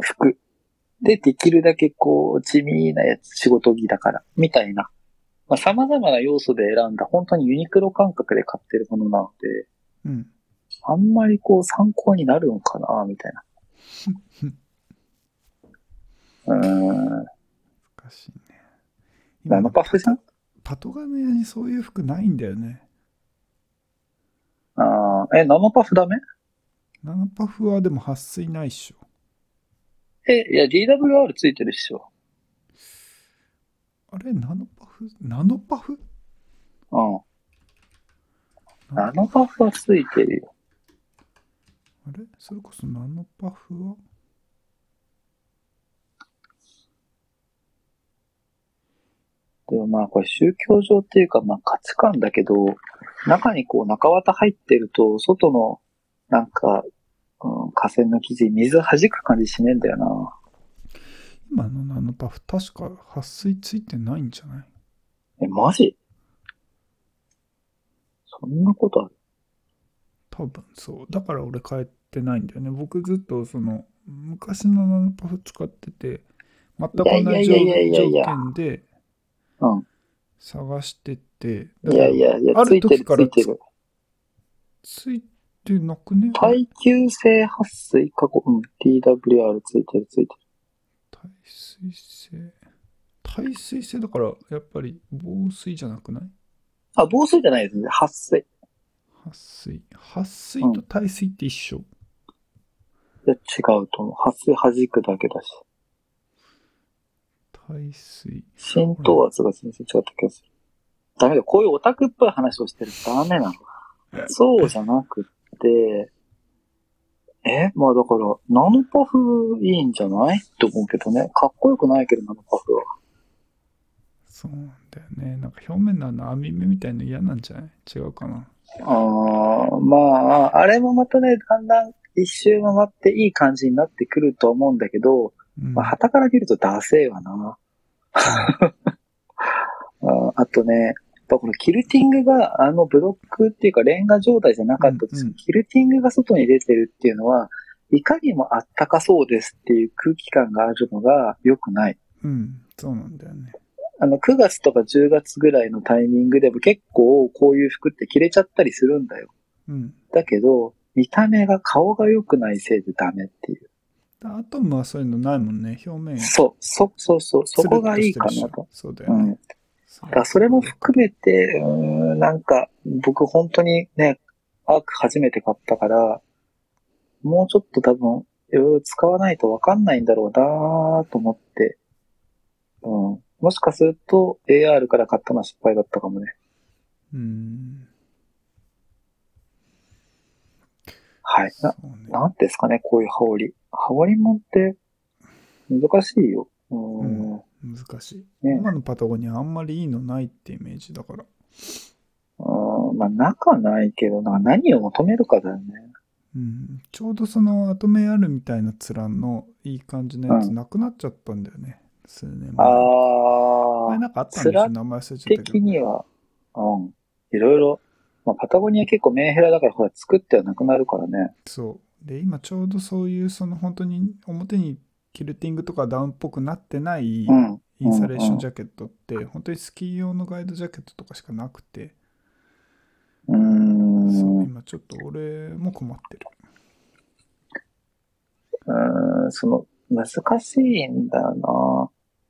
S2: 服。で、できるだけこう、地味なやつ、仕事着だから、みたいな。まあ、様々な要素で選んだ、本当にユニクロ感覚で買ってるものなので、
S1: うん。
S2: あんまりこう参考になるのかな、み
S1: [laughs]
S2: たいな。うーん。
S1: 難しいね。
S2: ナノパフさん
S1: パトガネ屋にそういう服ないんだよね。
S2: あーえ、ナノパフダメ
S1: ナノパフはでも撥水ないっしょ。
S2: え、いや、DWR ついてるっしょ。
S1: あれナノパフナノパフ
S2: うん。ナノパフはついてるよ。
S1: あれそれこそナノパフは
S2: でもまあ、これ宗教上っていうか、まあ価値観だけど、中にこう中綿入ってると、外の、なんか、うん、河川の生地、水弾く感じしねえんだよな。
S1: 今のナノパフ確か撥水ついてないんじゃない
S2: え、マジそんなことある
S1: 多分そう。だから俺変えてないんだよね。僕ずっとその昔のナノパフ使ってて、全く同
S2: いや
S1: じ
S2: い
S1: 条
S2: やいやいやいや
S1: 件で
S2: うん
S1: 探してて、
S2: いやいやいや
S1: あ、
S2: つ
S1: る
S2: いてる
S1: 時か
S2: つ
S1: ら
S2: いてる。
S1: ついてなくね
S2: 耐久性撥水過去、うん、TWR ついてるついてる。
S1: 耐水性耐水性だからやっぱり防水じゃなくない
S2: あ、防水じゃないですね。撥水。
S1: 撥水撥水と耐水って一緒、
S2: いや、違うと思う。撥水弾くだけだし。
S1: 耐水
S2: 浸透圧が全然違った気がする。ダメだ。こういうオタクっぽい話をしてるとダメなの。そうじゃなくって、え、まあだから、ナノパフいいんじゃないって思うけどね。かっこよくないけど、ナノパフは。
S1: そうなんだよねなんか表面のあの網目みたいの嫌なんじゃない違うかな
S2: あーまあ、あれもまたね、だんだん一周回っていい感じになってくると思うんだけど、
S1: うん、
S2: まあ、旗から見るとダセーわな。 [laughs] ああとね、やっぱこのキルティングが、あのブロックっていうかレンガ状態じゃなかったとしても
S1: うんうん
S2: キルティングが外に出てるっていうのは、いかにもあったかそうですっていう空気感があるのが良くない。
S1: うんそうなんだよね
S2: あの、9月とか10月ぐらいのタイミングでも結構こういう服って着れちゃったりするんだよ。
S1: うん
S2: だけど、見た目が顔が良くないせいでダメっていう。
S1: だアトムはそういうのないもんね表面
S2: そう、そ、そうそう、そこがいいか
S1: つる
S2: な
S1: っしてる
S2: と
S1: っ。しょそうだ
S2: う
S1: よね、
S2: ん。だからそれも含めて、うーん、なんか、僕本当にね、アーク初めて買ったから、もうちょっと多分、いろいろ使わないとわかんないんだろうなと思って、うん。もしかすると AR から買ったのは失敗だったかもね。
S1: うーん
S2: はい。な、
S1: そうね
S2: なんですかね、こういう羽織。羽織もんって、難しいよ。うーん。う
S1: 難しい。
S2: ね
S1: 今のパタゴニアあんまりいいのないってイメージだから。
S2: ーん。まあ、なかないけど、なんか何を求めるかだよね。
S1: うん、ちょうどそのアトメあるみたいな面のいい感じのやつ
S2: うん
S1: なくなっちゃったんだよね。数年前。前
S2: ああ、
S1: なんかあったんでしょ
S2: 面
S1: 名前忘れちゃったけど。
S2: 的には、うん。いろいろ、まあ、パタゴニア結構メンヘラだから、ほら、作ってはなくなるからね。
S1: そう。で、今ちょうどそういう、その本当に表にキルティングとかダウンっぽくなってないイ
S2: う
S1: ン
S2: ん。
S1: スタレーションジャケットって、本当にスキー用のガイドジャケットとかしかなくて、
S2: うー
S1: そう、
S2: ん。
S1: 今ちょっと俺も困ってる。
S2: うーんその、難しいんだよ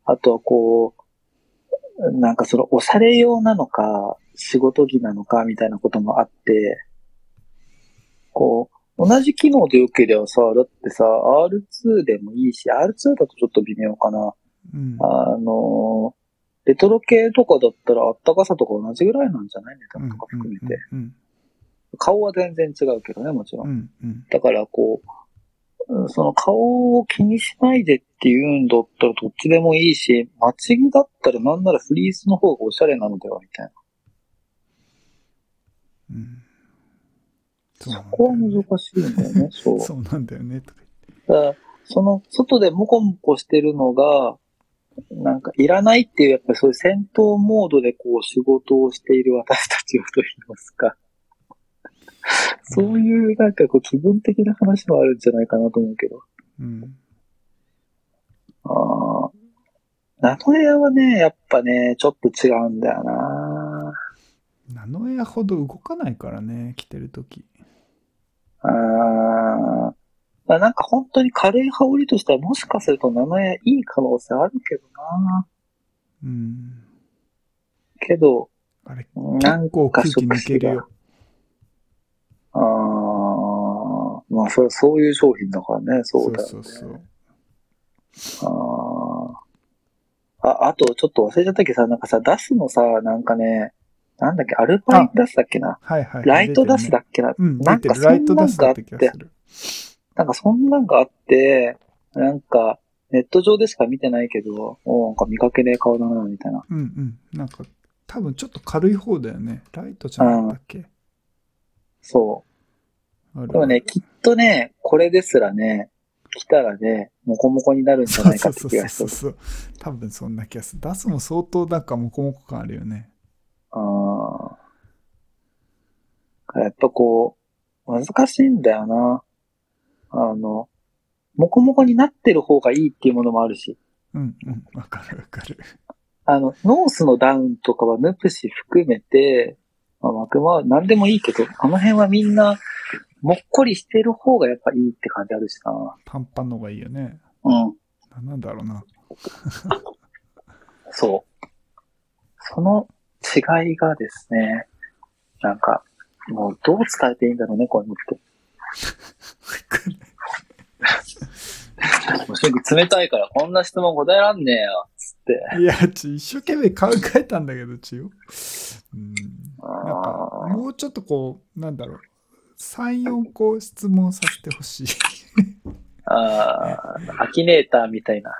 S2: な。あとはこう、なんかその、おしゃれ用なのか、仕事着なのか、みたいなこともあって、こう、同じ機能で良ければさ、だってさ、R2 でもいいし、R2 だとちょっと微妙かな。
S1: うん。
S2: あの、レトロ系とかだったらあったかさとか同じぐらいなんじゃない値段とか含めて。
S1: うん。
S2: 顔は全然違うけどね、もちろん
S1: うん。う。ん。うん。
S2: だからこう、うんその顔を気にしないでっていうんだったらどっちでもいいし、街着だったらなんならフリースの方がおしゃれなのではみたいな。
S1: うん。そ
S2: そこ
S1: う
S2: は
S1: なんだよね
S2: 難しいんだよね、そう。
S1: そうなんだよね。とか
S2: だからその外でモコモコしてるのが、なんかいらないっていう、やっぱりそういう戦闘モードでこう仕事をしている私たちをと言いますか。そういうなんかこう気分的な話もあるんじゃないかなと思うけど。
S1: うん。
S2: ああ。名古屋はね、やっぱね、ちょっと違うんだよな。
S1: ナノエアほど動かないからね、着てるとき。
S2: あーまあ。なんか本当に軽い羽織としてはもしかすると名古屋いい可能性あるけどな。
S1: うん。
S2: けど、
S1: あれ、
S2: な
S1: 結
S2: ん
S1: 構
S2: か
S1: 空気抜ける
S2: が
S1: よ。
S2: ああ。まあ、それそういう商品だからね、そうだよね。
S1: そうそうそう。
S2: あーああと、ちょっと忘れちゃったけどさ、なんかさ、ダスのさ、なんかね、なんだっけ、アルパインダスだっけな。
S1: はいはい。
S2: ライトダスだ
S1: 出
S2: っけな。
S1: てるねうん、
S2: な
S1: 出
S2: ん
S1: て
S2: か
S1: る。
S2: そ
S1: ライ
S2: ん
S1: ト
S2: な
S1: ダ
S2: ん
S1: ス
S2: が
S1: だ
S2: あ
S1: っ
S2: った
S1: 気が
S2: て、
S1: する。
S2: なんかそんなんがあって、なんか、ネット上でしか見てないけど、おーなんか見かけねえ顔だな、みたいな。
S1: うんうん。なんか、多分ちょっと軽い方だよね。ライトじゃなかったっけ
S2: そ
S1: あ
S2: う。
S1: る
S2: でもね、きっとね、これですらね、来たらね、モコモコになるんじゃ
S1: そ
S2: な
S1: う
S2: い
S1: そ
S2: か
S1: う
S2: っ
S1: そ
S2: て
S1: う
S2: 気が
S1: そ
S2: し
S1: う
S2: て
S1: そう。多分そんな気がする。ダスも相当なんかモコモコ感あるよね。
S2: ああー。やっぱこう、難しいんだよな。あの、モコモコになってる方がいいっていうものもあるし。
S1: うんうん。わかるわかる。
S2: あの、ノースのダウンとかはヌプシ含めて、まあ、マクマは何でもいいけど、あの辺はみんな、もっこりしてる方がやっぱいいって感じあるしな。
S1: パンパンの方がいいよね。
S2: うん。
S1: ななんだろうな。
S2: そう。その違いがですね、なんか、もうどう伝えていいんだろうね、こういうのって。もう正直冷たいからこんな質問答えらんねえよ、つって。
S1: いや、ち一生懸命考えたんだけど、ちよ。うん。なんか、もうちょっとこう、なんだろう。3、4個質問させてほしい。
S2: ああ、アキネーターみたいな。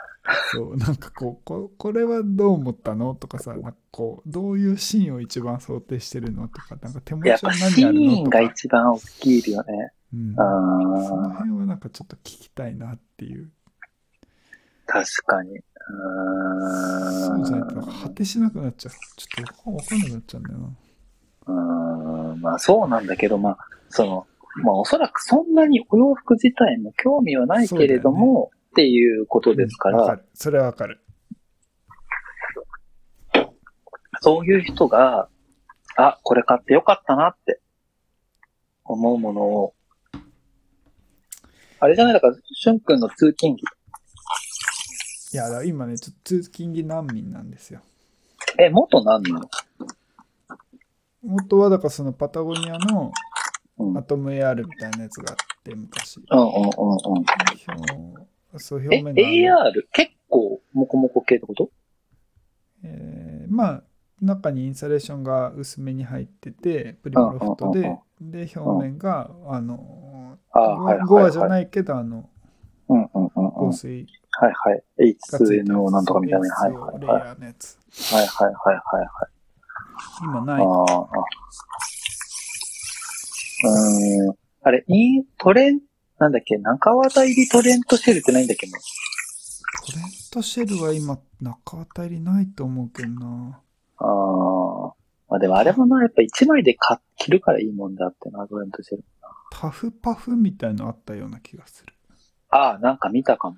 S1: そう、なんかこう、ここれはどう思ったのとかさ、なんかこう、どういうシーンを一番想定してるのとか、なんか手持ち
S2: や
S1: は
S2: っぱ
S1: 何
S2: シ
S1: ある
S2: ーン
S1: のと
S2: が
S1: か。
S2: 一番大きいよね。
S1: うん
S2: あ
S1: その
S2: あ。
S1: 辺はなんかちょっと聞きたいなっていう。
S2: 確かに。うー
S1: そ
S2: ん
S1: うじゃないと、果てしなくなっちゃう。ちょっとわかんなくなっちゃうんだよな。
S2: うーんまあそうなんだけど、まあ、その、まあおそらくそんなにお洋服自体も興味はないけれども、っていうことですか、
S1: わからる。それはわかる。
S2: そういう人が、あ、これ買ってよかったなって思うものを、あれじゃないだから、しゅんくんの通勤着。
S1: いや、だから今ね、ちょっと通勤着難民なんですよ。
S2: え、元何なの
S1: 元はだからそのパタゴニアの
S2: うん。う
S1: ア
S2: ん
S1: トム AR みたいなやつがあって昔
S2: うんうんうん。
S1: 表そう表
S2: え、
S1: 面のあの
S2: AR 結構モコモコ系ってこと
S1: えーまあ中にインサレーションが薄めに入っててプリモロフト
S2: うんうん
S1: でで表面があの
S2: ああ、はい
S1: ゴ
S2: は
S1: ア
S2: い
S1: じゃ
S2: はい。
S1: ないけど、あの、
S2: うんうんうんうん。
S1: 香
S2: はい
S1: 水
S2: はい。
S1: がついてる
S2: H2NO なんとかみたいな。はいはい
S1: レイ
S2: はい。
S1: ヤーのやつ。
S2: はいはいはいはい。
S1: 今
S2: あ
S1: ない。
S2: あああ。うーん。あれ、イン、トレン、なんだっけ、中和入りトレントシェルってないんだっけもう
S1: トレントシェルは今、中渡りないと思うけどな。
S2: ああ。まあでもあれもな、やっぱ一枚で買着るからいいもんだってな、トレントシェル。
S1: タフパフみたいのあったような気がする。
S2: ああ、なんか見たかも。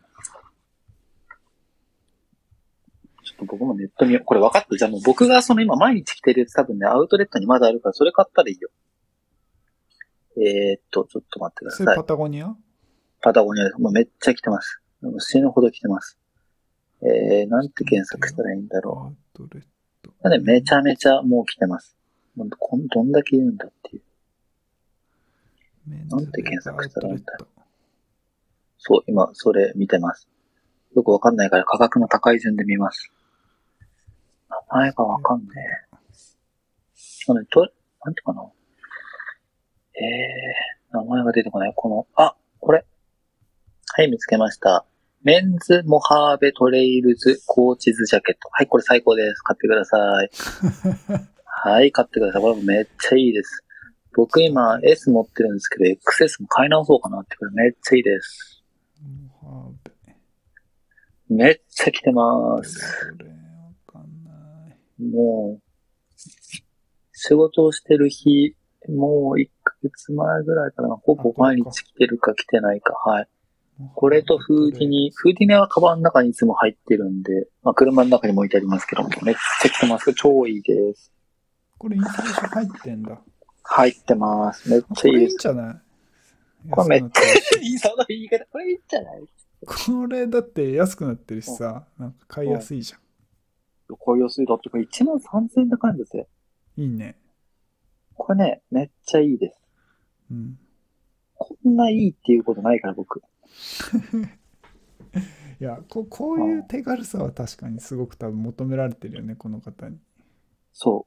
S2: ちょっと僕もネット見よう。これ分かった。じゃあもう僕がその今毎日着てるやつ多分ね、アウトレットにまだあるから、それ買ったらいいよ。えー、っと、ちょっと待ってくだ
S1: それ
S2: さい
S1: パ。タゴニア
S2: パタゴニアです。もうめっちゃ着てます。もう死ぬほど着てます。えー、なんて検索したらいいんだ
S1: ア
S2: ろ
S1: ウトレット
S2: う。。なんでめちゃめちゃもう着てます。ほんとこんどんだけいるんだっていう。
S1: メンズ
S2: なんて検索したらいいんだ
S1: アウトレット
S2: そう、今、それ見てます。よくわかんないから価格の高い順で見ます。名前がわかんねえ。あれ、と、なんていうかな。ええー、名前が出てこない。この、あ、これ。はい、見つけました。メンズモハーベトレイルズコーチズジャケット。はい、これ最高です。買ってください。はい、買ってください。これもめっちゃいいです。僕今 S 持ってるんですけど、XS も買い直そうかなって、これめっちゃいいです。
S1: モハーベ
S2: めっちゃ着てま
S1: こ
S2: す。
S1: れわかんない。
S2: もう、仕事をしてる日、もう1ヶ月前ぐらいからほぼ毎日着てるか着てないか、はい。これとフーディニ、フーディニはカバンの中にいつも入ってるんで、まあ車の中にも置いてありますけども、めっちゃ着てます。超いいです。
S1: これインスタレーション入ってんだ。
S2: 入ってます。めっ
S1: あ
S2: ち
S1: こ
S2: ゃいい
S1: れい
S2: で
S1: いん
S2: す。
S1: じゃない
S2: これめ
S1: 安
S2: っ
S1: くなて
S2: ち
S1: る
S2: ゃいい、その言い方、これいいんじゃない
S1: これだって安くなってるしさ、なんか買いやすいじゃ
S2: こういう水道ってこれ1万3000円で買えるんですよ。
S1: ん。いいね。
S2: これね、めっちゃいいです。
S1: うん。
S2: こんないいっていうことないから僕。
S1: いやこ、こういう手軽さは確かにすごく多分求められてるよね、この方に。
S2: そ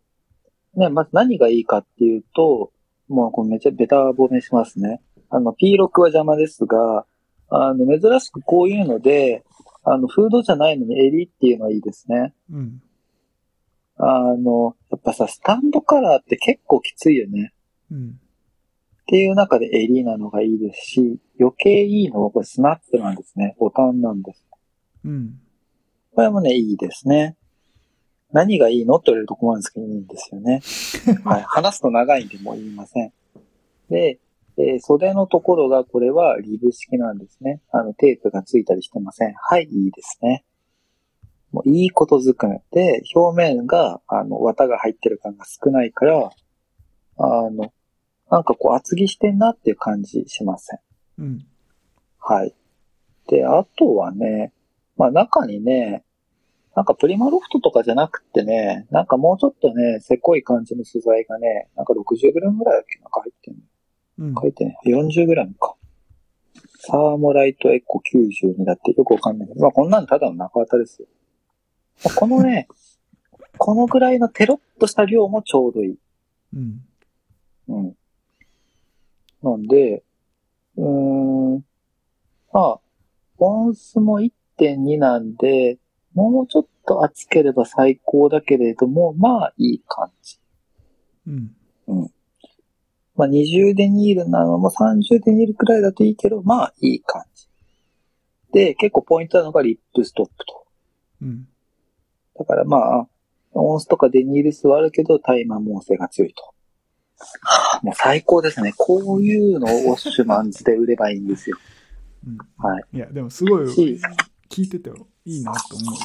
S2: う。ね、まず何がいいかっていうと、もうこれめっちゃベタ褒めしますね。あの、P6 は邪魔ですが、あの、珍しくこういうので、あの、フードじゃないのに襟っていうのはいいですね。
S1: うん。
S2: あの、やっぱさ、スタンドカラーって結構きついよね。
S1: うん。
S2: っていう中で襟なのがいいですし、余計いいのはこれスナップなんですね。ボタンなんです。
S1: うん。
S2: これもね、いいですね。何がいいのって言われると困るんですけど、いいんですよね。はい。話すと長いんでもう言いません。で、えー袖のところが、これはリブ式なんですね。あの、テープがついたりしてません。はい、いいですね。もういいことずくめで、表面が、あの、綿が入ってる感が少ないから、あの、なんかこう厚着してんなっていう感じしません。
S1: うん。
S2: はい。で、あとはね、まあ中にね、なんかプリマロフトとかじゃなくってね、なんかもうちょっとね、せこい感じの素材がね、なんか 60g ぐらいだっけなんか入ってんの
S1: うん。
S2: 書いてね、40g か。サーモライトエコ92だってよくわかんないけど、まあこんなのただの中綿ですよ。まあこのね、このぐらいのテロッとした量もちょうどいい。
S1: うん。
S2: うん。なんで、うーん、まあ、ボンスも1.2なんで、もうちょっと厚ければ最高だけれども、まあいい感じ。
S1: うん。
S2: まあ20デニールなのも30デニールくらいだといいけど、まあいい感じ。で、結構ポイントなのがリップストップと。
S1: うん。
S2: だからまあ、オンスとかデニールスはあるけど、対摩耗性が強いと。はあもう最高ですね。こういうのをウォッシュマンズで売ればいいんですよ。
S1: うん。
S2: はい。
S1: いや、でもすごい、
S2: し
S1: 聞いてていいなと思うよ。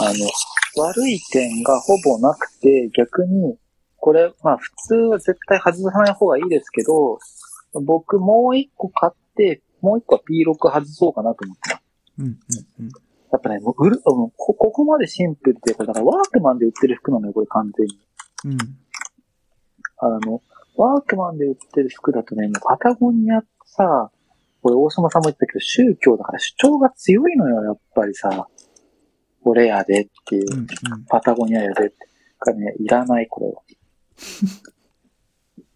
S2: あの、悪い点がほぼなくて、逆に、これ、まあ普通は絶対外さない方がいいですけど、僕もう一個買って、もう一個は P6 外そうかなと思ってます。
S1: うん。うん。うん。
S2: やっぱね、もう売る、もうこここまでシンプルで、これだからワークマンで売ってる服なのよ、これ完全に。
S1: うん。
S2: あの、ワークマンで売ってる服だとね、もうパタゴニアってさ、これ大島さんも言ってたけど、宗教だから主張が強いのよ、やっぱりさ。俺やでっていう。
S1: うん。
S2: パタゴニアやでって。 [laughs] だからね、いらない、これは。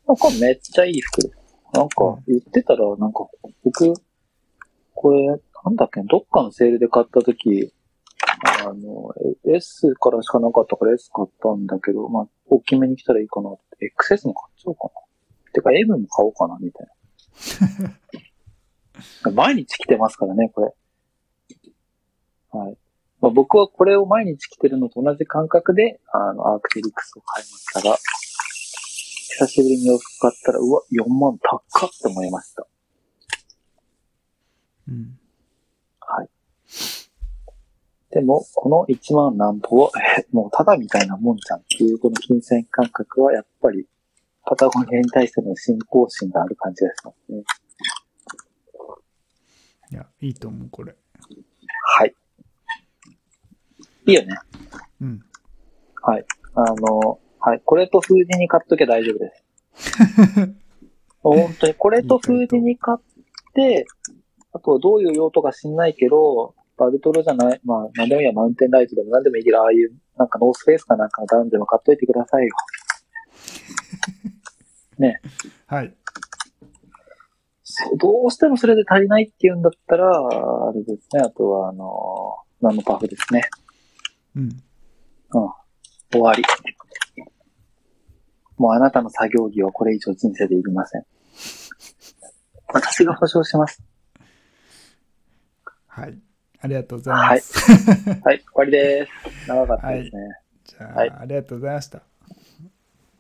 S2: これめっちゃいい服です。なんか言ってたら、なんか僕、これ、なんだっけ、どっかのセールで買ったとき、あの、え S からしかなかったから S 買ったんだけど、まあ、大きめに来たらいいかなって。XS も買っちゃおうかな。てか M も買おうかな、みたい
S1: [laughs]
S2: な。毎日来てますからね、これ。はい。まあ、僕はこれを毎日着てるのと同じ感覚で、あの、アークテリクスを買いましたが、久しぶりに洋服買ったら、うわ、4万高っって思いました。
S1: うん。
S2: でも、この1万何歩は、えもうただみたいなもんじゃんっていう、この金銭感覚はやっぱり、パタゴニアに対しての信仰心がある感じがしますね。
S1: いや、いいと思う、これ。
S2: はい。いいよね。
S1: うん。
S2: あの、はい。これとフーディに買っときゃ大丈夫です。本当に、これとフーディに買って、あとはどういう用途か知んないけど、バルトロじゃない、まあ、何でもいいや、マウンテンライトでも何でもいいけど、ああいう、なんかノースフェイスかなんかのダウンでも買っといてくださいよ。
S1: はい。
S2: そうどうしてもそれで足りないっていうんだったら、あれですね、あとは、あの、ナノパフですね。
S1: うん。
S2: 終わり。もうあなたの作業着はこれ以上人生でいりません。私が保証します。
S1: はい。ありがとうございます。
S2: はい、終わりです。長かったですね。
S1: じゃあ、
S2: はい
S1: ありがとうございました。